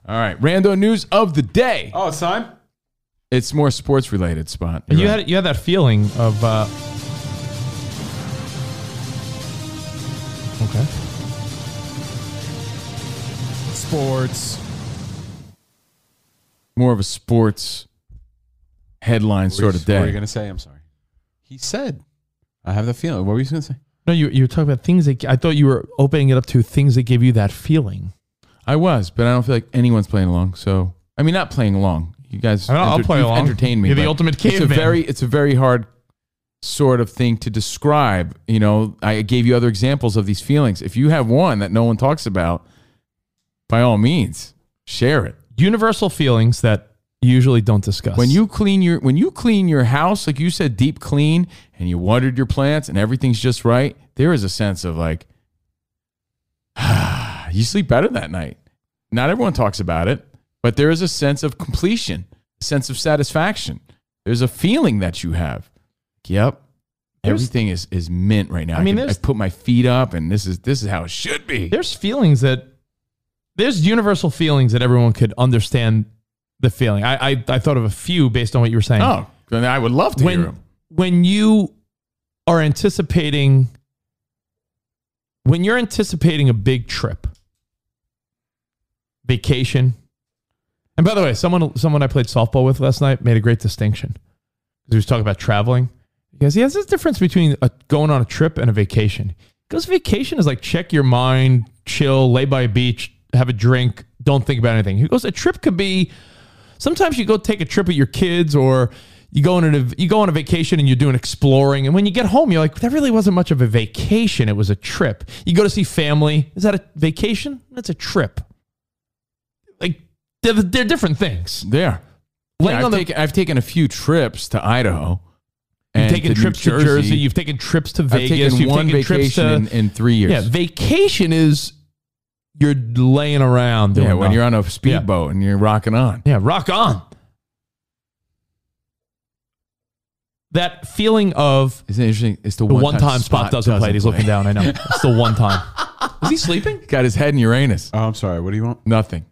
all right. Rando news of the day. Oh, it's time. It's more sports related spot. And You're you right. had you had that feeling of. Uh, okay. Sports. more of a sports headline What sort were of you- What were day. you gonna say? I'm sorry. He said, "I have the feeling." What were you gonna say? No, you you were talking about things that I thought you were opening it up to things that give you that feeling. I was, but I don't feel like anyone's playing along. So I mean, not playing along. You guys, I don't know, I'll play you've along. Entertained me. You're the but ultimate It's a caveman. very, it's a very hard sort of thing to describe. You know, I gave you other examples of these feelings. If you have one that no one talks about, by all means, share it. Universal feelings that you usually don't discuss. When you clean your when you clean your house, like you said, deep clean, and you watered your plants, and everything's just right, there is a sense of like, *sighs* you sleep better that night. Not everyone talks about it, but there is a sense of completion, a sense of satisfaction. There's a feeling that you have. Yep, There's- everything is is mint right now. I mean, can- I there's- put my feet up, and this is this is how it should be. there's feelings that there's universal feelings that everyone could understand the feeling. I I, I thought of a few based on what you were saying. Oh, then I would love to hear 'em. when hear them. when you are anticipating when you're anticipating a big trip, vacation. And by the way, someone someone I played softball with last night made a great distinction because he was talking about traveling. He goes, "Yeah, there's a difference between a, going on a trip and a vacation." He goes, "Vacation is like check your mind, chill, lay by a beach, have a drink, don't think about anything." He goes, "A trip could be sometimes you go take a trip with your kids or." You go on a you go on a vacation and you're doing exploring, and when you get home, you're like, that really wasn't much of a vacation. It was a trip. You go to see family. Is that a vacation? That's a trip. Like they're, they're different things. There. Laying Yeah, I've, on the- taken, I've taken a few trips to Idaho. You've and taken New trips to Jersey. You've taken trips to Vegas. I've taken you've one taken trips vacation to in, in three years. yeah. Vacation is you're laying around. Yeah, Doing when you're nothing. on a speedboat and you're rocking on. yeah, rock on. That feeling of Isn't it interesting? It's the, the one time spot doesn't, play. He's looking down. I *laughs* know. It's the one time. Is he sleeping? Got his head in Uranus. Oh, I'm sorry. What do you want? Nothing.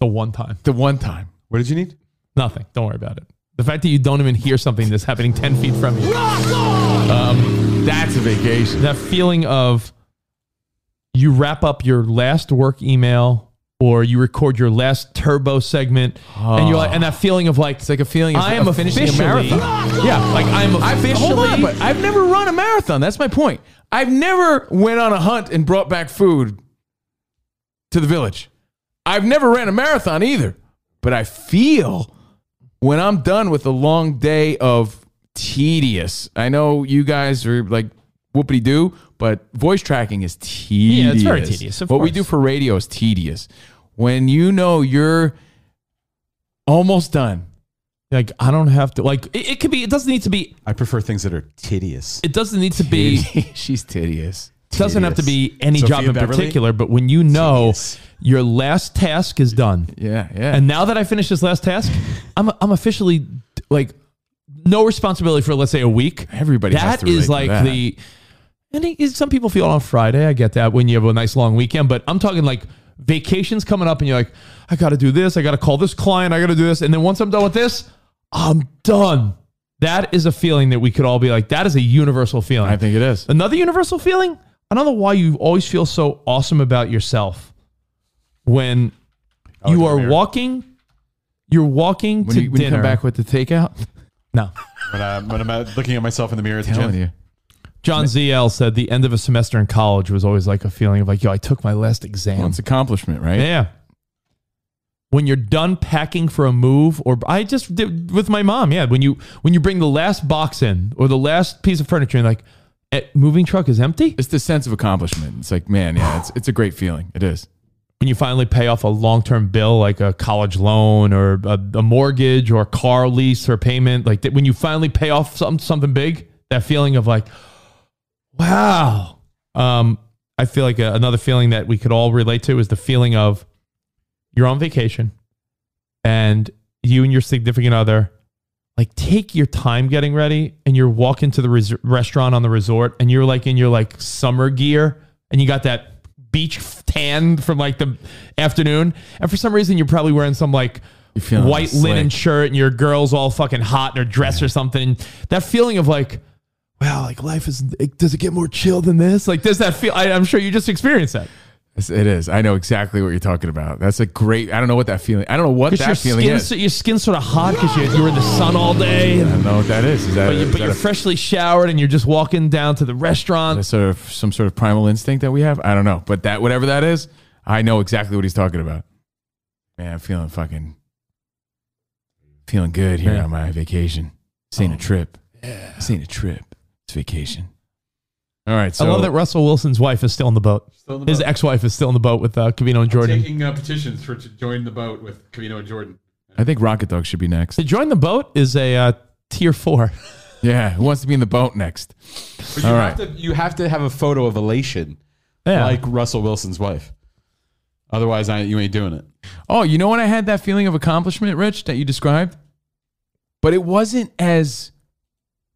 The one time. The one time. What did you need? Nothing. Don't worry about it. The fact that you don't even hear something that's happening 10 feet from you. That's a vacation. that feeling of you wrap up your last work email or you record your last turbo segment and you're like and that feeling of like it's like a feeling of- I am of finishing a officially, marathon. *laughs* yeah like I'm I've, officially hold on, but I've never run a marathon. That's my point. I've never went on a hunt and brought back food to the village. I've never ran a marathon either. But I feel when I'm done with a long day of tedious. I know you guys are like whoopity doo, but voice tracking is tedious. it's very tedious, of what we course. do for radio is tedious. When you know you're almost done Like I don't have to like it, it could be it doesn't need to be I prefer things that are tedious. it doesn't need to be *laughs* she's tedious. doesn't have to be any Sophia job in Beverly? particular, but when you know your last task is done. Yeah, yeah. And now that I finished this last task, I'm I'm officially like no responsibility for let's say a week. Everybody That is has to relate to like that. the and it is- some people feel it on Friday. I get that when you have a nice long weekend, but I'm talking like vacations coming up and you're like, I got to do this. I got to call this client. I got to do this. And then once I'm done with this, I'm done. That is a feeling that we could all be like, that is a universal feeling. I think it is. Another universal feeling, I don't know why you always feel so awesome about yourself when Oh, you are walking, you're walking When to you, when you dinner. come back with the takeout, no. When I'm, when I'm looking at myself in the mirror, at the Telling gym. you. John ZL said the end of a semester in college was always like a feeling of like, yo, I took my last exam. Well, it's accomplishment, right? Yeah. When you're done packing for a move, or I just did with my mom, yeah. When you when you bring the last box in or the last piece of furniture, and like, eh, moving truck is empty. It's the sense of accomplishment. It's like, man, yeah, it's it's a great feeling. It is. When you finally pay off a long term bill, like a college loan or a, a mortgage or a car lease or payment, like that, when you finally pay off something something big, that feeling of like, wow. Um, I feel like a, another feeling that we could all relate to is the feeling of you're on vacation and you and your significant other like take your time getting ready and you're walking to the res- restaurant on the resort and you're like in your like summer gear and you got that beach tan from like the afternoon and for some reason you're probably wearing some like feeling white slick. linen shirt and your girl's all fucking hot in her dress or something that feeling of like wow like life is like, does it get more chill than this like does that feel I, i'm sure you just experienced that It's- It is. I know exactly what you're talking about. That's a great. I don't know what that feeling. I don't know what because your that feeling skin's is. so, your skin's sort of hot because you, you were in the sun all day I don't know what that is. Is that, but, you, is but that you're a- freshly showered and you're just walking down to the restaurant. that's sort of some sort of primal instinct that we have? I don't know. But that whatever that is, I know exactly what he's talking about. Man, I'm feeling fucking feeling good here Yeah. Oh, on my vacation. This ain't a trip. Yeah. This ain't a trip. It's vacation. All right. So I love that Russell Wilson's wife is still in the boat. in the His boat. ex-wife is still in the boat with uh, Cavino and Jordan. Taking uh, petitions for to join the boat with Camino and Jordan. I think Rocket Dog should be next. to join the boat is a uh, tier four. *laughs* Yeah. Who wants to be in the boat next? But you All have right. to you have to have a photo of elation, Yeah. like Russell Wilson's wife. Otherwise, I, you ain't doing it. Oh, you know when I had that feeling of accomplishment, Rich, that you described? But it wasn't as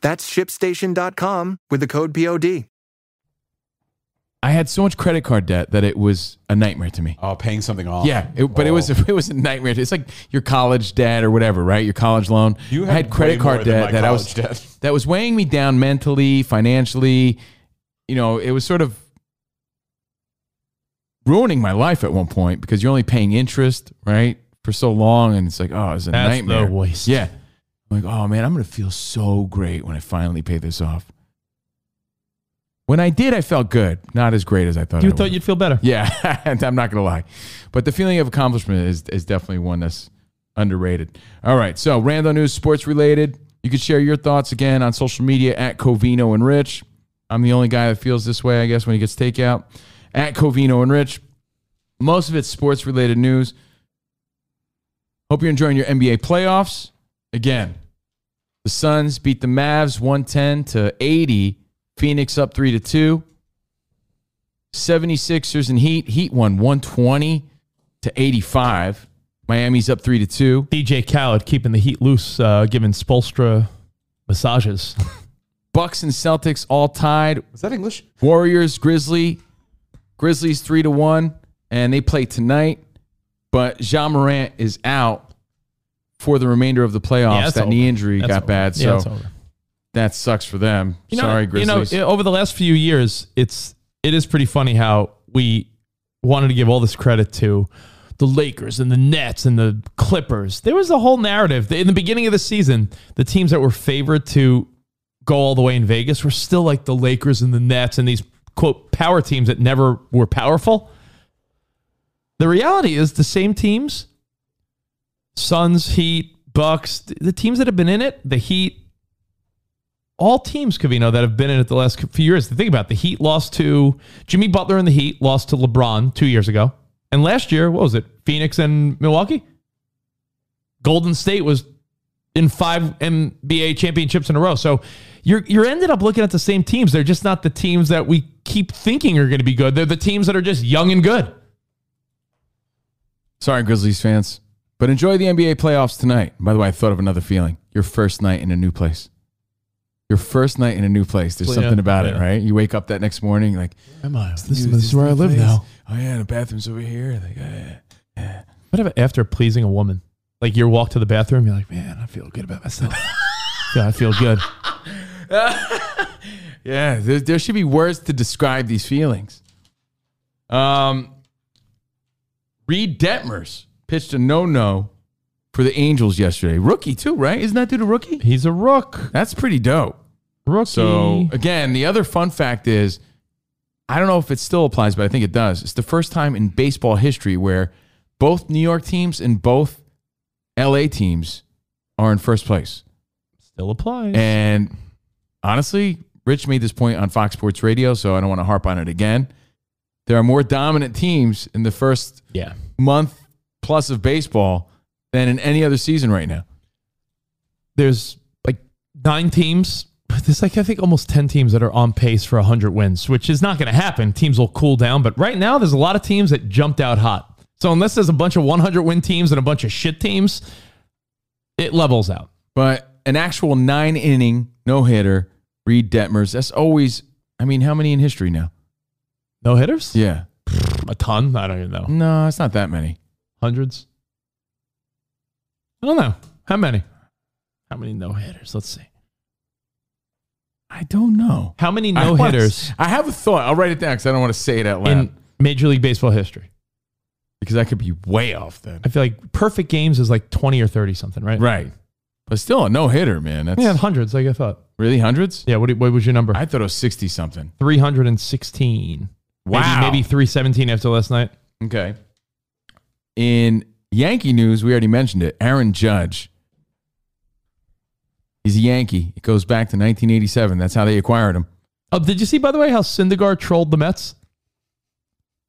That's shipstation.com with the code POD. I had so much credit card debt that it was a nightmare to me. Oh, paying something off. Yeah, it- but it Oh. was *laughs* it was a nightmare. It's like your college debt or whatever, right? Your college loan. You I had had credit way card more than debt my that I was college debt. *laughs* that was weighing me down mentally, financially. You know, it was sort of ruining my life at one point because you're only paying interest, right, for so long, and it's like, oh, it's a That's nightmare. the waste. Yeah, I'm like, oh man, I'm gonna feel so great when I finally pay this off. When I did, I felt good. Not as great as I thought. You I would. thought you'd feel better. Yeah, *laughs* and I'm not gonna lie, but the feeling of accomplishment is is definitely one that's underrated. All right, so random news, sports related. You could share your thoughts again on social media at Covino and Rich. I'm the only guy that feels this way, I guess, when he gets takeout at Covino and Rich. Most of it's sports related news. Hope you're enjoying your NBA playoffs. Again, the Suns beat the Mavs 110 to 80. Phoenix up 3 to 2. 76ers and Heat. Heat won 120 to 85. Miami's up 3 to 2. DJ Khaled keeping the heat loose, uh, giving Spolstra massages. Bucks and Celtics all tied. Is that English? Warriors, Grizzly. Grizzlies 3 to 1 and they play tonight, but Jean Morant is out for the remainder of the playoffs. Yeah, that's that knee over. injury That's got over. bad, Yeah, that's so over. that sucks for them. Sorry, Grizzlies. You know, over the last few years, it's it is pretty funny how we wanted to give all this credit to the Lakers and the Nets and the Clippers. There was a whole narrative that in the beginning of the season, the teams that were favored to go all the way in Vegas. We're still like the Lakers and the Nets and these quote power teams that never were powerful. The reality is the same teams, Suns, Heat, Bucks, th- the teams that have been in it, the Heat, all teams, Cavino, that have been in it the last few years. Think about it. the Heat lost to Jimmy Butler and the Heat lost to LeBron two years ago. And last year, what was it? Phoenix and Milwaukee? Golden State was in five NBA championships in a row. So you're you're ended up looking at the same teams. They're just not the teams that we keep thinking are going to be good. They're the teams that are just young and good. Sorry, Grizzlies fans, but enjoy the NBA playoffs tonight. By the way, I thought of another feeling. Your first night in a new place. Your first night in a new place. There's Yeah, something about it, yeah. right? You wake up that next morning, like, Am I? This, is- this is where I live now. Oh yeah, the bathroom's over here. Like, yeah. What if after pleasing a woman, like your walk to the bathroom, you're like, man, I feel good about myself. *laughs* yeah, I feel good. Yeah, there, there should be words to describe these feelings. Um, Reed Detmers pitched a no-no for the Angels yesterday. Rookie too, right? Isn't that dude a rookie? He's a rook. That's pretty dope. Rookie. So again, the other fun fact is, I don't know if it still applies, but I think it does. It's the first time in baseball history where both New York teams and both LA teams are in first place. Still applies. And honestly, Rich made this point on Fox Sports Radio, so I don't want to harp on it again. There are more dominant teams in the first yeah. month plus of baseball than in any other season right now. There's like nine teams. but There's like I think almost ten teams that are on pace for hundred wins, which is not going to happen. Teams will cool down, but right now there's a lot of teams that jumped out hot. So unless there's a bunch of 100 win teams and a bunch of shit teams, it levels out. But an actual nine inning no hitter, Reed Detmers. That's always. I mean, how many in history now? No hitters? Yeah, a ton. I don't even know. No, it's not that many. Hundreds. I don't know how many. How many no hitters? Let's see. I don't know. How many I *laughs* no wanna- hitters I have a thought. I'll write it down because I don't want to say it out loud in Major League Baseball history? because I could be way off then. I feel like perfect games is like twenty or thirty something, right? Right. But still, a no hitter, man. That's yeah, hundreds. Like I thought. really hundreds. Yeah. What, do- what was your number? I thought it was sixty something. Three hundred and sixteen. Wow. Maybe, maybe three seventeen after last night. Okay. In Yankee news, we already mentioned it. Aaron Judge. He's a Yankee. It goes back to 1987. That's how they acquired him. Oh, did you see by the way how Syndergaard trolled the Mets?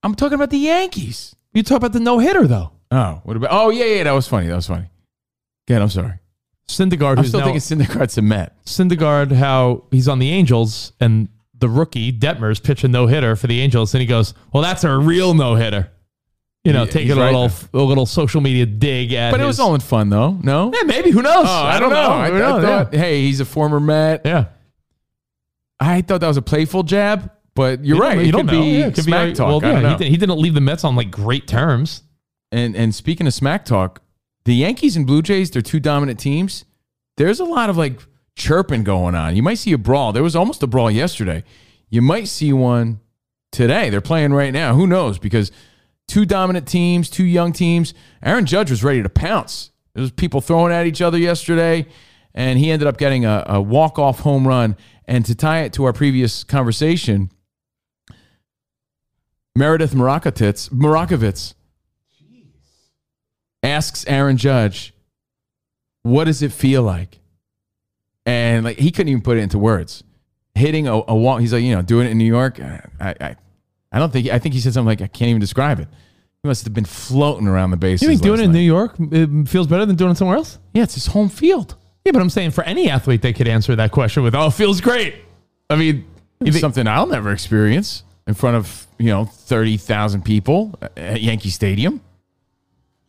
I'm talking about the Yankees. You talk about the no hitter though. Oh, what about? Oh, yeah, yeah. That was funny. That was funny. Again, I'm sorry. Syndergaard, I'm who's still now thinking Syndergaard's a Met. Syndergaard how he's on the Angels and the rookie Detmers pitch a no hitter for the Angels, and he goes, "Well, that's a real no hitter." You know, Yeah, taking he's a right, little a little social media dig at. But it was all in fun, though. No? Yeah, maybe who knows? Oh, I, don't, know. I, Who I knows? thought, hey, he's a former Met. Yeah. I thought that was a playful jab, but you're You don't- right. You it don't could know. be Yeah, it could be smack like, talk. Well, yeah, I don't know. he, did, he didn't leave the Mets on like great terms. And and speaking of smack talk, the Yankees and Blue Jays, they're two dominant teams. There's a lot of like chirping going on. You might see a brawl. There was almost a brawl yesterday. You might see one today. They're playing right now. Who knows? Because two dominant teams, two young teams. Aaron Judge was ready to pounce. There was people throwing at each other yesterday, and he ended up getting a, a walk-off home run. And to tie it to our previous conversation, Meredith Morakovitz, Morakovitz asks Aaron Judge, what does it feel like? And like he couldn't even put it into words. Hitting a, a wall, he's like, you know, doing it in New York. uh, I, I, I don't think, I think he said something like, I can't even describe it. He must have been floating around the bases. You think doing last it in night. New York it feels better than doing it somewhere else? Yeah, it's his home field. Yeah, but I'm saying for any athlete, they could answer that question with, "Oh, it feels great." I mean, you It's think- something I'll never experience in front of, you know, 30,000 people at Yankee Stadium.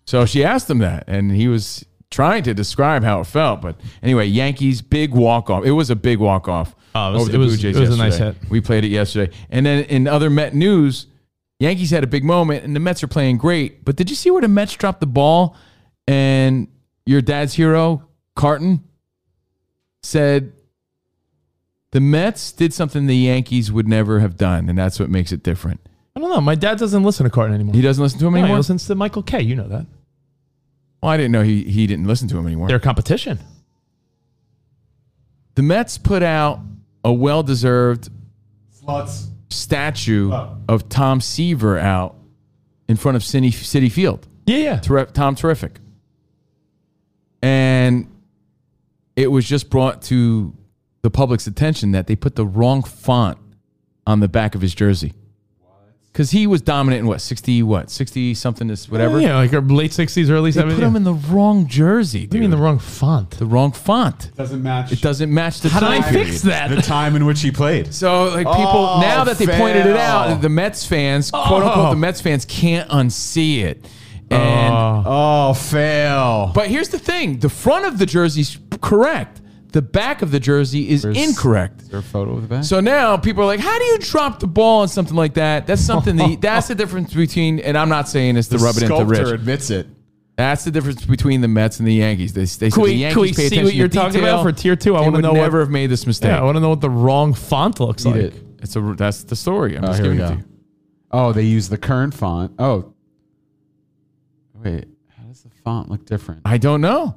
So she asked him that, and he was trying to describe how it felt. But anyway, Yankees big walk off. It was a big walk off Oh, it was- it was- it was a nice hit. We played it yesterday, and then in other Met news, Yankees had a big moment, and the Mets are playing great. But did you see where the Mets dropped the ball? And your dad's hero, Carton, said the Mets did something the Yankees would never have done, and that's what makes it different. I don't know. My dad doesn't listen to Carton anymore. He doesn't listen to him No, he anymore. listens to Michael K. You know that. well, I didn't know he, he didn't listen to him anymore. Their competition. The Mets put out a well deserved Sluts. statue Oh. of Tom Seaver out in front of City, City Field. Yeah, yeah. Terri- Tom Terrific. And it was just brought to the public's attention that they put the wrong font on the back of his jersey. Because he was dominant in what, 60, what, 60 something is whatever? Yeah, like late 60s, early They 70s. put him in the wrong jersey. Dude. you mean the wrong font? The wrong font. Doesn't match. It doesn't match the How did I time period. fix that? The time in which he played. So like people Oh, now that they fail. pointed it out, the Mets fans, quote Oh. unquote, the Mets fans can't unsee it. And oh, fail! But here's the thing: the front of the jersey's correct. The back of the jersey is incorrect. Is there a photo of the back? So now people are like, "How do you drop the ball on something like that?" That's *laughs* something. That, that's the difference between. And I'm not saying this to rub it into sculptor Rich. admits it. That's the difference between the Mets and the Yankees. They, they said Can the we, Yankees can we pay see attention what to you're talking detail. about for tier two? I They want to would know. never what, have made this mistake. Yeah, I want to know what the wrong font looks Eat like. it. It's a that's the story. I'm Oh, just here we giving it go. to you. Oh, they use the current font. Oh, wait. How does the font look different? I don't know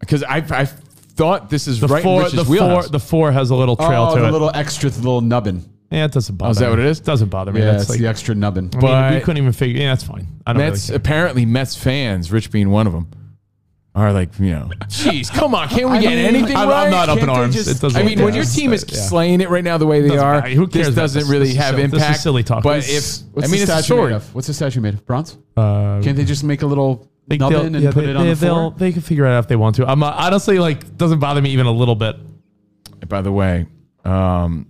because I I thought this is The right in four, Rich's the four, wheelhouse. the four has a little trail oh, to the it. little extra, the little nubbin. yeah, it doesn't bother. Oh, is that me. what it is? Doesn't bother me. yeah, that's it's like, the extra nubbin. I mean, we But- couldn't even figure. Yeah, that's fine. I don't really Mets care. apparently Mets fans, Rich being one of them, are like you know, jeez, come on, can't we I get mean, anything I'm- I'm right? not up Can't in they arms. just- It doesn't I mean, matter. when your team is Yeah. slaying it right now the way they Doesn't are, matter. Who cares this about doesn't this? really This is have silly- this is impact. silly talk. But This is- if What's I mean, the it's a statue made story. of? What's the statue made of? Bronze? Uh, Can't they just make a little think nubbin they'll- and yeah, put they- it on they, the they'll- floor? They can figure it out if they want to. I'm uh, honestly like doesn't bother me even a little bit. By the way, um,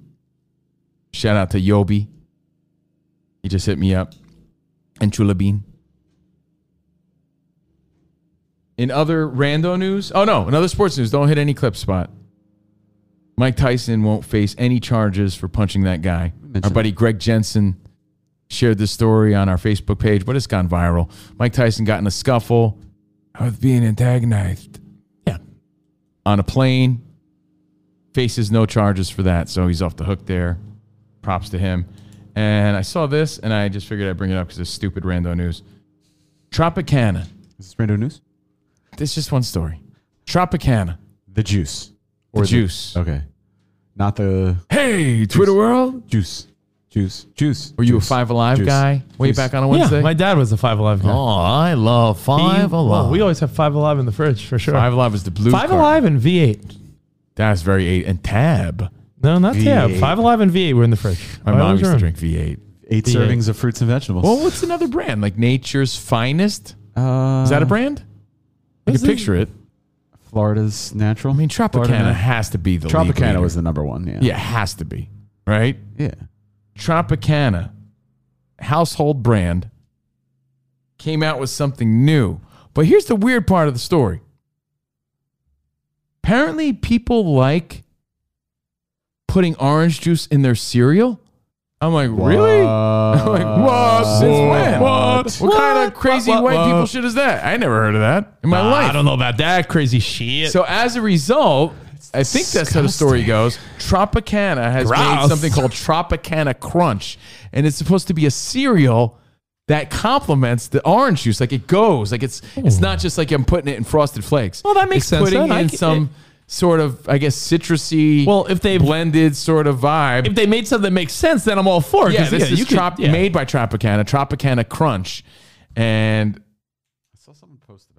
shout out to Yobi. He just hit me up. And Chula Bean. In other rando news, oh no, in other sports news, don't hit any clip spot. Mike Tyson won't face any charges for punching that guy. Our buddy Greg Jensen shared this story on our Facebook page, but it's gone viral. Mike Tyson got in a scuffle. I was being antagonized. Yeah. On a plane faces no charges for that, so he's off the hook there. Props to him. And I saw this, and I just figured I'd bring it up because it's stupid rando news. Tropicana. Is this random news? This is just one story. Tropicana. The juice. The juice. Okay. Not the Hey, Twitter world. juice. Juice. Juice. Were you a Juice. Five Alive Juice. guy way Juice. back on a Wednesday? Yeah, my dad was a five alive guy. oh, I love Five He- Alive. well, we always have five alive in the fridge for sure. five Alive is the blue Five card. alive and V eight. That's very eight. And Tab. No, not tab. V8. Five alive and V eight were in the fridge. My I mom always used to remember. drink V8. Eight The- servings of fruits and vegetables. Well, what's another brand? Like Nature's Finest? uh, Is that a brand? You can Isn't- picture it. Florida's natural. I mean, Tropicana Florida- has to be the league Tropicana leader. was the number one. Yeah. Yeah, it has to be. Right? Yeah. Tropicana, household brand, came out with something new. But here's the weird part of the story. Apparently, people like putting orange juice in their cereal. I'm like, really? *laughs* Uh, I'm like, what? Since What? when? What? What, kind What? of crazy What? What? white people What? shit is that? I never heard of that in my Nah, life. I don't know about that crazy shit. So as a result, I think that's how the story goes. Tropicana has made Gross. something called Tropicana Crunch, and it's supposed to be a cereal that complements the orange juice. Like it goes, like it's it's not just like I'm putting it in frosted flakes. Well, that makes It's sense, Putting then. I in c- some sort of, I guess, citrusy. Well, if they- blended sort of vibe. if they made something that makes sense, then I'm all for it. yeah, 'cause, this is you could- Trop- yeah. made by Tropicana, Tropicana Crunch, and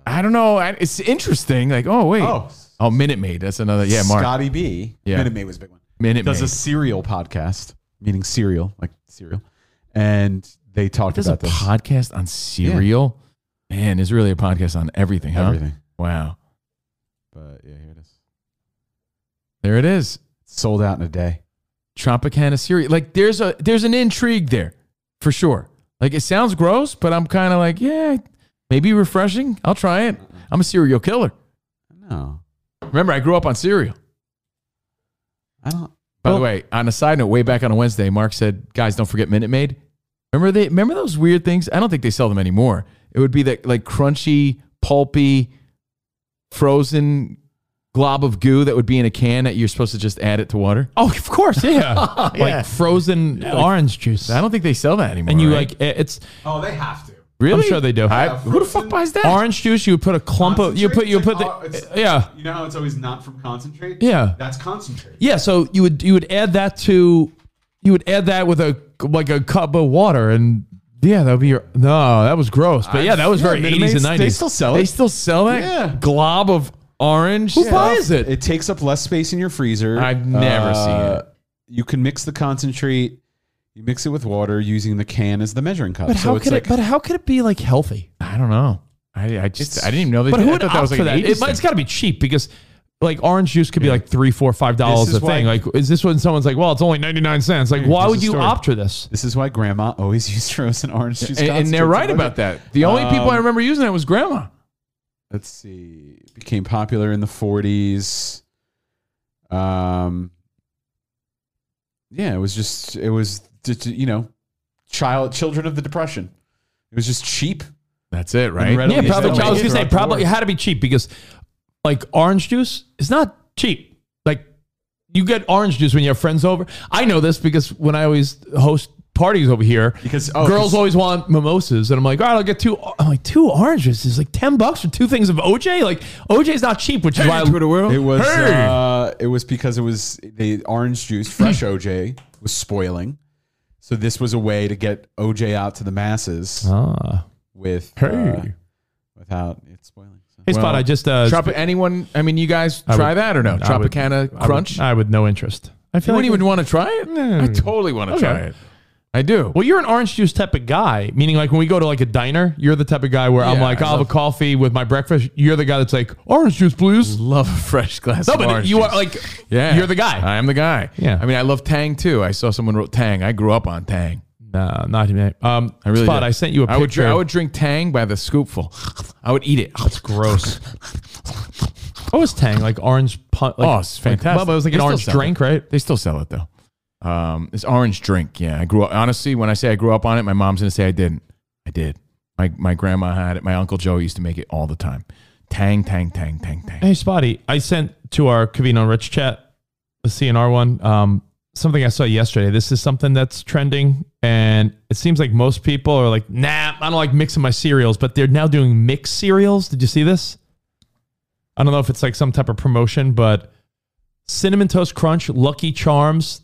I don't know. I- It's interesting. Like, oh wait, Oh. oh, Minute Maid. That's another. Yeah, Mark. Scotty B. Yeah. Minute Maid was a big one. Minute does a Maid. cereal podcast, meaning cereal, like cereal, and they talked There's a about this. podcast on cereal. Man, there's really a podcast on everything, huh? Everything. Wow. But yeah, here it is. There it is. Sold out in a day. Tropicana cereal. Like there's a there's an intrigue there for sure. Like it sounds gross, but I'm kind of like, yeah, maybe refreshing. I'll try it. I'm a cereal killer. No, Remember, I grew up on cereal. I don't. By the Well- way, on a side note, way back on a Wednesday, Mark said, "Guys, don't forget Minute Maid." Remember they remember those weird things? I don't think they sell them anymore. It would be that like crunchy, pulpy, frozen glob of goo that would be in a can that you're supposed to just add it to water. oh, of course, *laughs* yeah, Yeah. like frozen orange juice. I don't think they sell that anymore. and you right? like it- it's Oh, they have to. Really? I'm sure they do. who the fuck buys that? Orange juice. You put a clump of. You put. You put Concentrate, the. it's like, uh, it's- yeah. You know how it's always not from concentrate? Yeah. That's concentrate. Yeah. So you would you would add that to you would add that with a like a cup of water and yeah that would be your no that was gross but yeah that was Yeah, very Minute 80s and Maids, 90s. they still sell it. They still sell that Yeah. glob of orange. Who Yeah. buys it? It takes up less space in your freezer. I've never seen it. You can mix the concentrate. You mix it with water using the can as the measuring cup. But so how it's could like it? But how could it be like healthy? I don't know. I, I just I didn't even know they. But did- who I would thought opt for that? It, might- it's got to be cheap because like orange juice could be like three, four, five dollars This a is thing. why- Like, is this when someone's like, well, it's only ninety nine cents? Like, why here's would the you story. opt for this? This is why grandma always *laughs* used frozen orange juice. And, and they're right about that. The only Um, people I remember using that was grandma. Let's see. Became popular in the 40s. Um, yeah, it was just, it was, d- d- you know, child, children of the depression. It was just cheap. That's it, right? readily Yeah, probably. available I was gonna say throughout the probably it world. had to be cheap because like orange juice is not cheap. Like you get orange juice when you have friends over. I know this because when I always host parties over here, Because, oh, girls 'cause- always want mimosas, and I'm like, all right, I'll get two. I'm like, two oranges is like ten bucks for two things of OJ. Like OJ's not cheap, which is why It was Hey! uh, it was because it was the orange *clears throat* juice, fresh OJ was spoiling, so this was a way to get OJ out to the masses Ah. with uh, Hey. without it spoiling. So- Hey, Spot, I just uh, Trop- anyone? I mean, you guys I try would- that or I no? would- Tropicana I would- Crunch. I would no interest. I you like wouldn't even want to try it. I totally want to Okay. try it. I do. Well, you're an orange juice type of guy, meaning like when we go to like a diner, you're the type of guy where I'm Yeah, like, I I'll have a love- coffee with my breakfast. You're the guy that's like, orange juice, please. Love a fresh *laughs* glass. No, of but orange you juice. are like, yeah, you're the guy. I am the guy. Yeah. I mean, I love Tang too. I saw someone wrote Tang. I grew up on Tang. No, not me. Um, I really Spot, did. I sent you a picture. I would, dr- I would drink Tang by the scoopful. I would eat it. *laughs* That's *laughs* gross. what was Tang? Like orange punch. Like, oh, it's fantastic. Like, Bubba, it was like They an still orange sell it. drink, right? They still sell it though. Um, it's orange drink. Yeah, I grew up. Honestly, when I say I grew up on it, my mom's gonna say I didn't. I did. My my grandma had it. My uncle Joe used to make it all the time. Tang, tang, tang, tang, tang. Hey, Spotty, I sent to our Cavino and Rich chat, the CNR one, um, something I saw yesterday. This is something that's trending, and it seems like most people are like, nah, I don't like mixing my cereals, but they're now doing mixed cereals. Did you see this? I don't know if it's like some type of promotion, but Cinnamon Toast Crunch, Lucky Charms,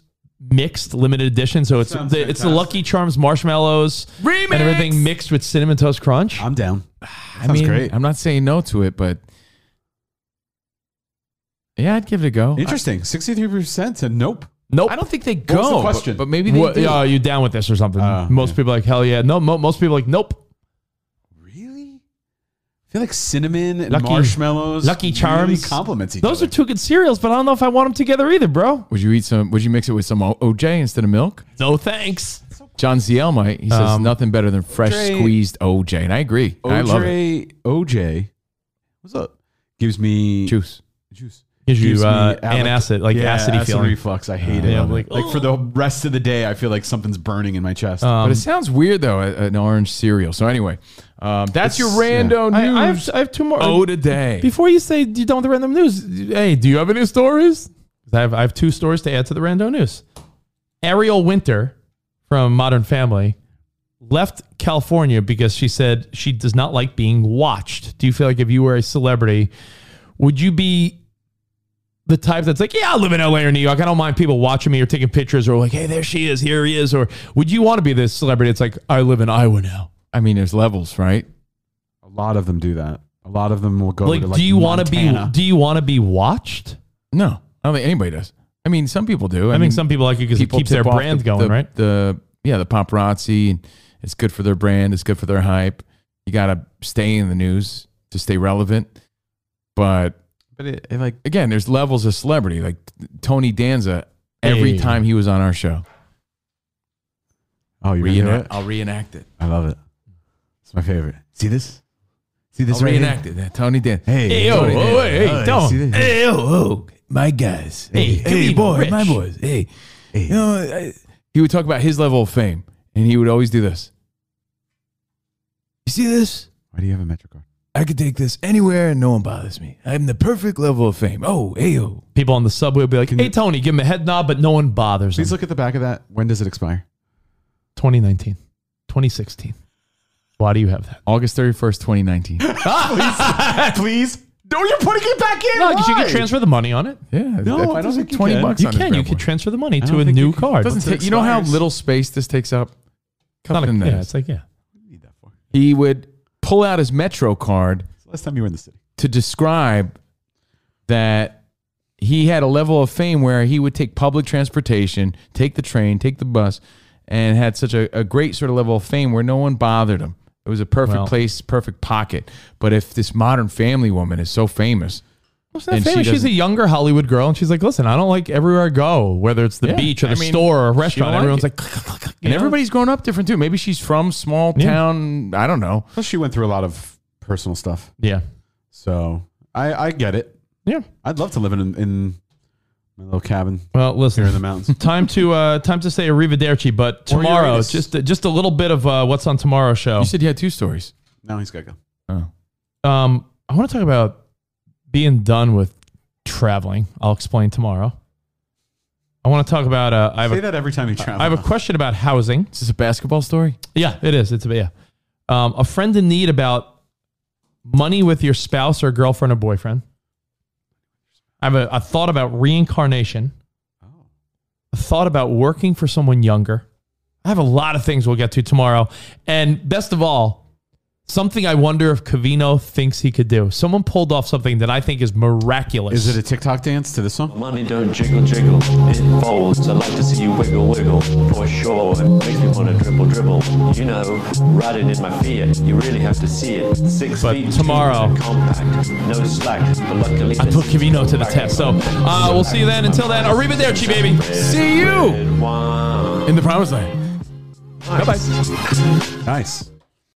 mixed limited edition. So it's Sounds the, it's the fantastic. Lucky Charms marshmallows and everything mixed with Cinnamon Toast Crunch. I'm down. Uh, I Sounds mean, great. I'm not saying no to it, but yeah, I'd give it a go. Interesting. Sixty-three percent said nope. Nope. I, I don't think they was go. the but- question? But, maybe they What- do. yeah, are you down with this or something? Uh, Oh, most yeah. people are like hell yeah. No, mo- most people are like nope. Really? I feel like cinnamon and Lucky- marshmallows, Lucky really Charms. complements each Those other. are two good cereals, but I don't know if I want them together either, bro. Would you eat some? Would you mix it with some O- OJ instead of milk? No thanks. John Ziel might. He says Um, nothing better than fresh OJ. squeezed OJ, and I agree. I love it. OJ, OJ, what's up? Gives me Juice. Juice. Gives you, me uh, ale- antacid, like acidy acid feeling. Uh, reflux. I hate it. yeah, I'm like, like, for the rest of the day, I feel like something's burning in my chest. Um, But it sounds weird though, a- an orange cereal. So anyway, um, that's your rando I, I news. have I have two more. oh, today. Before you say you don't have the random news, hey, do you have any stories? 'Cause I have I have two stories to add to the random news. Ariel Winter from Modern Family left California because she said she does not like being watched. Do you feel like if you were a celebrity, would you be the type that's like, yeah, I live in LA or New York. I don't mind people watching me or taking pictures or like, hey, there she is, here he is. Or would you want to be this celebrity? It's like, I live in Iowa now. I mean, there's levels, right? a lot of them do that. A lot of them will go Like, to like do you want to be? Montana. Do you want to be watched? No, I don't think anybody does. I mean, some people do. I, think some people like it because it keeps their tip off brand the- going, the- right? The yeah, the paparazzi. And it's good for their brand. It's good for their hype. You gotta stay in the news to stay relevant. But But it, it, like again, there's levels of celebrity. Like Tony Danza, every Hey. time he was on our show, oh, you reenact- reenact. I'll reenact it. I love it. It's my favorite. See this? See this I'll right here? reenact it. Yeah, Tony Danza. Hey, Hey, yo, Tony oh, Danza. hey, hey, Oh, don't. see this? Hey, oh, oh, my guys. Hey, Camino Rich. Hey, you know, I- he would talk about his level of fame, and he would always do this. You see this? Why do you have a metric card? I could take this anywhere, and no one bothers me. I'm the perfect level of fame. Oh, hey, oh. People on the subway will be like, "Hey, Tony, give him a head nod," but no one bothers him. Please look at the back of that. When does it expire? 2019, 2016. Why do you have that? August 31st, *laughs* 2019. please, please. No, you're putting it back in. No, because you Why? can transfer the money on it. Yeah. No, I don't think you 20 can. bucks You on this can. You bad can transfer the money I to don't a think new you can. card. Doesn't Once it take, you know how expires. little space this takes up? Not a- Something yeah, nice. it's like yeah. He would pull out his Metro card Last time you were in the city. to describe that he had a level of fame where he would take public transportation, take the train, take the bus, and had such a, a great sort of level of fame where no one bothered him. It was a perfect Well- place, perfect pocket. But if this modern family woman is so famous, It's not famous. she's a younger Hollywood girl, and she's like, "Listen, I don't like everywhere I go, whether it's the Yeah. beach or the I mean, store or a she restaurant. don't like Everyone's it. like, *laughs* and everybody's grown up different too. Maybe she's from small Yeah. town. I don't know. Plus, she went through a lot of personal stuff. yeah, So I, I get it. Yeah. I'd love to live in, in my little cabin Well, listen. here in the *laughs* mountains. time to uh, time to say arrivederci. But Or tomorrow, Uranus. just just a little bit of uh, what's on tomorrow's show. You said you had two stories. now he's got to go. Oh, Um, I want to talk about being done with traveling. I'll explain tomorrow. I want to talk about. Uh, I have Say a, that every time you travel. I have a question about housing. is this a basketball story? Yeah, it is. It's a yeah. Um, a friend in need about money with your spouse or girlfriend or boyfriend. I have a, a thought about reincarnation. A thought about working for someone younger. I have a lot of things we'll get to tomorrow. And best of all, something I wonder if Cavino thinks he could do. Someone pulled off something that I think is miraculous. Is it a TikTok dance to this song? Money don't jiggle jiggle, it folds. I like to see you wiggle wiggle, for sure. It makes me wanna dribble dribble. You know, riding in my Fiat, you really have to see it. Six But feet tomorrow- two, compact, no slack. But luckily, I put Cavino to the test. So uh, we'll see you then. Until then, arrivederci, baby. See you Wow. in the promised land. Bye bye. Nice.